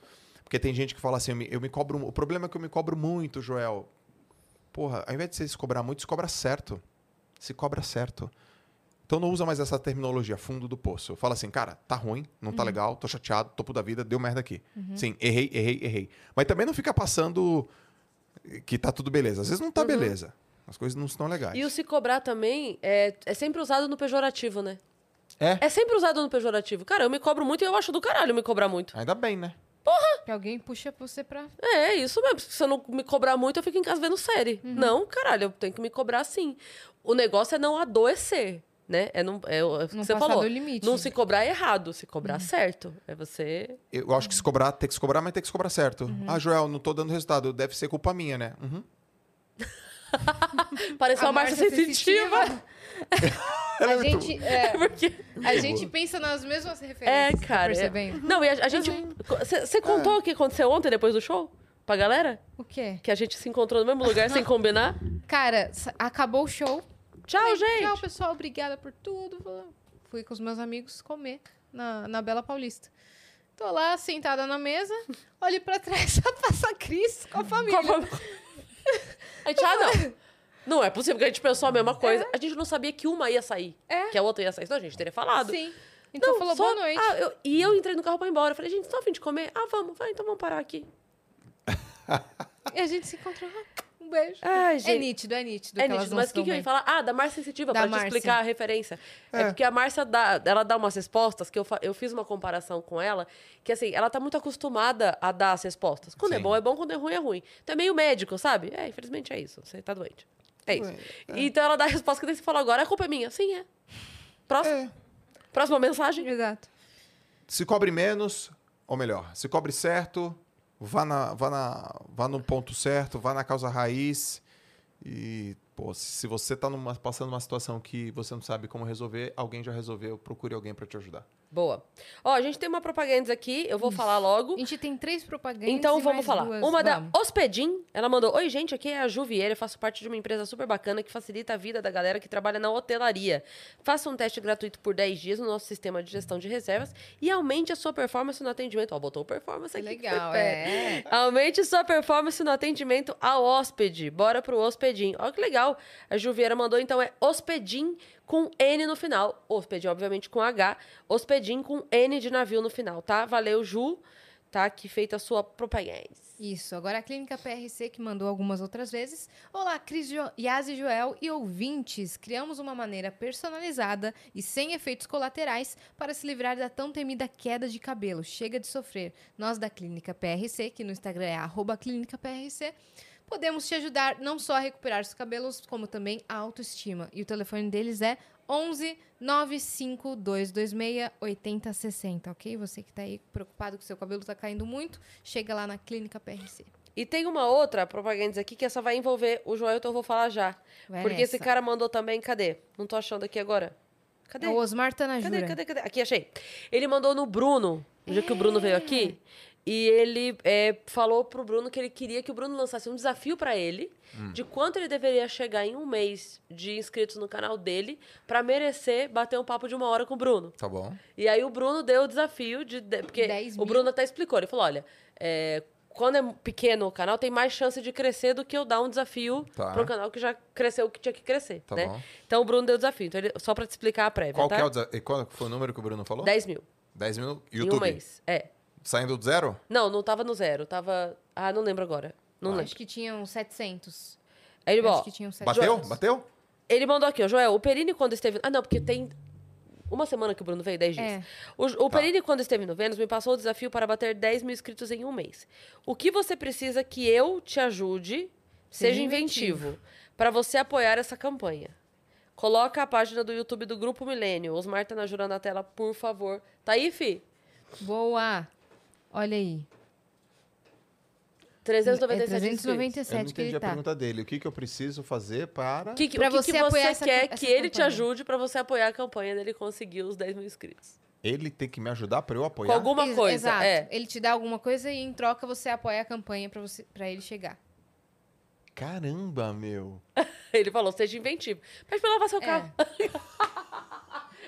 Porque tem gente que fala assim, eu me, eu me cobro. mu- O problema é que eu me cobro muito, Joel. Porra, ao invés de você se cobrar muito, se cobra certo. Se cobra certo. Então não usa mais essa terminologia, fundo do poço. Fala assim, cara, tá ruim, não Uhum. tá legal, tô chateado, topo da vida, deu merda aqui. Sim, errei, errei, errei. Mas também não fica passando que tá tudo beleza. Às vezes não tá beleza. As coisas não estão legais. Uhum. E o se cobrar também é, é sempre usado no pejorativo, né? É? É sempre usado no pejorativo. Cara, eu me cobro muito e eu acho do caralho me cobrar muito. Ainda bem, né? Que alguém puxa você pra. É, é isso mesmo. Se eu não me cobrar muito, eu fico em casa vendo série. Uhum. Não, caralho, eu tenho que me cobrar sim. O negócio é não adoecer, né? É não, é, o- é o que Não você passar falou. do limite. né? Uhum. Não se cobrar é errado, se cobrar certo. É você. Eu acho que se cobrar, tem que se cobrar, mas tem que se cobrar certo. Uhum. Ah, Joel, não tô dando resultado. Deve ser culpa minha, né? Uhum. Pareceu A uma marcha Márcia sensitiva. A gente, é, Porque. a gente pensa nas mesmas É, referências. tá cara. é- Percebendo? Ah. Não, e a, a gente. Você contou o que aconteceu ontem depois do show? Pra galera? O quê? Que a gente se encontrou no mesmo lugar sem combinar? Cara, sa- acabou o show. Tchau, Falei, Ah, gente! Tchau, pessoal. Obrigada por tudo. Fui com os meus amigos comer na, na Bela Paulista. Tô lá, sentada na mesa, olho pra trás, só passa a Cris com a família. Com a A gente, ah, não. Não é possível que a gente pensou a mesma coisa. A gente não sabia que uma ia sair. É. Que a outra ia sair. Senão a gente teria falado. Sim. Então falou só- boa noite. Ah, eu- e eu entrei no carro pra ir embora. Eu Falei, gente, só a fim de comer? Ah, vamos. Vai, então vamos parar aqui. E a gente se encontrou. Ah, Um beijo. Ai, É gente. nítido, é nítido. É que elas nítido, não mas o se dão que, que eu ia bem. falar? Ah, da Márcia Sensitiva, Da pra Márcia. te explicar a referência. É, É. porque a Márcia, dá, ela dá umas respostas que eu, fa- eu fiz uma comparação com ela, que assim, ela tá muito acostumada a dar as respostas. Quando é Sim. bom, é bom, quando é ruim, é ruim. Então é meio médico, sabe? É, infelizmente é isso. Você tá doente. É isso. Então ela dá a resposta que daí você falou agora, a culpa é minha. Sim, é. Próximo, É. Próxima mensagem. Exato. Se cobre menos, ou melhor, se cobre certo, vá, na, vá, na, vá no ponto certo, vá na causa raiz. E, pô, se você tá numa- passando uma situação que você não sabe como resolver, alguém já resolveu, procure alguém pra te ajudar. Boa. Ó, a gente tem uma propaganda aqui, eu vou falar logo. A gente tem três propagandas. Uh. Então e vamos mais falar. duas. Uma Vamos. da Hospedim, ela mandou: Oi, gente, aqui é a Ju Vieira, eu faço parte de uma empresa super bacana que facilita a vida da galera que trabalha na hotelaria. Faça um teste gratuito por 10 dias no nosso sistema de gestão de reservas e aumente a sua performance no atendimento. Ó, botou performance aqui. que foi Legal, perto. é. Aumente sua performance no atendimento ao hóspede. Bora pro hospedim. Olha que legal. A Ju Vieira mandou, então é hospedim com N no final. Hospedim, obviamente, com H. Hospedim com N de navio no final, tá? Valeu, Ju. Tá? Que feita a sua propaganda. Isso, agora a Clínica PRC que mandou algumas outras vezes. Olá, Cris, jo Yas e Joel e ouvintes. Criamos uma maneira personalizada e sem efeitos colaterais para se livrar da tão temida queda de cabelo. Chega de sofrer. Nós da Clínica PRC, que no Instagram é arroba Clínica PRC, podemos te ajudar não só a recuperar os cabelos, como também a autoestima. E o telefone deles é 11 95226 8060, ok? Você que tá aí preocupado que seu cabelo tá caindo muito, chega lá na Clínica PRC. E tem uma outra propaganda aqui que essa vai envolver o Joel, então eu vou falar já. Vai porque esse nessa. cara mandou também, cadê? Não tô achando aqui agora. Cadê? É o Osmar Tanajura. Cadê, cadê, cadê? Aqui, achei. Ele mandou no Bruno, no dia que o Bruno veio aqui. E ele é, falou pro Bruno que ele queria que o Bruno lançasse um desafio pra ele Hum. de quanto ele deveria chegar em um mês de inscritos no canal dele pra merecer bater um papo de uma hora com o Bruno. Tá bom. E aí o Bruno deu o desafio de. de- porque 10 mil? o Bruno até explicou. Ele falou: olha, é, quando é pequeno o canal, tem mais chance de crescer do que eu dar um desafio Tá. para um canal que já cresceu o que tinha que crescer. Tá né? bom. Então o Bruno deu o desafio. Então, ele- só para te explicar a prévia. Qual, tá? que é o desa- e qual foi o número que o Bruno falou? 10, 10 mil. mil? Em um YouTube? mês. É. Saindo do zero? Não, não tava no zero. Tava. Ah, não lembro agora. Não Acho lembro. que tinham 700. Aí ele, ó, Acho que tinham 700. Bateu? Bateu? Ele mandou aqui, ó, Joel, o Perini quando esteve... Ah, não, porque tem uma semana que o Bruno veio, 10 dias. É. O, o Perini quando esteve no Vênus me passou o desafio para bater 10 mil inscritos em um mês. O que você precisa que eu te ajude, seja, Seja inventivo. inventivo, para você apoiar essa campanha. Coloca a página do YouTube do Grupo Milênio, os Marta na Jura na tela, por favor. Tá aí, É, fi? Boa! Olha aí. é 397 inscritos. 397 eu não que entendi ele a tá. pergunta dele. O que, que eu preciso fazer para... Que, que, Pra o que você que apoiar você essa- quer essa que ele te campanha. ajude para você apoiar a campanha dele conseguir os 10 mil inscritos? Ele tem que me ajudar para eu apoiar? Com alguma Ex- coisa, Exato. é. Ele te dá alguma coisa e em troca você apoia a campanha pra, você, pra ele chegar. Caramba, meu. Ele falou, seja inventivo. Pede pra lavar seu É. carro.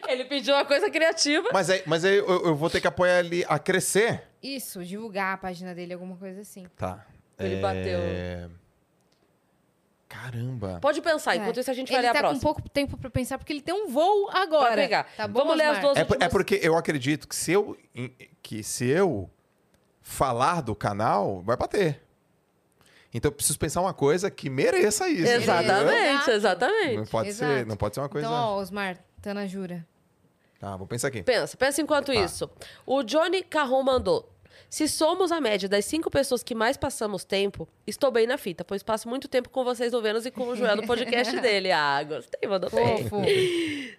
Ele pediu uma coisa criativa. Mas aí, mas aí eu, eu vou ter que apoiar ele a crescer? Isso, É. divulgar a página dele, alguma coisa assim. Tá. Ele É, bateu. Caramba. Pode pensar, enquanto isso a gente vai ele ler a tá com próxima. pouco tempo pra pensar, porque ele tem um voo agora. Pra pegar. Tá bom, Vamos ler as Osmar? duas É, por- é últimas. porque eu acredito que se eu, em- que se eu falar do canal, vai bater. Então eu preciso pensar uma coisa que mereça isso. né? entendeu? Exatamente, Exato. Não exatamente. pode, ser, Exato. não pode ser uma coisa. Então, ó, Osmar, tá na jura. Tá, vou pensar aqui. Pensa, pensa enquanto Tá. isso. O Johnny Carron mandou. Se somos a média das cinco pessoas que mais passamos tempo, estou bem na fita, pois passo muito tempo com vocês no Vênus e com o Joel no podcast dele. Ah, gostei, mandou bem. Fofo.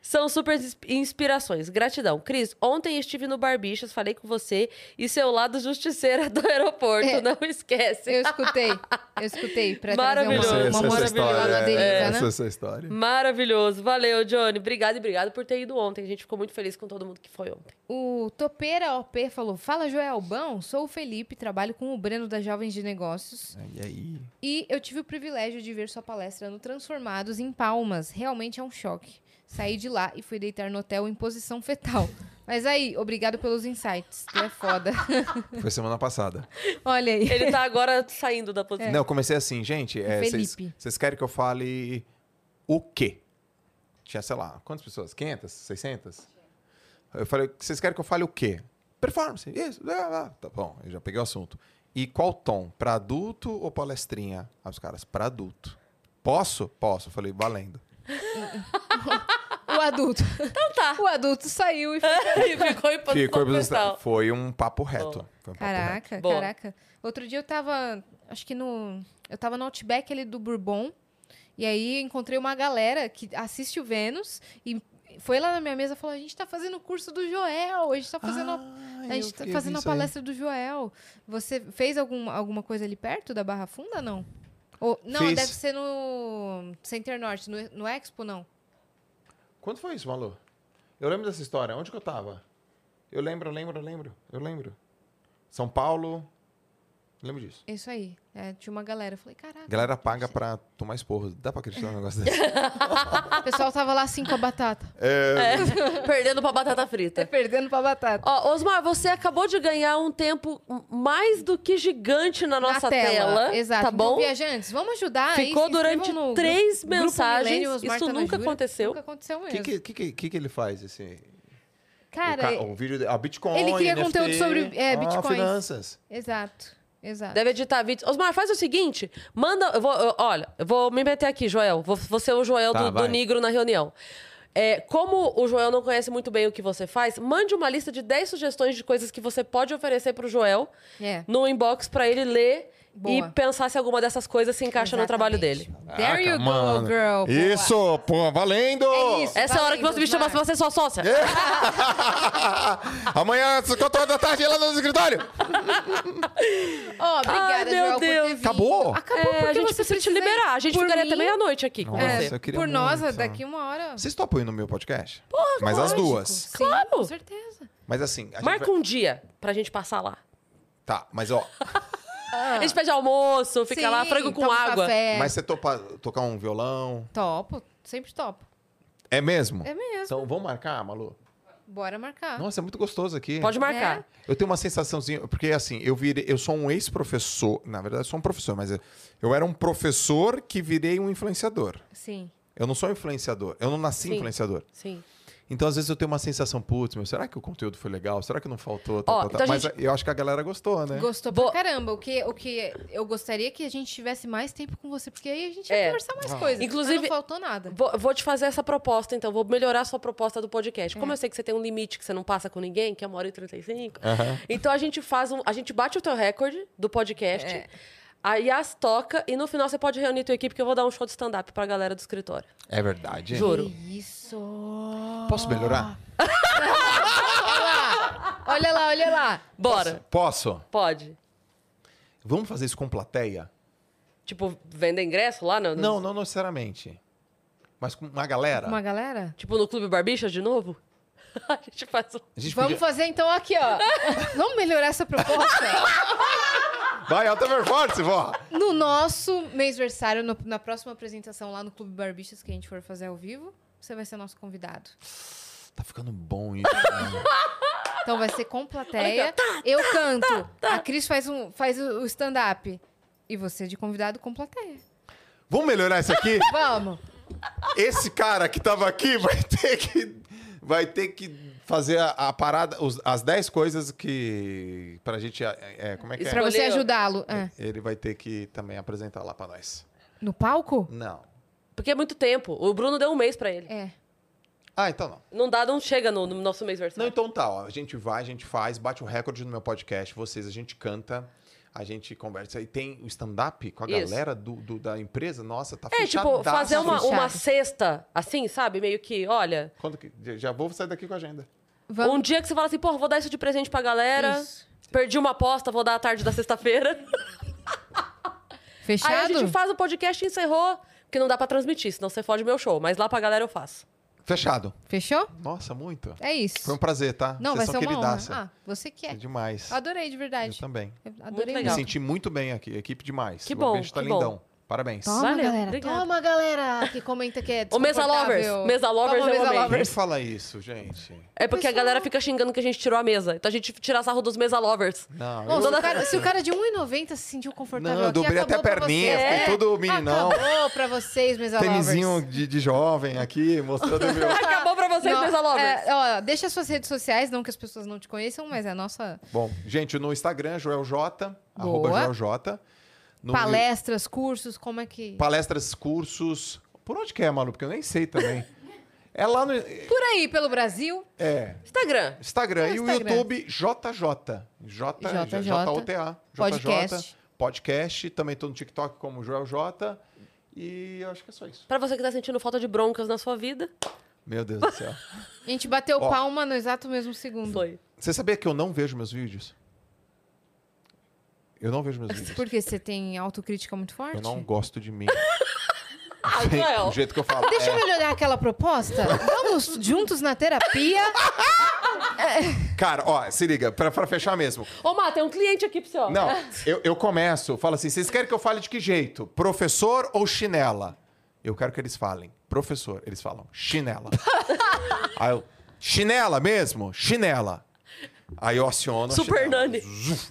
São super ins- inspirações. Gratidão. Cris, ontem estive no Barbixas, falei com você e seu lado justiceira do aeroporto. É. Não esquece. Eu escutei. Eu escutei pra Maravilhoso. trazer uma, uma Essa- essa maravilhosa história, lá na deriva, é, né? essa, essa história. Maravilhoso. Valeu, Johnny. Obrigado e obrigado por ter ido ontem. A gente ficou muito feliz com todo mundo que foi ontem. O Topeira OP falou: Fala, Joel Bão, sou o Felipe, trabalho com o Breno da Jovens de Negócios. E aí? E eu tive o privilégio de ver sua palestra no Transformados em Palmas. Realmente é um choque. Saí de lá e fui deitar no hotel em posição fetal. Mas aí, obrigado pelos insights. Tu é foda. Foi semana passada. Olha aí. Ele tá agora saindo da posição. Não, eu comecei assim, gente. é, Vocês É. Felipe. vocês querem que eu fale o quê? Tinha, sei lá, quantas pessoas? 500? 600? Eu falei, vocês querem que eu fale o quê? Performance, isso. blá, blá, blá. Tá bom, eu já peguei o assunto. E qual tom? Pra adulto ou palestrinha? Aí os caras, pra adulto. Posso? Posso. Eu falei, valendo. O adulto. Então tá. O adulto saiu e foi. E ficou em posição Ficou- fetal. Foi um papo reto. Foi um papo reto. Caraca, Boa. caraca. Outro dia eu tava, acho que no, eu tava no Outback ali do Bourbon, e aí encontrei uma galera que assiste o Vênus e foi lá na minha mesa e falou: "A gente tá fazendo o curso do Joel, a gente tá fazendo a- Ah, a eu gente tá vi fazendo a isso aí. palestra do Joel. Você fez alguma, alguma coisa ali perto da Barra Funda, não? Ou, não, Fiz. deve ser no Center Norte, no, no Expo, não. Quando foi isso, Malu? Eu lembro dessa história. Onde que eu tava? Eu lembro, eu lembro, eu lembro. Eu lembro. São Paulo. Eu lembro disso. Isso aí. É, tinha uma galera. Eu falei, caraca. Galera paga pra tomar esporro. Dá pra acreditar num negócio desse? O pessoal tava lá assim com a batata. É, perdendo pra batata frita. Tá Perdendo pra batata. Ó, Osmar, você acabou de ganhar um tempo mais do que gigante na nossa tela. Exato. Tá Então, bom? viajantes, vamos ajudar aí, Ficou se inscrevam durante no três grupo mensagens, Millennials, isso Marta na nunca Júlia. aconteceu. Nunca aconteceu O mesmo. que, que, que, que- que, que ele faz? Esse, Cara, o, ca- o vídeo. A Bitcoin. ele cria NFT, conteúdo sobre, é, ah, bitcoins. finanças. exato. Exato. Deve editar vídeos. Osmar, faz o seguinte: manda. Eu vou, eu- olha, eu vou me meter aqui, Joel. Vou, vou ser o Joel Tá, do, do vai. Negro na reunião. É, como o Joel não conhece muito bem o que você faz, mande uma lista de 10 sugestões de coisas que você pode oferecer pro Joel É. no inbox pra ele ler Boa. e pensar se alguma dessas coisas se encaixa no trabalho Exatamente. dele. There you Caraca, Ah, tá, mano. go, girl. Boa. Isso, pô, valendo! É isso. Essa é a hora que você me chama Osmar. pra ser sua sócia. É, Amanhã, às quatro horas da tarde, lá no escritório. Ó, obrigada, Ai, meu Joel, por ter Deus. vindo. Acabou? Acabou É, porque a gente você precisa te precisa liberar. A gente por ficaria mim. até meia-noite aqui com Nossa, você. É, eu queria por nós, muito. daqui uma hora. Vocês topam ir no meu podcast? Mas as Lógico. duas. Sim, Claro. Com certeza. Mas assim, a gente Marca vai- um dia pra gente passar lá. Tá, mas ó, A gente pede almoço, fica Ah. Sim, lá, frango com toma um água. Café. mas você topa tocar um violão? Topo, sempre topo. É mesmo? É mesmo. Então vamos marcar, Malu? Bora marcar. Nossa, é muito gostoso aqui. Ah. Pode marcar. É. Eu tenho uma sensaçãozinha, porque assim, eu virei, eu sou um ex-professor, na verdade eu sou um professor, mas eu, eu era um professor que virei um influenciador. Sim. Eu não sou influenciador, eu não nasci Sim. influenciador. Sim. Então às vezes eu tenho uma sensação, putz, meu, será que o conteúdo foi legal? Será que não faltou? Ó, Tal, tal, então tal? a Mas gente- eu acho que a galera gostou, né? Gostou Bo- pra caramba. O que, o que eu gostaria é que a gente tivesse mais tempo com você, porque aí a gente ia É. conversar Ah. mais coisas. Mas Inclusive- não faltou nada. Vou, vou te fazer essa proposta, então. Vou melhorar a sua proposta do podcast. Como eu sei que você tem um limite que você não passa com ninguém, que é uma hora e 35, Aham. então a gente faz um. A gente bate o teu recorde do podcast. A Yas toca e no final você pode reunir tua equipe, que eu vou dar um show de stand-up pra galera do escritório. É verdade. Juro. Que Isso. Posso melhorar? Olha lá, olha lá. Bora! Posso? Pode. Vamos fazer isso com plateia? Tipo, vender ingresso lá? No, no- Não, não necessariamente. Mas com uma galera. Uma galera? Tipo, no Clube Barbicha de novo? a gente faz um. A gente Vamos podia- fazer então aqui, ó. Vamos melhorar essa proposta? Vai, alta performance, vó! No nosso mêsversário, no- na próxima apresentação lá no Clube Barbixas que a gente for fazer ao vivo, você vai ser nosso convidado. Tá ficando bom isso. né? Então vai ser com plateia. tá, Eu canto. A Cris faz, um, faz o o stand-up. E você de convidado com plateia. Vamos melhorar isso aqui? Vamos. Esse cara que tava aqui vai ter que, vai ter que fazer a, a parada, os- as 10 coisas que. pra gente. É, é, como é que Isso é? pra você Escolheu. ajudá-lo. Ah, Ele vai ter que também apresentar lá pra nós. No palco? Não. Porque é muito tempo. O Bruno deu um mês pra ele. É. Ah, então não. Não dá, não chega no, no nosso mês Não, versátil. então tá, ó. A gente vai, a gente faz, bate o recorde no meu podcast, vocês, a gente canta, a gente conversa. E tem o stand-up com a Isso. galera do, do- da empresa, nossa, tá É, tipo, fechadaço. fazer uma, uma Fechado. cesta, assim, sabe? Meio que, olha, Quando que- já vou sair daqui com a agenda. Vamos. Um dia que você fala assim, pô, vou dar isso de presente pra galera. Isso. Perdi uma aposta, vou dar a tarde da sexta-feira. Aí a Fechado? gente faz o podcast e encerrou. Porque não dá pra transmitir, senão você fode meu show. Mas lá pra galera eu faço. Fechado. Fechou? Nossa, muito. É isso. Foi um prazer, tá? Não, vai Vocês ser são uma honra. queridaça. Ah, você É quer. demais. Adorei, de Eu verdade. também. Eu Adorei Muito Me legal. senti muito bem aqui. Equipe demais. Que O bom, Alvejante tá que lindão. Parabéns. Toma, Valeu, galera. obrigada. Toma, galera que comenta que é Ô, Mesa Lovers, desconfortável. Mesa Lovers Toma, eu Mesa amei. Quem Lovers. fala isso, gente? É porque a galera fica xingando que a gente tirou a mesa. Então a gente tira sarro dos mesa lovers. Não, Bom, eu- se, o cara, se o cara de 1,90 se sentiu confortável Não, eu aqui, dobrei acabou até a perninha, pra vocês. fiquei todo meninão. Acabou pra vocês, Mesa tênisinho Lovers. de, de jovem aqui, mostrando meu. Acabou pra vocês, Tá. Não, mesa lovers. é, ó, deixa suas redes sociais, não que as pessoas não te conheçam, mas é a nossa Bom, gente, no Instagram, Joel J, Boa. arroba Joel J. No palestras, cursos, como é que... Palestras, cursos. Por onde que é, Malu? Porque eu nem sei também. é lá no. Por aí, pelo Brasil. É. Instagram. Instagram. É, e o Instagram. YouTube, JJ. J, JJ. J-O-T-A. Podcast. Podcast. Também tô no TikTok como Joel J. E eu acho que é só isso. Pra você que tá sentindo falta de broncas na sua vida, Meu Deus do céu. A gente bateu Ó. palma no exato mesmo segundo. foi. Você sabia que eu não vejo meus vídeos? Eu não vejo meus vídeos. Porque você tem autocrítica muito forte? Eu não gosto de mim. Ah, Do Joel. jeito que eu falo. Deixa É. eu melhorar aquela proposta. Vamos juntos na terapia. Cara, ó, se liga, pra, pra fechar mesmo. Ô, Má, tem um cliente aqui pra você, ó. Não, eu, eu começo, falo assim: vocês querem que eu fale de que jeito? Professor ou chinela? Eu quero que eles falem. Professor, eles falam chinela. Aí eu, chinela mesmo? Chinela. Aí eu aciono. a Super chinela. Nani. Zuf.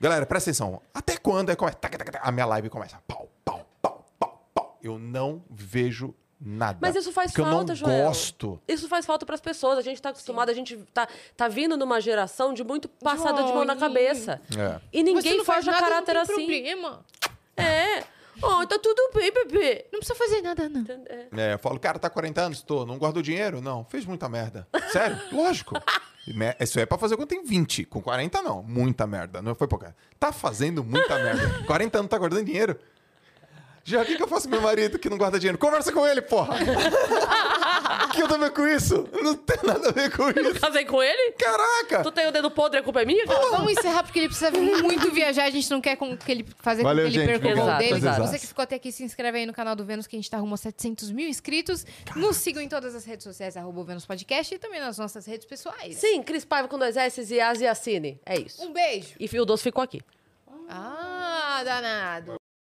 Galera, presta atenção. Até quando é começa? Tac, tac, tac. A minha live começa. Pau, pau, pau, pau, pau. Eu não vejo nada. Mas isso faz Tá. porque falta, eu não Joel. gosto. Isso faz falta pras pessoas. A gente tá acostumado, a gente tá, tá vindo numa geração de muito passada de mão na Joel. cabeça. É. E Você ninguém não faz forja nada, caráter não tem assim. Problema. É. Oh, tá tudo bem, bebê. Não precisa fazer nada, não. É. É, eu falo, cara, tá 40 anos? Tô. Não guardo dinheiro? Não. Fez muita merda. Sério? Lógico. E me- Isso aí é pra fazer quando tem 20. Com 40, não. Muita merda. Não foi pouca. Tá fazendo muita merda. 40 anos tá guardando dinheiro? Já o que, que eu faço com meu marido que não guarda dinheiro? Conversa com ele, porra! O que eu tenho a ver com isso? Eu não tenho nada a ver com isso. Casei com ele? Tu Caraca! tem o dedo podre, a culpa é minha? cara? Vamos encerrar porque ele precisa muito viajar. A gente não quer com que ele fazer Valeu, com que ele gente, perca o voo obrigado. dele. Exato, Você exato. que ficou até aqui, se inscreve aí no canal do Vênus, que a gente tá rumo a 700 mil inscritos. Nos sigam em todas as redes sociais, arroba o Vênus Podcast e também nas nossas redes pessoais. Sim, Cris Paiva com dois S e Asiacine. É isso. Um beijo. E o doce ficou aqui. Ah, danado.